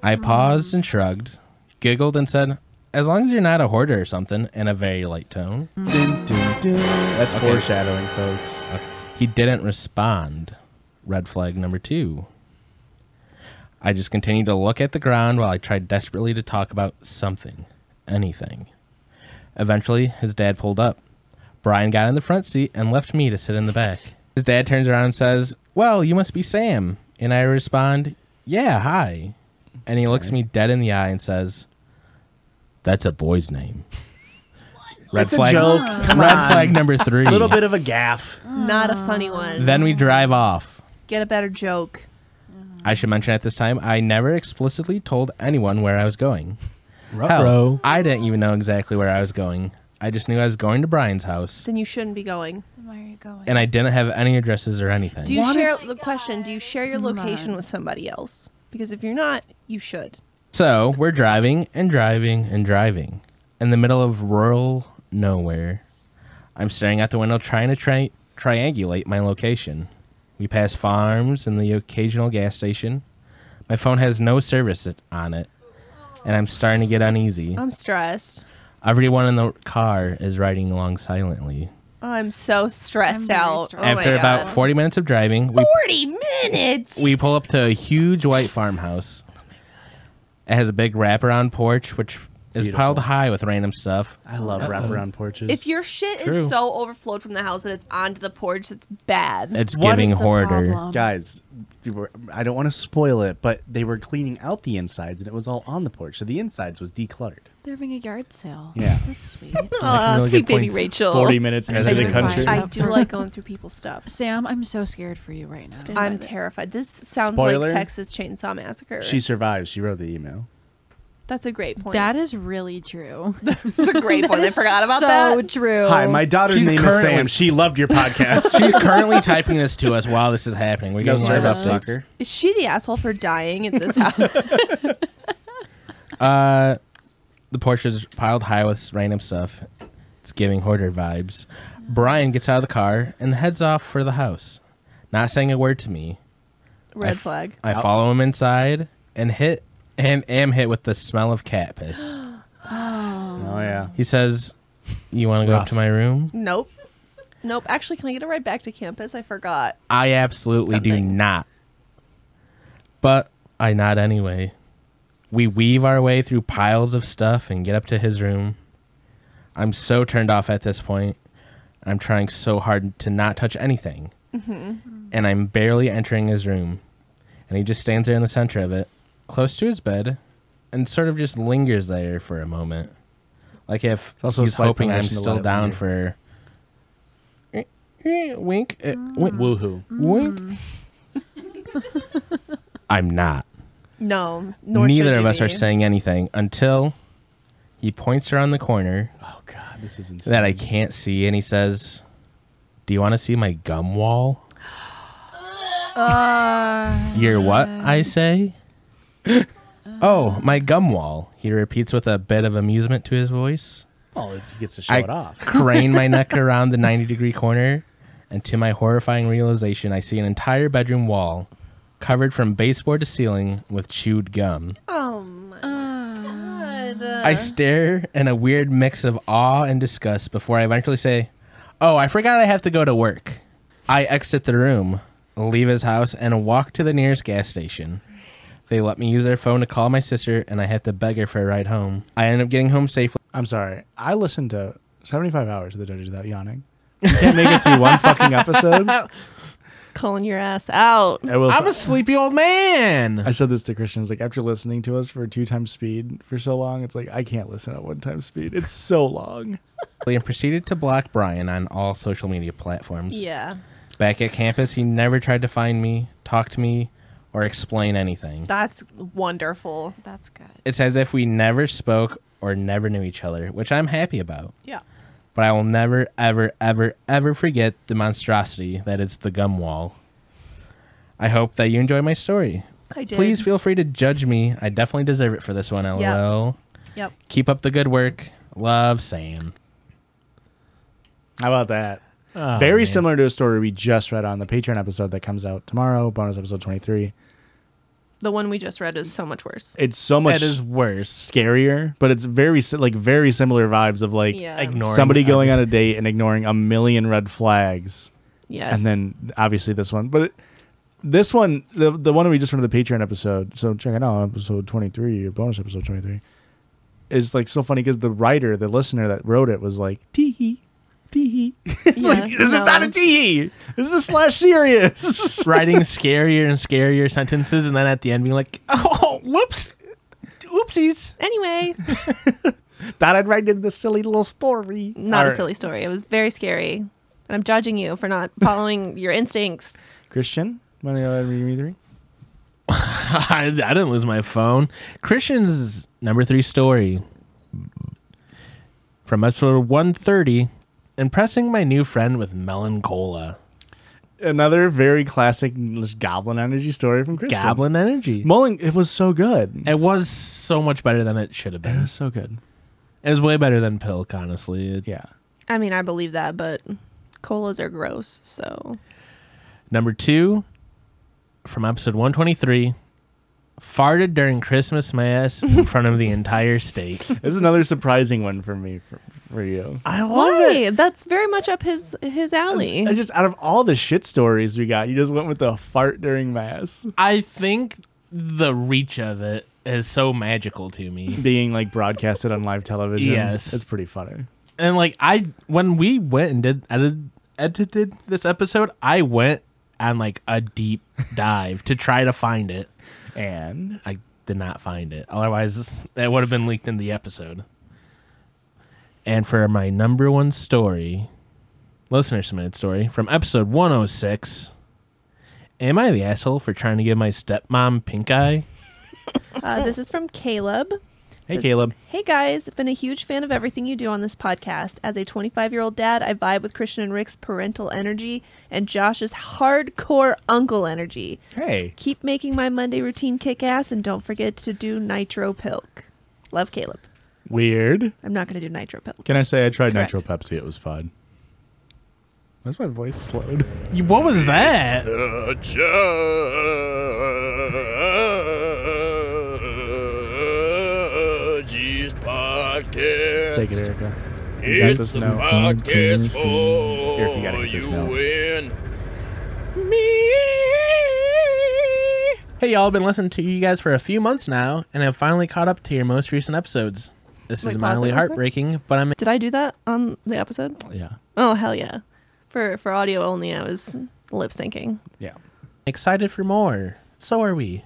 Speaker 4: I paused and shrugged, giggled, and said, As long as you're not a hoarder or something, in a very light tone.
Speaker 9: Dun, dun, dun. That's foreshadowing, folks.
Speaker 4: He didn't respond. Red flag number two. I just continued to look at the ground while I tried desperately to talk about something, anything. Eventually, his dad pulled up. Brian got in the front seat and left me to sit in the back. His dad turns around and says, Well, you must be Sam. And I respond, Yeah, hi. and he looks me dead in the eye and says, "That's a boy's
Speaker 9: (laughs)
Speaker 4: name." Red
Speaker 9: It's a
Speaker 4: flag.
Speaker 9: joke. Come
Speaker 4: Red
Speaker 9: on.
Speaker 4: flag number three.
Speaker 9: A little bit of a gaff.
Speaker 2: Not a funny one.
Speaker 4: Then we drive off.
Speaker 2: Get a better joke.
Speaker 4: I should mention at this time I never explicitly told anyone where I was going. Hell,
Speaker 24: Ruh-roh.
Speaker 4: I didn't even know exactly where I was going. I just knew I was going to Brian's house,
Speaker 2: Then you shouldn't be going.
Speaker 23: Where are you going?
Speaker 4: and I didn't have any addresses or anything.
Speaker 2: Do you
Speaker 23: Wanted-
Speaker 2: share the question? Do you share your location
Speaker 23: on.
Speaker 2: with somebody else? Because if you're not, you should.
Speaker 4: So we're driving and driving and driving in the middle of rural nowhere. I'm staring out the window trying to tri- triangulate my location. We pass farms and the occasional gas station. My phone has no service it- on it, and I'm starting to get uneasy.
Speaker 2: I'm stressed.
Speaker 4: Everyone in the car is riding along silently.
Speaker 2: I'm so stressed
Speaker 23: I'm very
Speaker 2: out.
Speaker 23: stressed.
Speaker 2: Oh
Speaker 4: After
Speaker 2: my
Speaker 4: about
Speaker 2: God.
Speaker 4: 40 minutes of driving, we
Speaker 2: 40 minutes.
Speaker 4: We pull up to a huge white farmhouse. It has a big wraparound porch, which is piled high with random stuff.
Speaker 9: I love wraparound porches.
Speaker 2: if your shit
Speaker 4: True.
Speaker 2: is so overflowed from the house that it's onto the porch, it's bad.
Speaker 4: It's
Speaker 9: What
Speaker 4: giving
Speaker 23: It's a
Speaker 4: hoarder.
Speaker 23: problem.
Speaker 9: guys, you were- I don't want to spoil it, but they were cleaning out the insides, and it was all on the porch, so the insides was decluttered.
Speaker 23: They're having a yard sale.
Speaker 9: Yeah.
Speaker 23: That's sweet. (laughs)
Speaker 2: Aw,
Speaker 4: really
Speaker 2: Ah, sweet
Speaker 4: good
Speaker 2: baby
Speaker 4: points.
Speaker 2: Rachel.
Speaker 9: minutes
Speaker 4: into the country.
Speaker 2: I do
Speaker 23: (laughs)
Speaker 2: like going through people's stuff.
Speaker 23: Sam, I'm so scared for you right now.
Speaker 2: I'm terrified. This sounds
Speaker 9: Spoiler.
Speaker 2: like Texas Chainsaw Massacre.
Speaker 9: She survived. She wrote the email.
Speaker 2: That's a great point.
Speaker 23: That is really
Speaker 2: (laughs)
Speaker 23: true.
Speaker 2: That's a great point. I
Speaker 23: (laughs) That is
Speaker 2: forgot about
Speaker 23: so
Speaker 2: that.
Speaker 23: true.
Speaker 9: Hi, my daughter's
Speaker 4: She's
Speaker 9: name is
Speaker 4: currently-
Speaker 9: Sam. She loved (laughs) your podcast.
Speaker 4: She's currently typing this to us while this is happening. We're
Speaker 9: No
Speaker 4: getting no
Speaker 9: service,
Speaker 4: updates.
Speaker 2: Is she the asshole for dying
Speaker 23: (laughs)
Speaker 2: at this house?
Speaker 4: Uh, the porch is piled high with random stuff. It's giving hoarder vibes. Brian gets out of the car and heads off for the house, not saying a word to me. I
Speaker 2: Red
Speaker 4: f-
Speaker 2: flag.
Speaker 4: I follow him inside and hit and am hit with the smell of
Speaker 2: (gasps)
Speaker 4: cat piss.
Speaker 9: oh yeah.
Speaker 4: He says, "You want to go up to my room?"
Speaker 2: Nope. Nope. Actually, can I get a ride back to campus? I forgot.
Speaker 4: I absolutely do
Speaker 2: Something.
Speaker 4: not. But I nod anyway. We weave our way through piles of stuff and get up to his room. I'm so turned off at this point. I'm trying so hard to not touch anything. And I'm barely entering his room. And he just stands there in the center of it, close to his bed, and sort of just lingers there for a moment. Like if
Speaker 9: also a
Speaker 4: he's
Speaker 9: slight
Speaker 4: hoping I'm
Speaker 9: permission to let
Speaker 4: still
Speaker 9: it
Speaker 4: down
Speaker 9: linger.
Speaker 4: for. Eh, eh, Wink. eh,
Speaker 2: Ah.
Speaker 4: wink.
Speaker 9: Woohoo.
Speaker 2: Mm-hmm. (laughs)
Speaker 4: Wink. I'm not.
Speaker 2: No. Nor should
Speaker 4: Neither
Speaker 2: you
Speaker 4: of us
Speaker 2: be.
Speaker 4: are saying anything until he points around the corner
Speaker 9: Oh god, this is insane.
Speaker 4: that I can't see and he says, Do you want to see my
Speaker 2: (gasps)
Speaker 4: gum wall? Your what?
Speaker 2: Uh.
Speaker 4: I say. (gasps) oh, my gum wall, he repeats with a bit of amusement to his voice.
Speaker 9: oh, it's, he gets to show
Speaker 4: I
Speaker 9: it off.
Speaker 4: crane my neck around the 90 degree corner, and to my horrifying realization, I see an entire bedroom wall covered from baseboard to ceiling with chewed gum.
Speaker 2: Oh my god.
Speaker 4: I stare in a weird mix of awe and disgust before I eventually say, Oh, I forgot I have to go to work. I exit the room, leave his house, and walk to the nearest gas station. They let me use their phone to call my sister, and I have to beg her for a ride home. I end up getting home safely.
Speaker 9: I'm sorry. I listened to 75 hours of the judges without (laughs) yawning. Can't make it through one fucking (laughs) episode.
Speaker 2: Calling your ass out.
Speaker 9: I will.
Speaker 24: I'm a sleepy old man.
Speaker 9: I said this to Christian. It's like after listening to us for two times speed for so long, it's like I can't listen at one time speed. It's so long.
Speaker 4: and proceeded to block Brian on all social media platforms.
Speaker 2: Yeah.
Speaker 4: Back at campus, he never tried to find me, talk to me, or explain anything.
Speaker 2: That's wonderful.
Speaker 23: That's good.
Speaker 4: It's as if we never spoke or never knew each other, which I'm happy about.
Speaker 2: Yeah.
Speaker 4: But I will never, ever, ever, ever forget the monstrosity that is the gum wall. I hope that you enjoy my story.
Speaker 2: I did.
Speaker 4: Please feel free to judge me. I definitely deserve it for this one, lol.
Speaker 2: Yep.
Speaker 4: Keep up the good work. Love, Sam.
Speaker 9: How about that?
Speaker 24: Oh,
Speaker 9: Very
Speaker 24: man.
Speaker 9: similar to a story we just read on the Patreon episode that comes out tomorrow, bonus episode 23.
Speaker 2: The one we just read is so much worse.
Speaker 9: It's so much
Speaker 24: That is worse.
Speaker 9: scarier, but it's very si- like very similar vibes of like
Speaker 2: yeah.
Speaker 24: Ignoring
Speaker 9: somebody going
Speaker 24: everything.
Speaker 9: on a date and ignoring a million red flags.
Speaker 2: Yes.
Speaker 9: and then obviously this one. But it, this one, the the one we just from the Patreon episode, so check it out, episode twenty three, your bonus episode twenty three, is like so funny because the writer, the listener that wrote it, was like, "Tee hee, tee (laughs) It's like, this is not a tee This is slash serious. (laughs)
Speaker 4: writing scarier and scarier sentences, and then at the end being like, (laughs) "Oh, whoops, oopsies."
Speaker 2: Anyway,
Speaker 9: Thought I'd write in this silly little story.
Speaker 2: not
Speaker 9: All
Speaker 2: a
Speaker 9: right.
Speaker 2: silly story. It was very scary. And I'm judging you for not
Speaker 4: (laughs)
Speaker 2: following your instincts.
Speaker 9: Christian, want to go ahead and read me three?
Speaker 4: I, I didn't lose my phone. Christian's number three story from episode one thirty, impressing my new friend with melancholia.
Speaker 9: Another very classic just goblin energy story from Christian.
Speaker 4: Goblin energy.
Speaker 9: Mulling, it was so good.
Speaker 4: It was so much better than it should have
Speaker 9: It
Speaker 4: been.
Speaker 9: was so good.
Speaker 4: It was way better than Pilk, honestly. It-
Speaker 9: Yeah.
Speaker 2: I mean, I believe that, but colas are gross. So
Speaker 4: Number two, from episode 123, farted during Christmas mass (laughs) in front of the entire state.
Speaker 9: This is another surprising one for me, for, for you.
Speaker 4: I
Speaker 2: why? That's very much up his his alley.
Speaker 9: I just, out of all the shit stories we got, you just went with the fart during mass
Speaker 4: I think the reach of it is so magical to (laughs) me.
Speaker 9: being like broadcasted on live television.
Speaker 4: Yes.
Speaker 9: It's pretty funny.
Speaker 4: And like I when we went and did edited, edited this episode, I went on like a deep dive to try to find it.
Speaker 9: And
Speaker 4: I did not find it. Otherwise, that would have been leaked in the episode. And for my number one story, listener submitted story from episode 106 Am I the asshole for trying to give my stepmom pink eye?
Speaker 2: Uh, this is from Caleb.
Speaker 9: hey,
Speaker 2: Says,
Speaker 9: Caleb.
Speaker 2: Hey guys, been a huge fan of everything you do on this podcast. As a 25 year old dad, I vibe with Christian and Rick's parental energy and Josh's hardcore uncle energy.
Speaker 9: Hey.
Speaker 2: Keep making my Monday routine kick ass and don't forget to do Nitro Pilk. Love Caleb.
Speaker 9: Weird.
Speaker 2: I'm not going to do Nitro Pilk.
Speaker 25: Can I say I tried
Speaker 2: Correct.
Speaker 25: Nitro Pepsi? It was fun. Why's my voice slowed?
Speaker 4: You- What was that?
Speaker 26: The Judges Podcast.
Speaker 9: Take it, Erica.
Speaker 26: It's
Speaker 9: this
Speaker 26: a
Speaker 9: note.
Speaker 26: podcast
Speaker 25: Eric, you gotta
Speaker 26: for
Speaker 25: hit this
Speaker 26: you
Speaker 25: note.
Speaker 26: win.
Speaker 4: Hey, y'all, been listening to you guys for a few months now and have finally caught up to your most recent episodes. This
Speaker 2: Wait,
Speaker 4: is
Speaker 2: pause
Speaker 4: mildly
Speaker 2: it real quick.
Speaker 4: heartbreaking, but I'm
Speaker 2: Did I do that on the episode?
Speaker 9: Yeah.
Speaker 2: Oh, hell yeah. For, for audio only, I was lip syncing.
Speaker 9: Yeah.
Speaker 4: excited for more. So are we.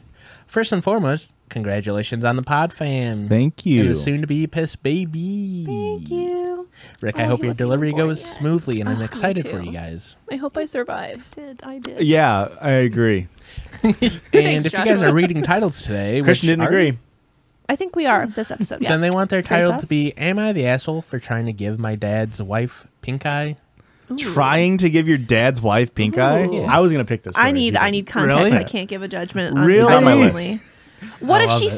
Speaker 4: First and foremost, congratulations on the pod fam.
Speaker 25: Thank
Speaker 4: And
Speaker 25: you.
Speaker 4: a soon to be piss baby.
Speaker 2: Thank you.
Speaker 4: Rick,
Speaker 2: Oh,
Speaker 4: I hope
Speaker 2: he
Speaker 4: your
Speaker 2: wasn't
Speaker 4: delivery
Speaker 2: even born
Speaker 4: goes
Speaker 2: yet.
Speaker 4: smoothly, and I'm
Speaker 2: Ugh, Oh, me
Speaker 4: excited for
Speaker 2: too.
Speaker 4: you
Speaker 2: (laughs)
Speaker 4: guys.
Speaker 2: I hope I survive.
Speaker 27: Did I did?
Speaker 25: Yeah, I agree.
Speaker 4: And if you guys
Speaker 2: Joshua.
Speaker 4: are reading titles today,
Speaker 9: (laughs) Christian
Speaker 4: which
Speaker 9: didn't
Speaker 4: are-
Speaker 9: agree.
Speaker 2: I think we are this episode. Yeah.
Speaker 4: Then they want their
Speaker 2: pretty
Speaker 4: title
Speaker 2: sus.
Speaker 4: to be "Am I the asshole for trying to give my dad's wife pink eye?"
Speaker 25: Trying to give your dad's wife pink eye?
Speaker 2: Ooh.
Speaker 25: I was gonna pick this.
Speaker 2: I
Speaker 25: story,
Speaker 2: need
Speaker 25: people.
Speaker 2: I need context.
Speaker 4: Really?
Speaker 2: I can't give a judgment. On
Speaker 9: Really? It's on my
Speaker 2: only.
Speaker 25: list.
Speaker 2: What
Speaker 4: I
Speaker 2: if she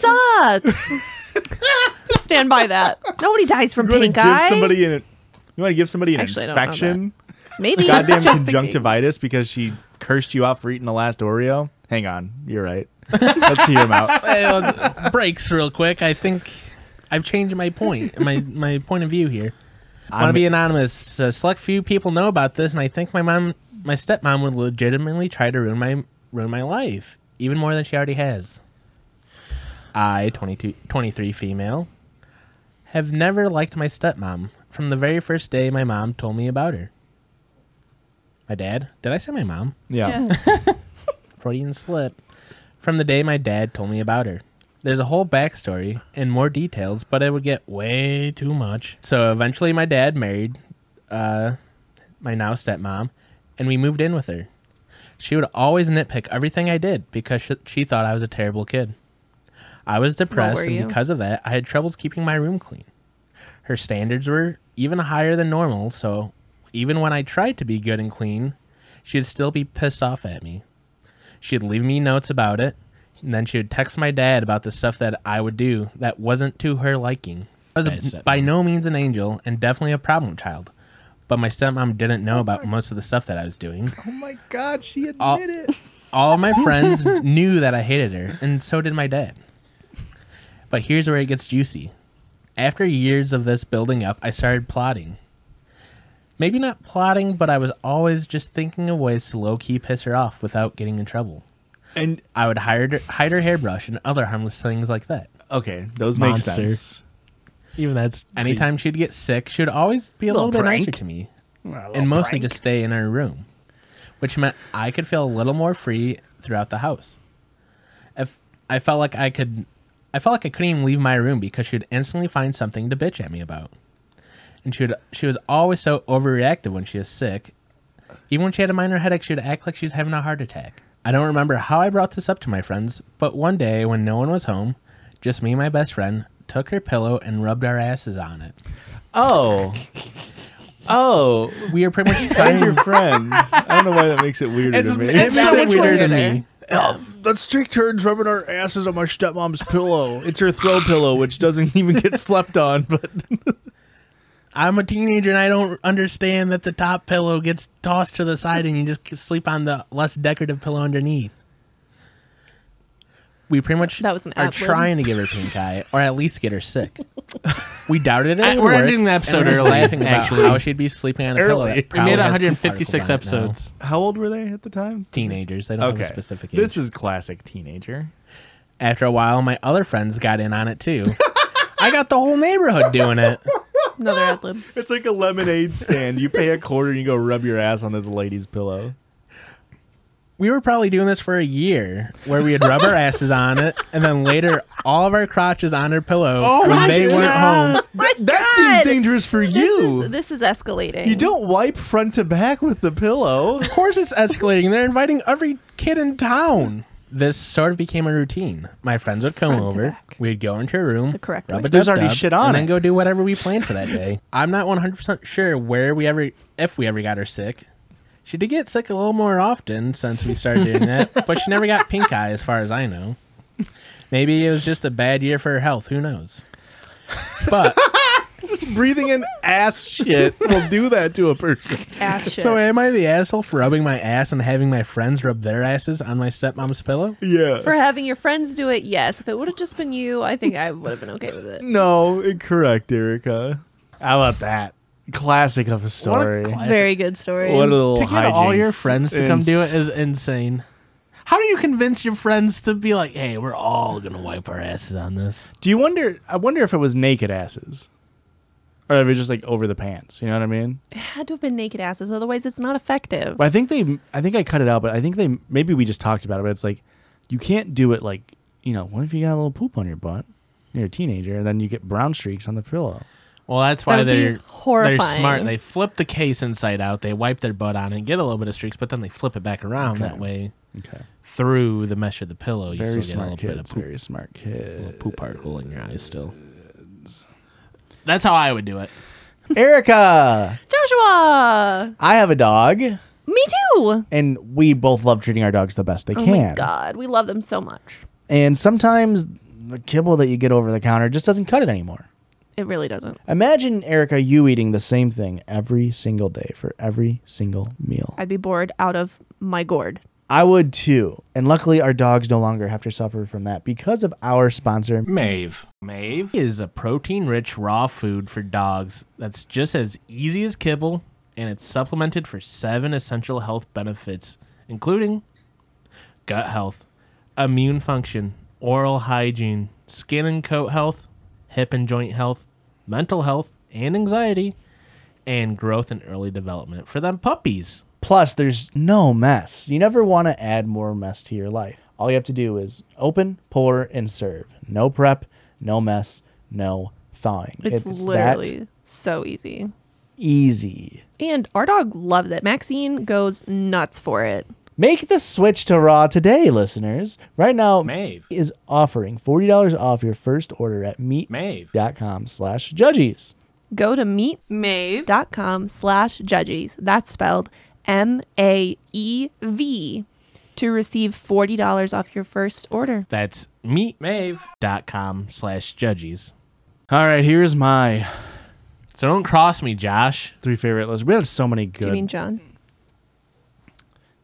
Speaker 2: (laughs) sucks? Stand by that. Nobody dies from
Speaker 9: You want to
Speaker 2: pink
Speaker 9: give
Speaker 2: eye.
Speaker 9: somebody an you want to give somebody an
Speaker 2: Actually, I don't know (laughs)
Speaker 9: infection?
Speaker 2: Maybe
Speaker 25: Goddamn
Speaker 2: Just thinking.
Speaker 25: conjunctivitis because she cursed you out for eating the last Oreo. Hang on, you're right. Let's hear him
Speaker 2: (laughs)
Speaker 25: out.
Speaker 4: Hey, let's- breaks real quick. I think I've changed my point, my my point of view here. I want
Speaker 25: I'm-
Speaker 4: to be anonymous. A select few people know about this, and I think my mom, my stepmom, would legitimately try to ruin my ruin my life even more than she already has. I, 22, 23 female, have never liked my stepmom from the very first day my mom told me about her. My dad? Did I say my mom?
Speaker 9: Yeah.
Speaker 4: Freudian slip from the day my dad told me about her. There's a whole backstory and more details, but it would get way too much. So eventually, my dad married uh, my now stepmom, and we moved in with her. She would always nitpick everything I did because she, she thought I was a terrible kid. I was depressed,
Speaker 2: were you?
Speaker 4: and because of that, I had troubles keeping my room clean. Her standards were even higher than normal, so even when I tried to be good and clean, she'd still be pissed off at me. She'd leave me notes about it, and then she would text my dad about the stuff that I would do that wasn't to her liking. I was by no means an angel and definitely a problem child, but my stepmom didn't know about most of the stuff that I was doing.
Speaker 25: Oh my god, she admitted
Speaker 4: All-
Speaker 25: it.
Speaker 4: All my friends knew that I hated her, and so did my dad. But here's where it gets juicy. After years of this building up, I started plotting. Maybe not plotting, but I was always just thinking of ways to low key piss her off without getting in trouble.
Speaker 25: And
Speaker 4: I would hide her, hide her hairbrush and other harmless things like that.
Speaker 25: okay, those
Speaker 4: Monster.
Speaker 25: make sense.
Speaker 4: Even that's anytime she'd get sick, she would always be a little,
Speaker 9: Little
Speaker 4: bit nicer
Speaker 9: prank.
Speaker 4: to me. and mostly just stay in our room, which meant I could feel a little more free throughout the house. If I felt like I could, I felt like I couldn't even leave my room because she'd instantly find something to bitch at me about, and she would, she was always so overreactive when she was sick. Even when she had a minor headache, she'd act like she was having a heart attack. I don't remember how I brought this up to my friends, but one day when no one was home, just me and my best friend took her pillow and rubbed our asses on it.
Speaker 9: Oh. Oh,
Speaker 4: We were
Speaker 28: (laughs)
Speaker 4: pretty much
Speaker 9: find
Speaker 4: trying
Speaker 9: your friend.
Speaker 25: (laughs)
Speaker 9: I don't know why that makes it weirder to me.
Speaker 4: It makes it weirder to me.
Speaker 9: Let's take turns rubbing our asses on my stepmom's pillow. It's her throw pillow, which doesn't (laughs) even get slept on. But (laughs)
Speaker 4: I'm a teenager and I don't understand that the top pillow gets tossed to the side and you just sleep on the less decorative pillow underneath. We pretty much
Speaker 2: That was an
Speaker 4: are
Speaker 2: ad lib.
Speaker 4: trying to give her pink eye or at least get her sick. we doubted it.
Speaker 28: I-
Speaker 4: would
Speaker 28: we're
Speaker 4: work,
Speaker 28: ending the episode
Speaker 4: and we're just
Speaker 28: early,
Speaker 4: laughing about
Speaker 28: actually.
Speaker 4: how she'd be sleeping on a pillow.
Speaker 9: Early.
Speaker 4: that
Speaker 28: We
Speaker 4: probably
Speaker 28: made
Speaker 4: has
Speaker 28: 156
Speaker 4: particles on it now.
Speaker 28: episodes.
Speaker 9: how old were they at the time?
Speaker 4: Teenagers, they don't have a specific age.
Speaker 9: This is classic teenager.
Speaker 4: After a while, my other friends got in on it too. (laughs) I got the whole neighborhood doing it.
Speaker 2: Another ad lib.
Speaker 9: It's like a lemonade stand. You pay a quarter and you go rub your ass on this lady's pillow.
Speaker 4: we were probably doing this for a year where we'd rub our asses on it and then later all of our crotches on her pillow when they weren't home
Speaker 9: oh, that seems dangerous for you.
Speaker 2: This is, this is escalating.
Speaker 9: you don't wipe front to back with the pillow.
Speaker 4: of course it's escalating they're inviting every kid in town this sort of became a routine my friends would come
Speaker 29: Front to
Speaker 4: over
Speaker 29: back.
Speaker 4: we'd go into her room
Speaker 29: the correct
Speaker 4: rub
Speaker 29: way.
Speaker 4: a
Speaker 9: There's
Speaker 4: dub-dub,
Speaker 9: already shit on
Speaker 4: and then
Speaker 9: it.
Speaker 4: go do whatever we planned for that day (laughs) i'm not 100% sure where we ever if we ever got her sick she did get sick a little more often since we started doing
Speaker 29: (laughs)
Speaker 4: that but she never got pink eye as far as i know maybe it was just a bad year for her health who knows
Speaker 29: (laughs)
Speaker 4: but
Speaker 9: (laughs) Breathing in ass shit will do that to a person.
Speaker 2: ass shit.
Speaker 4: So am I the asshole for rubbing my ass and having my friends rub their asses on my stepmom's pillow?
Speaker 9: Yeah.
Speaker 2: for having your friends do it, yes. If it would have just been you, I think I would have been okay with (laughs) it.
Speaker 9: no, incorrect, Erica. How about that? Classic of a story. What
Speaker 29: Very good story.
Speaker 9: a, little
Speaker 28: To get all your
Speaker 9: hijinks.
Speaker 28: friends to come do it is insane. How do you convince your friends to be like, "Hey, we're all gonna wipe our asses on this"?
Speaker 9: Do you wonder? I wonder if it was naked asses, or if it was just like over the pants. You know what I mean?
Speaker 2: It had to have been naked asses, otherwise it's not effective.
Speaker 9: But I think they. I think I cut it out, but I think they. Maybe we just talked about it, but it's like you can't do it like you know. What if you got a little poop on your butt? and You're a teenager, and then you get brown streaks on the pillow.
Speaker 28: Well, that's
Speaker 2: That
Speaker 28: why
Speaker 2: would be
Speaker 28: they're they're
Speaker 2: horrifying.
Speaker 28: smart. They flip the case inside out. They wipe their butt on it, get a little bit of streaks, but then they flip it back around that way
Speaker 9: Okay.
Speaker 28: through the mesh of the pillow. You still get a
Speaker 9: Very
Speaker 28: little
Speaker 9: smart
Speaker 28: bit of
Speaker 9: kids.
Speaker 28: poop,
Speaker 9: Very smart
Speaker 28: little
Speaker 9: kid.
Speaker 28: poop particle in your eyes still. That's how I would do it.
Speaker 9: Erica,
Speaker 2: Joshua,
Speaker 9: I have a dog,
Speaker 2: me too.
Speaker 9: and we both love treating our dogs the best they
Speaker 2: Oh
Speaker 9: can.
Speaker 2: my god, we love them so much.
Speaker 9: And sometimes the kibble that you get over the counter just doesn't cut it anymore.
Speaker 2: It really doesn't.
Speaker 9: Imagine, Erica, you eating the same thing every single day for every single meal.
Speaker 2: I'd be bored out of my gourd.
Speaker 9: I would too. And luckily, our dogs no longer have to suffer from that because of our sponsor.
Speaker 28: Mave. Mave
Speaker 4: Is a protein-rich raw food for dogs that's just as easy as kibble, and it's supplemented for seven essential health benefits, including gut health, immune function, oral hygiene, skin and coat health, hip and joint health, mental health and anxiety, and growth and early development for them puppies.
Speaker 9: Plus, there's no mess. You never want to add more mess to your life. All you have to do is open, pour, and serve. No prep, no mess, no thawing.
Speaker 2: It's, literally so easy.
Speaker 9: that easy.
Speaker 2: And our dog loves it. Maxine goes nuts for it.
Speaker 9: Make the switch to Raw today, listeners. Right now,
Speaker 28: Mave.
Speaker 9: is offering $40 off your first order at
Speaker 28: Mave.
Speaker 9: meat.com slash judges.
Speaker 2: Go to meetmave.com slash judges. That's spelled M A E V to receive $40 off your first order.
Speaker 28: That's meetmave.com slash judges.
Speaker 9: All right, here's my
Speaker 28: So don't cross me, Josh.
Speaker 9: three favorite lists. We had so many
Speaker 2: Do
Speaker 9: good.
Speaker 2: you mean John?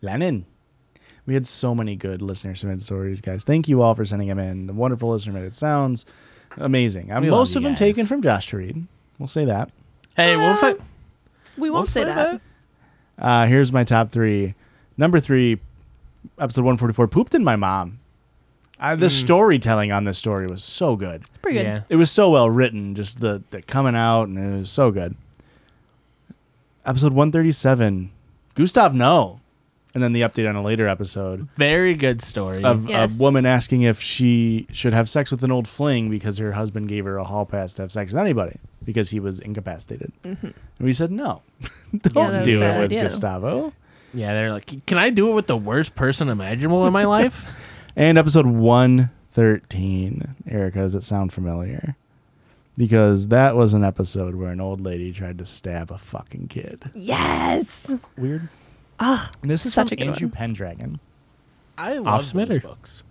Speaker 9: Lennon. We had so many good listener submitted stories, guys. Thank you all for sending them in. The wonderful listener submitted sounds amazing. Uh,
Speaker 28: We love
Speaker 9: most
Speaker 28: you
Speaker 9: of them
Speaker 28: guys.
Speaker 9: taken from Josh to read. We'll say that.
Speaker 28: Hey, we'll fi-
Speaker 2: We won't say that.
Speaker 9: Uh, here's my top three. Number three, episode 144, Pooped in My Mom. Uh, the storytelling on this story was so good.
Speaker 2: Pretty good.
Speaker 28: Yeah.
Speaker 9: It was so well written, just the, the coming out, and it was so good. episode 137, Gustav No. And then the update on a later episode
Speaker 4: Very good story.
Speaker 9: of
Speaker 2: Yes.
Speaker 9: a woman asking if she should have sex with an old fling because her husband gave her a hall pass to have sex with anybody because he was incapacitated. And we said, no, (laughs) don't
Speaker 2: Mm-hmm. that was a
Speaker 9: do it
Speaker 2: bad
Speaker 9: with
Speaker 2: idea.
Speaker 9: Gustavo.
Speaker 4: yeah, they're like, can I do it with the worst person imaginable in my (laughs) life?
Speaker 9: And episode 113. Erica, does it sound familiar? Because that was an episode where an old lady tried to stab a fucking kid.
Speaker 2: Yes.
Speaker 9: Weird. Ah, this is
Speaker 2: such
Speaker 9: from
Speaker 2: a good
Speaker 9: Andrew
Speaker 2: one.
Speaker 9: Pendragon.
Speaker 30: I love
Speaker 4: Off
Speaker 30: those
Speaker 4: Smitter.
Speaker 30: books.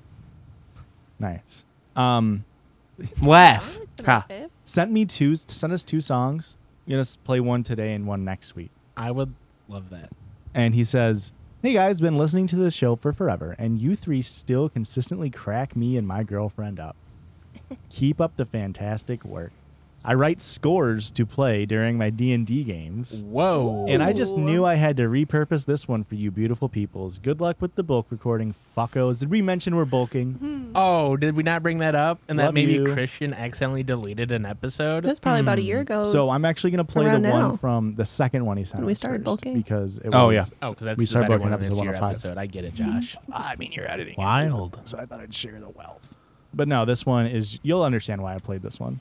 Speaker 9: Nice. Um,
Speaker 4: Laugh.
Speaker 9: ha. sent me two. Sent us two songs. You're gonna s- play one today and one next week.
Speaker 4: I would love that.
Speaker 9: and he says, "Hey guys, been listening to this show for forever, and you three still consistently crack me and my
Speaker 13: (laughs)
Speaker 9: girlfriend up. Keep up the fantastic work. I write scores to play during my D and D games,
Speaker 4: Whoa.
Speaker 9: and I just knew I had to repurpose this one for you beautiful peoples. Good luck with the bulk recording, fuckos. Did we mention we're
Speaker 13: Hmm.
Speaker 9: bulking?
Speaker 4: Oh, did we not bring that up? And
Speaker 9: Love
Speaker 4: that maybe
Speaker 9: you.
Speaker 4: Christian accidentally deleted an episode.
Speaker 13: That's probably about a year ago.
Speaker 9: so I'm actually gonna play the
Speaker 13: Around now.
Speaker 9: one from the second one he sent.
Speaker 13: When we
Speaker 9: us
Speaker 13: started
Speaker 9: first,
Speaker 13: bulking?
Speaker 9: because it was,
Speaker 15: Oh, yeah.
Speaker 4: oh, because that's
Speaker 9: we
Speaker 4: the
Speaker 9: started
Speaker 4: better
Speaker 9: working
Speaker 4: one
Speaker 9: episode
Speaker 4: episode,
Speaker 9: 105.
Speaker 4: episode. I get it, Josh.
Speaker 9: I mean, you're editing. it.
Speaker 4: Wild.
Speaker 9: So I thought I'd share the wealth. But no, this one is you'll understand why I played this one.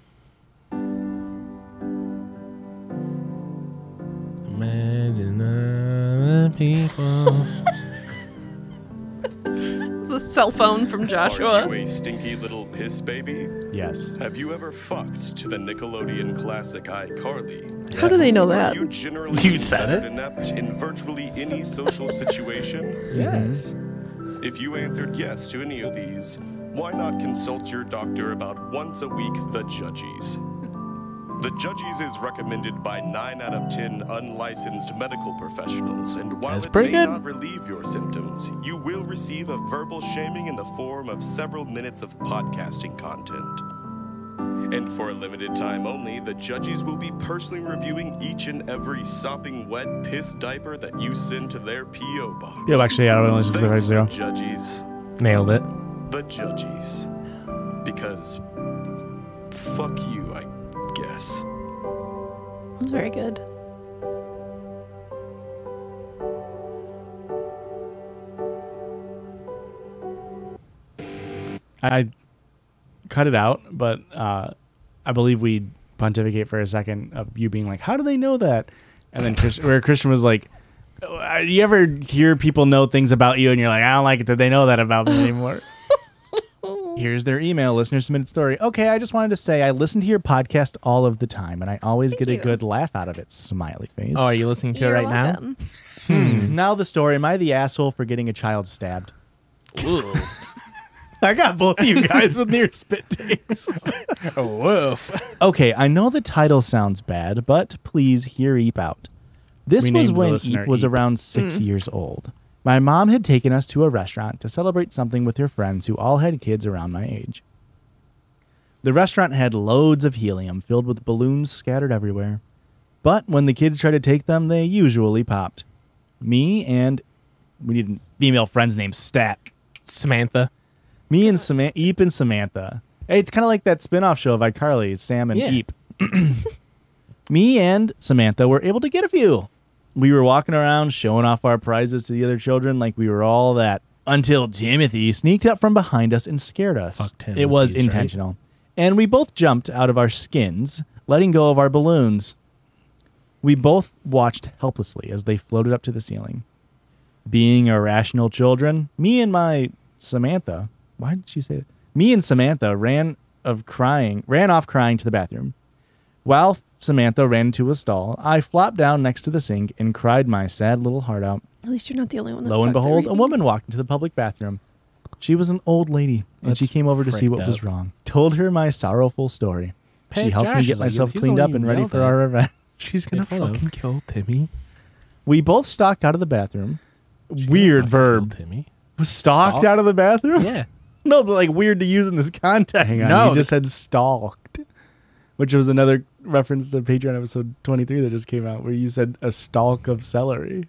Speaker 4: Imagine other people.
Speaker 13: It's a cell phone from
Speaker 3: Are
Speaker 13: Joshua.
Speaker 3: you a stinky little piss baby?
Speaker 9: Yes.
Speaker 3: Have you ever fucked to the Nickelodeon classic iCarly?
Speaker 2: How do they know that?
Speaker 3: Are you generally
Speaker 4: Uh, You said
Speaker 3: considered
Speaker 4: it.
Speaker 3: inept in virtually any social situation?
Speaker 4: yes.
Speaker 3: If you answered yes to any of these, why not consult your doctor about once a week the judges? The judges is recommended by 9 out of 10 unlicensed medical professionals, and while
Speaker 4: That's
Speaker 3: it may
Speaker 4: pretty good.
Speaker 3: not relieve your symptoms, you will receive a verbal shaming in the form of several minutes of podcasting content. And for a limited time only, the judges will be personally reviewing each and every sopping wet piss diaper that you send to their P.O. box.
Speaker 9: Yeah, actually, I don't listen to the
Speaker 3: Thanks,
Speaker 9: zero.
Speaker 3: judges.
Speaker 4: Nailed it.
Speaker 3: The judges. Because fuck you, I guess.
Speaker 2: That's very good.
Speaker 9: I cut it out, but uh, I believe we pontificate for a second of you being like, "How do they know that?" And then Chris, where Christian was like, "Oh, uh, "You ever hear people know things about you, and you're like, I don't like it that they know that about me (laughs) anymore." Here's their email, listener submitted story. Okay, I just wanted to say I listen to your podcast all of the time, and I always get a
Speaker 2: you.
Speaker 9: good laugh out of it. Smiley face.
Speaker 4: Oh, are you listening to it right
Speaker 9: Hmm. now the story? Am I the asshole for getting a child stabbed?
Speaker 4: now? Ooh.
Speaker 9: (laughs) I got both of you guys with near spit takes.
Speaker 15: (laughs)
Speaker 4: Woof.
Speaker 9: Okay, I know the title sounds bad, but please hear Eep out. This
Speaker 15: We
Speaker 9: was
Speaker 15: named the
Speaker 9: when
Speaker 15: listener
Speaker 9: Eep was
Speaker 15: Eep.
Speaker 9: around six years old. My mom had taken us to a restaurant to celebrate something with her friends who all had kids around my age. The restaurant had loads of helium filled with balloons scattered everywhere. But when the kids tried to take them, they usually popped. Me and we need a female friend's name Stat.
Speaker 4: Samantha.
Speaker 9: Me and Samantha, Eep and Samantha. Hey, it's kind of like that spin-off show of iCarly, Sam and
Speaker 4: Yeah.
Speaker 9: Eep. Me and Samantha were able to get a few. We were walking around showing off our prizes to the other children like we were all that until Timothy sneaked up from behind us and scared us.
Speaker 4: Fuck Timothy's,
Speaker 9: it was
Speaker 4: right?
Speaker 9: intentional. And we both jumped out of our skins, letting go of our balloons. We both watched helplessly as they floated up to the ceiling. Being irrational children, me and my Samantha, why did she say that? Me and Samantha ran of crying, ran off crying to the bathroom. While Samantha ran to a stall, I flopped down next to the sink and cried my sad little heart out.
Speaker 13: At least you're not the only one. That
Speaker 9: Lo and
Speaker 13: sucks at
Speaker 9: behold, a
Speaker 13: reading.
Speaker 9: woman walked into the public bathroom. She was an old lady, and she
Speaker 4: That's
Speaker 9: came over to see
Speaker 4: freaked
Speaker 9: what was
Speaker 4: up.
Speaker 9: wrong. Told her my sorrowful story. she
Speaker 4: Pat
Speaker 9: helped me
Speaker 4: Josh
Speaker 9: get
Speaker 4: is like,
Speaker 9: myself
Speaker 4: "He's the
Speaker 9: cleaned
Speaker 4: one
Speaker 9: up
Speaker 4: you
Speaker 9: and ready
Speaker 4: yelled
Speaker 9: for
Speaker 4: at."
Speaker 9: our event.
Speaker 4: She's gonna fucking kill Timmy.
Speaker 9: We both stalked out of the bathroom. weird verb.
Speaker 4: Timmy.
Speaker 9: Stalked
Speaker 4: Stalk?
Speaker 9: out of the bathroom?
Speaker 4: Yeah.
Speaker 9: (laughs) no, but like weird to use in this context.
Speaker 4: on. No,
Speaker 9: you just said stalked, which was another reference to Patreon episode 23 that just came out where you said a stalk of celery.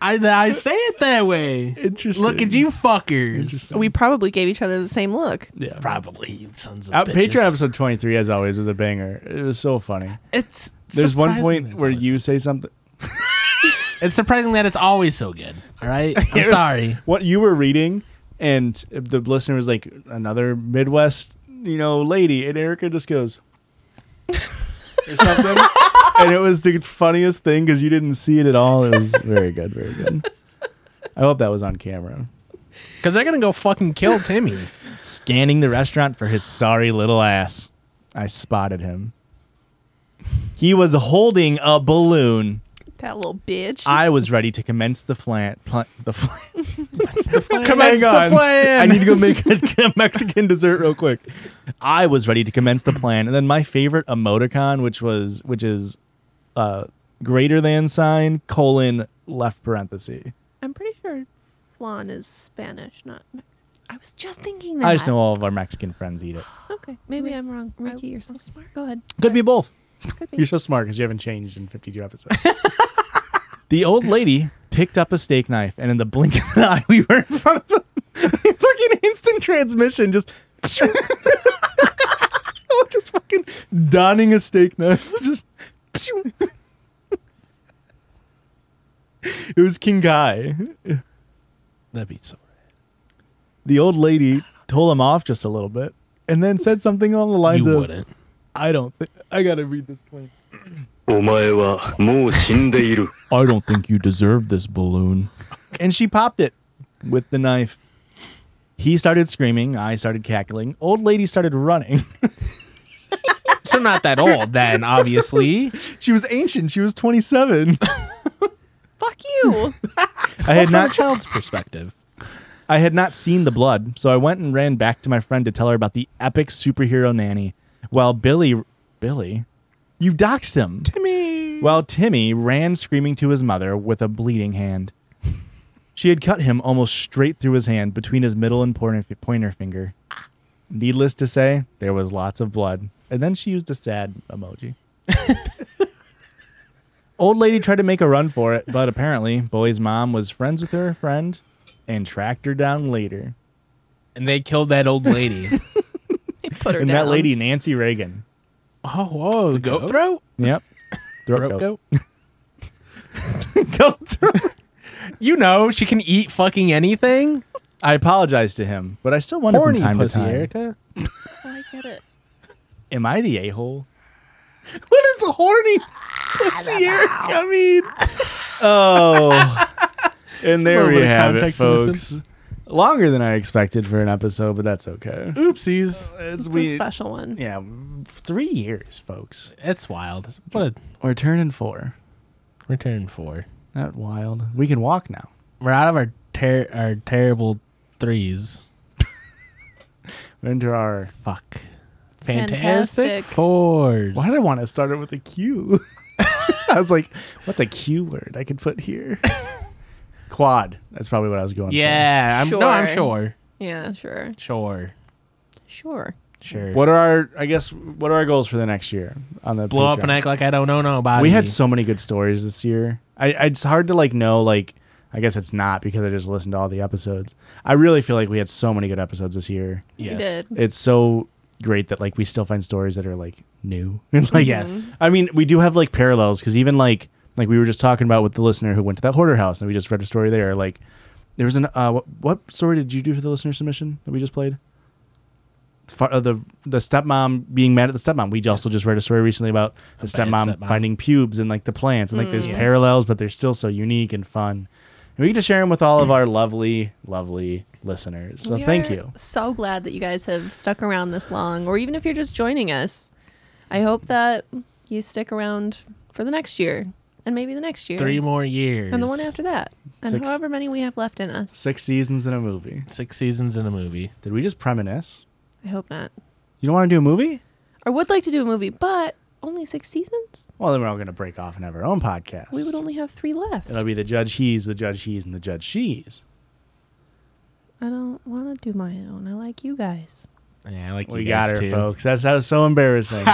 Speaker 4: I I say it that way.
Speaker 9: Interesting.
Speaker 4: Look at you fuckers.
Speaker 13: we probably gave each other the same look.
Speaker 9: Yeah.
Speaker 4: Probably you sons of
Speaker 9: Uh,
Speaker 4: bitches.
Speaker 9: Patreon episode 23, as always, was a banger. It was so funny.
Speaker 4: It's
Speaker 9: There's one
Speaker 4: surprising
Speaker 9: point
Speaker 4: that's
Speaker 9: where
Speaker 4: always-
Speaker 9: you say something.
Speaker 4: It's surprising that it's always so good. All right,
Speaker 9: (laughs)
Speaker 4: I'm
Speaker 1: Here's-
Speaker 4: sorry.
Speaker 1: What you were reading, and the listener was like another Midwest, you know, lady, and Erica just goes (laughs) or something, and it was the funniest thing because you didn't see it at all. It was very good, very good. I hope that was on camera.
Speaker 4: Because they're gonna go fucking kill Timmy.
Speaker 9: Scanning the restaurant for his sorry little ass. I spotted him. He was holding a balloon.
Speaker 2: That little bitch.
Speaker 9: I was ready to commence the flan. Pl- the flan.
Speaker 1: Come
Speaker 9: Hang on. I need to go make a (laughs) Mexican dessert real quick. I was ready to commence the plan, and then my favorite emoticon, which was which is uh, greater than sign colon left parenthesis.
Speaker 2: I'm pretty sure flan is Spanish, not Mexican.
Speaker 13: I was just thinking that.
Speaker 9: I just know all of our Mexican friends eat it.
Speaker 2: Okay,
Speaker 13: Maybe I'm wrong. Ricky,
Speaker 2: I-
Speaker 13: you're so
Speaker 2: I'm smart.
Speaker 13: Go ahead.
Speaker 9: Could be both.
Speaker 13: Could be.
Speaker 9: You're so smart because you haven't changed in 52 episodes. the old lady picked up a steak knife, and in the blink of an eye, (laughs) we were in front of a fucking instant transmission. Just, (laughs) just fucking donning a steak knife. (laughs) Just. it was King Guy.
Speaker 4: That beats so.
Speaker 9: The old lady told him off just a little bit, and then said something along the
Speaker 4: You
Speaker 9: lines of,
Speaker 4: wouldn't.
Speaker 9: "I don't think I gotta read this point."
Speaker 30: お前はもう死んでいる。
Speaker 9: (laughs) I don't think you deserve this balloon. And she popped it with the knife. He started screaming. I started cackling. Old lady started running. (laughs)
Speaker 4: So not that old then, obviously.
Speaker 9: She was ancient. She was 27.
Speaker 2: Fuck you.
Speaker 9: I had
Speaker 4: From a
Speaker 9: not
Speaker 4: child's perspective.
Speaker 9: I had not seen the blood, so I went and ran back to my friend to tell her about the epic superhero nanny. While Billy Billy you doxed him.
Speaker 4: Timmy.
Speaker 9: While Timmy ran screaming to his mother with a bleeding hand. She had cut him almost straight through his hand between his middle and pointer, pointer finger. Needless to say, there was lots of blood. And then she used a sad emoji. Old lady tried to make a run for it, but apparently, boy's mom was friends with her friend and tracked her down later.
Speaker 4: And they killed that old lady.
Speaker 2: Put her
Speaker 9: and
Speaker 2: down.
Speaker 9: that lady, Nancy Reagan.
Speaker 4: (laughs) oh, whoa, the goat throat?
Speaker 9: Yep.
Speaker 4: Throat
Speaker 9: Throat goat.
Speaker 4: goat. (laughs) goat throat. You know she can eat fucking anything.
Speaker 9: I apologize to him, but I still wonder
Speaker 4: Horny
Speaker 9: from time
Speaker 4: pussy,
Speaker 9: to time.
Speaker 4: Erica.
Speaker 2: I get it.
Speaker 9: Am I the a hole? (laughs) What is a horny pussy Eric? I mean, oh, and there
Speaker 4: Little
Speaker 9: we
Speaker 4: bit of
Speaker 9: have it,
Speaker 4: context in this
Speaker 9: folks. Longer than I expected for an episode, but that's okay.
Speaker 4: Oopsies.
Speaker 9: It's,
Speaker 13: It's a special one.
Speaker 9: yeah, three years, folks.
Speaker 4: It's wild. What a
Speaker 9: We're turning four.
Speaker 4: return for.
Speaker 9: Not wild. We can walk now.
Speaker 4: We're out of our ter- our terrible threes.
Speaker 9: We're into our.
Speaker 4: Fuck. Fantastic,
Speaker 2: Fantastic.
Speaker 4: fours.
Speaker 9: Why did I want to start it with a Q? (laughs) I was like, what's a Q word I could put here? (laughs) Quad. That's probably what I was going. for.
Speaker 4: yeah, I'm, no, I'm
Speaker 13: Sure.
Speaker 4: sure.
Speaker 13: Yeah, sure.
Speaker 4: Sure.
Speaker 13: Sure.
Speaker 4: Sure.
Speaker 9: What are our? I guess what are our goals for the next year on the
Speaker 4: Blow up
Speaker 9: Patreon?
Speaker 4: and act like I don't know nobody.
Speaker 9: We had so many good stories this year. I, I- it's hard to like know like I guess it's not because I just listened to all the episodes. I really feel like we had so many good episodes this year.
Speaker 4: yes.
Speaker 13: You did.
Speaker 9: (laughs) It's so great that like we still find stories that are like new. (laughs) And, like
Speaker 4: Yes.
Speaker 9: I mean, we do have like parallels because even like like we were just talking about with the listener who went to that hoarder house and we just read a story there. Like there was an uh, what, what story did you do for the listener submission that we just played? Fa- uh, the the stepmom being mad at the stepmom. We also just read a story recently about the
Speaker 4: bad
Speaker 9: stepmom,
Speaker 4: stepmom.
Speaker 9: finding pubes and like the plants and like there's
Speaker 4: Yes.
Speaker 9: parallels, but they're still so unique and fun. And we get to share them with all of our lovely, lovely listeners. So
Speaker 13: We
Speaker 9: thank
Speaker 13: are
Speaker 9: you.
Speaker 13: So glad that you guys have stuck around this long, or even if you're just joining us, I hope that you stick around for the next year, and maybe the next year,
Speaker 4: Three more years.
Speaker 13: and the one after that, and
Speaker 9: Six.
Speaker 13: however many we have left in us.
Speaker 9: Six seasons in a movie.
Speaker 4: Six seasons in a movie.
Speaker 9: Did we just premonition?
Speaker 13: I hope not.
Speaker 9: You don't want to do a movie?
Speaker 13: I would like to do a movie, but only six seasons.
Speaker 9: Well, then we're all going to break off and have our own podcast.
Speaker 13: We would only have three left.
Speaker 9: It'll be the judge he's, the judge he's, and the judge she's.
Speaker 13: I don't want to do my own. I like you guys.
Speaker 4: Yeah, I like
Speaker 9: We
Speaker 4: you
Speaker 9: got
Speaker 4: guys
Speaker 9: her,
Speaker 4: too.
Speaker 9: folks. That's how so
Speaker 4: (laughs)
Speaker 9: embarrassing.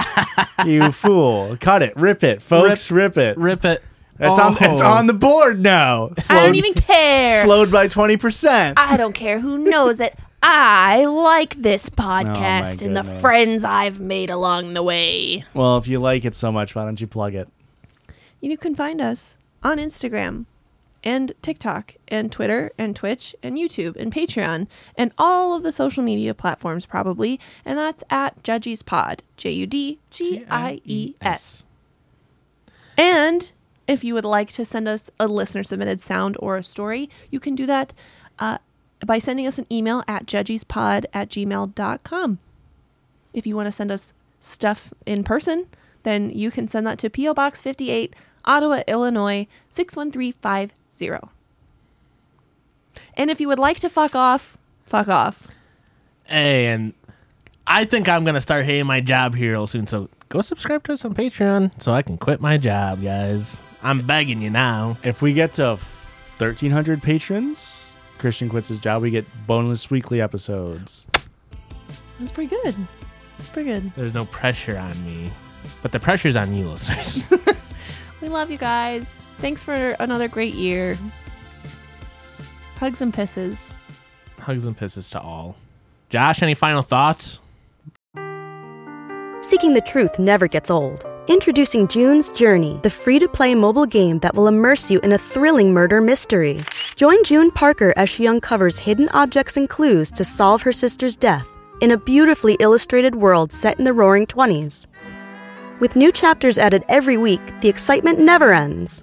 Speaker 9: you fool! Cut it, rip it, folks, rip, it.
Speaker 4: Rip it.
Speaker 9: It's on. It's
Speaker 4: Oh.
Speaker 9: on the board now. Slowed,
Speaker 13: I don't even care.
Speaker 9: slowed by twenty percent.
Speaker 13: I don't care who knows it. I like this podcast and the
Speaker 9: goodness.
Speaker 13: friends I've made along the way.
Speaker 9: Well, if you like it so much, why don't you plug it?
Speaker 13: You can find us on Instagram
Speaker 2: and TikTok and Twitter and Twitch and YouTube and Patreon and all of the social media platforms probably. And that's at Judges Pod. J U D G I E S. And if you would like to send us a listener submitted sound or a story, you can do that uh, by sending us an email at judgiespod at gmail.com. If you want to send us stuff in person, then you can send that to P.O. Box 58, Ottawa, Illinois 61350. And if you would like to fuck off, fuck off.
Speaker 4: Hey, and I think I'm gonna start hating my job here real soon. So go subscribe to us on Patreon so I can quit my job, guys. I'm begging you now.
Speaker 9: If we get to 1,300 patrons, Christian quits his job. We get bonus weekly episodes.
Speaker 31: That's pretty good. That's pretty good.
Speaker 4: There's no pressure on me, but the pressure's on you, listeners. (laughs)
Speaker 2: We love you guys. Thanks for another great year. Hugs and pisses.
Speaker 4: Hugs and pisses to all. Josh, any final thoughts?
Speaker 26: Seeking the truth never gets old. Introducing June's Journey, the free to play mobile game that will immerse you in a thrilling murder mystery. Join June Parker as she uncovers hidden objects and clues to solve her sister's death in a beautifully illustrated world set in the roaring 20s. With new chapters added every week, the excitement never ends.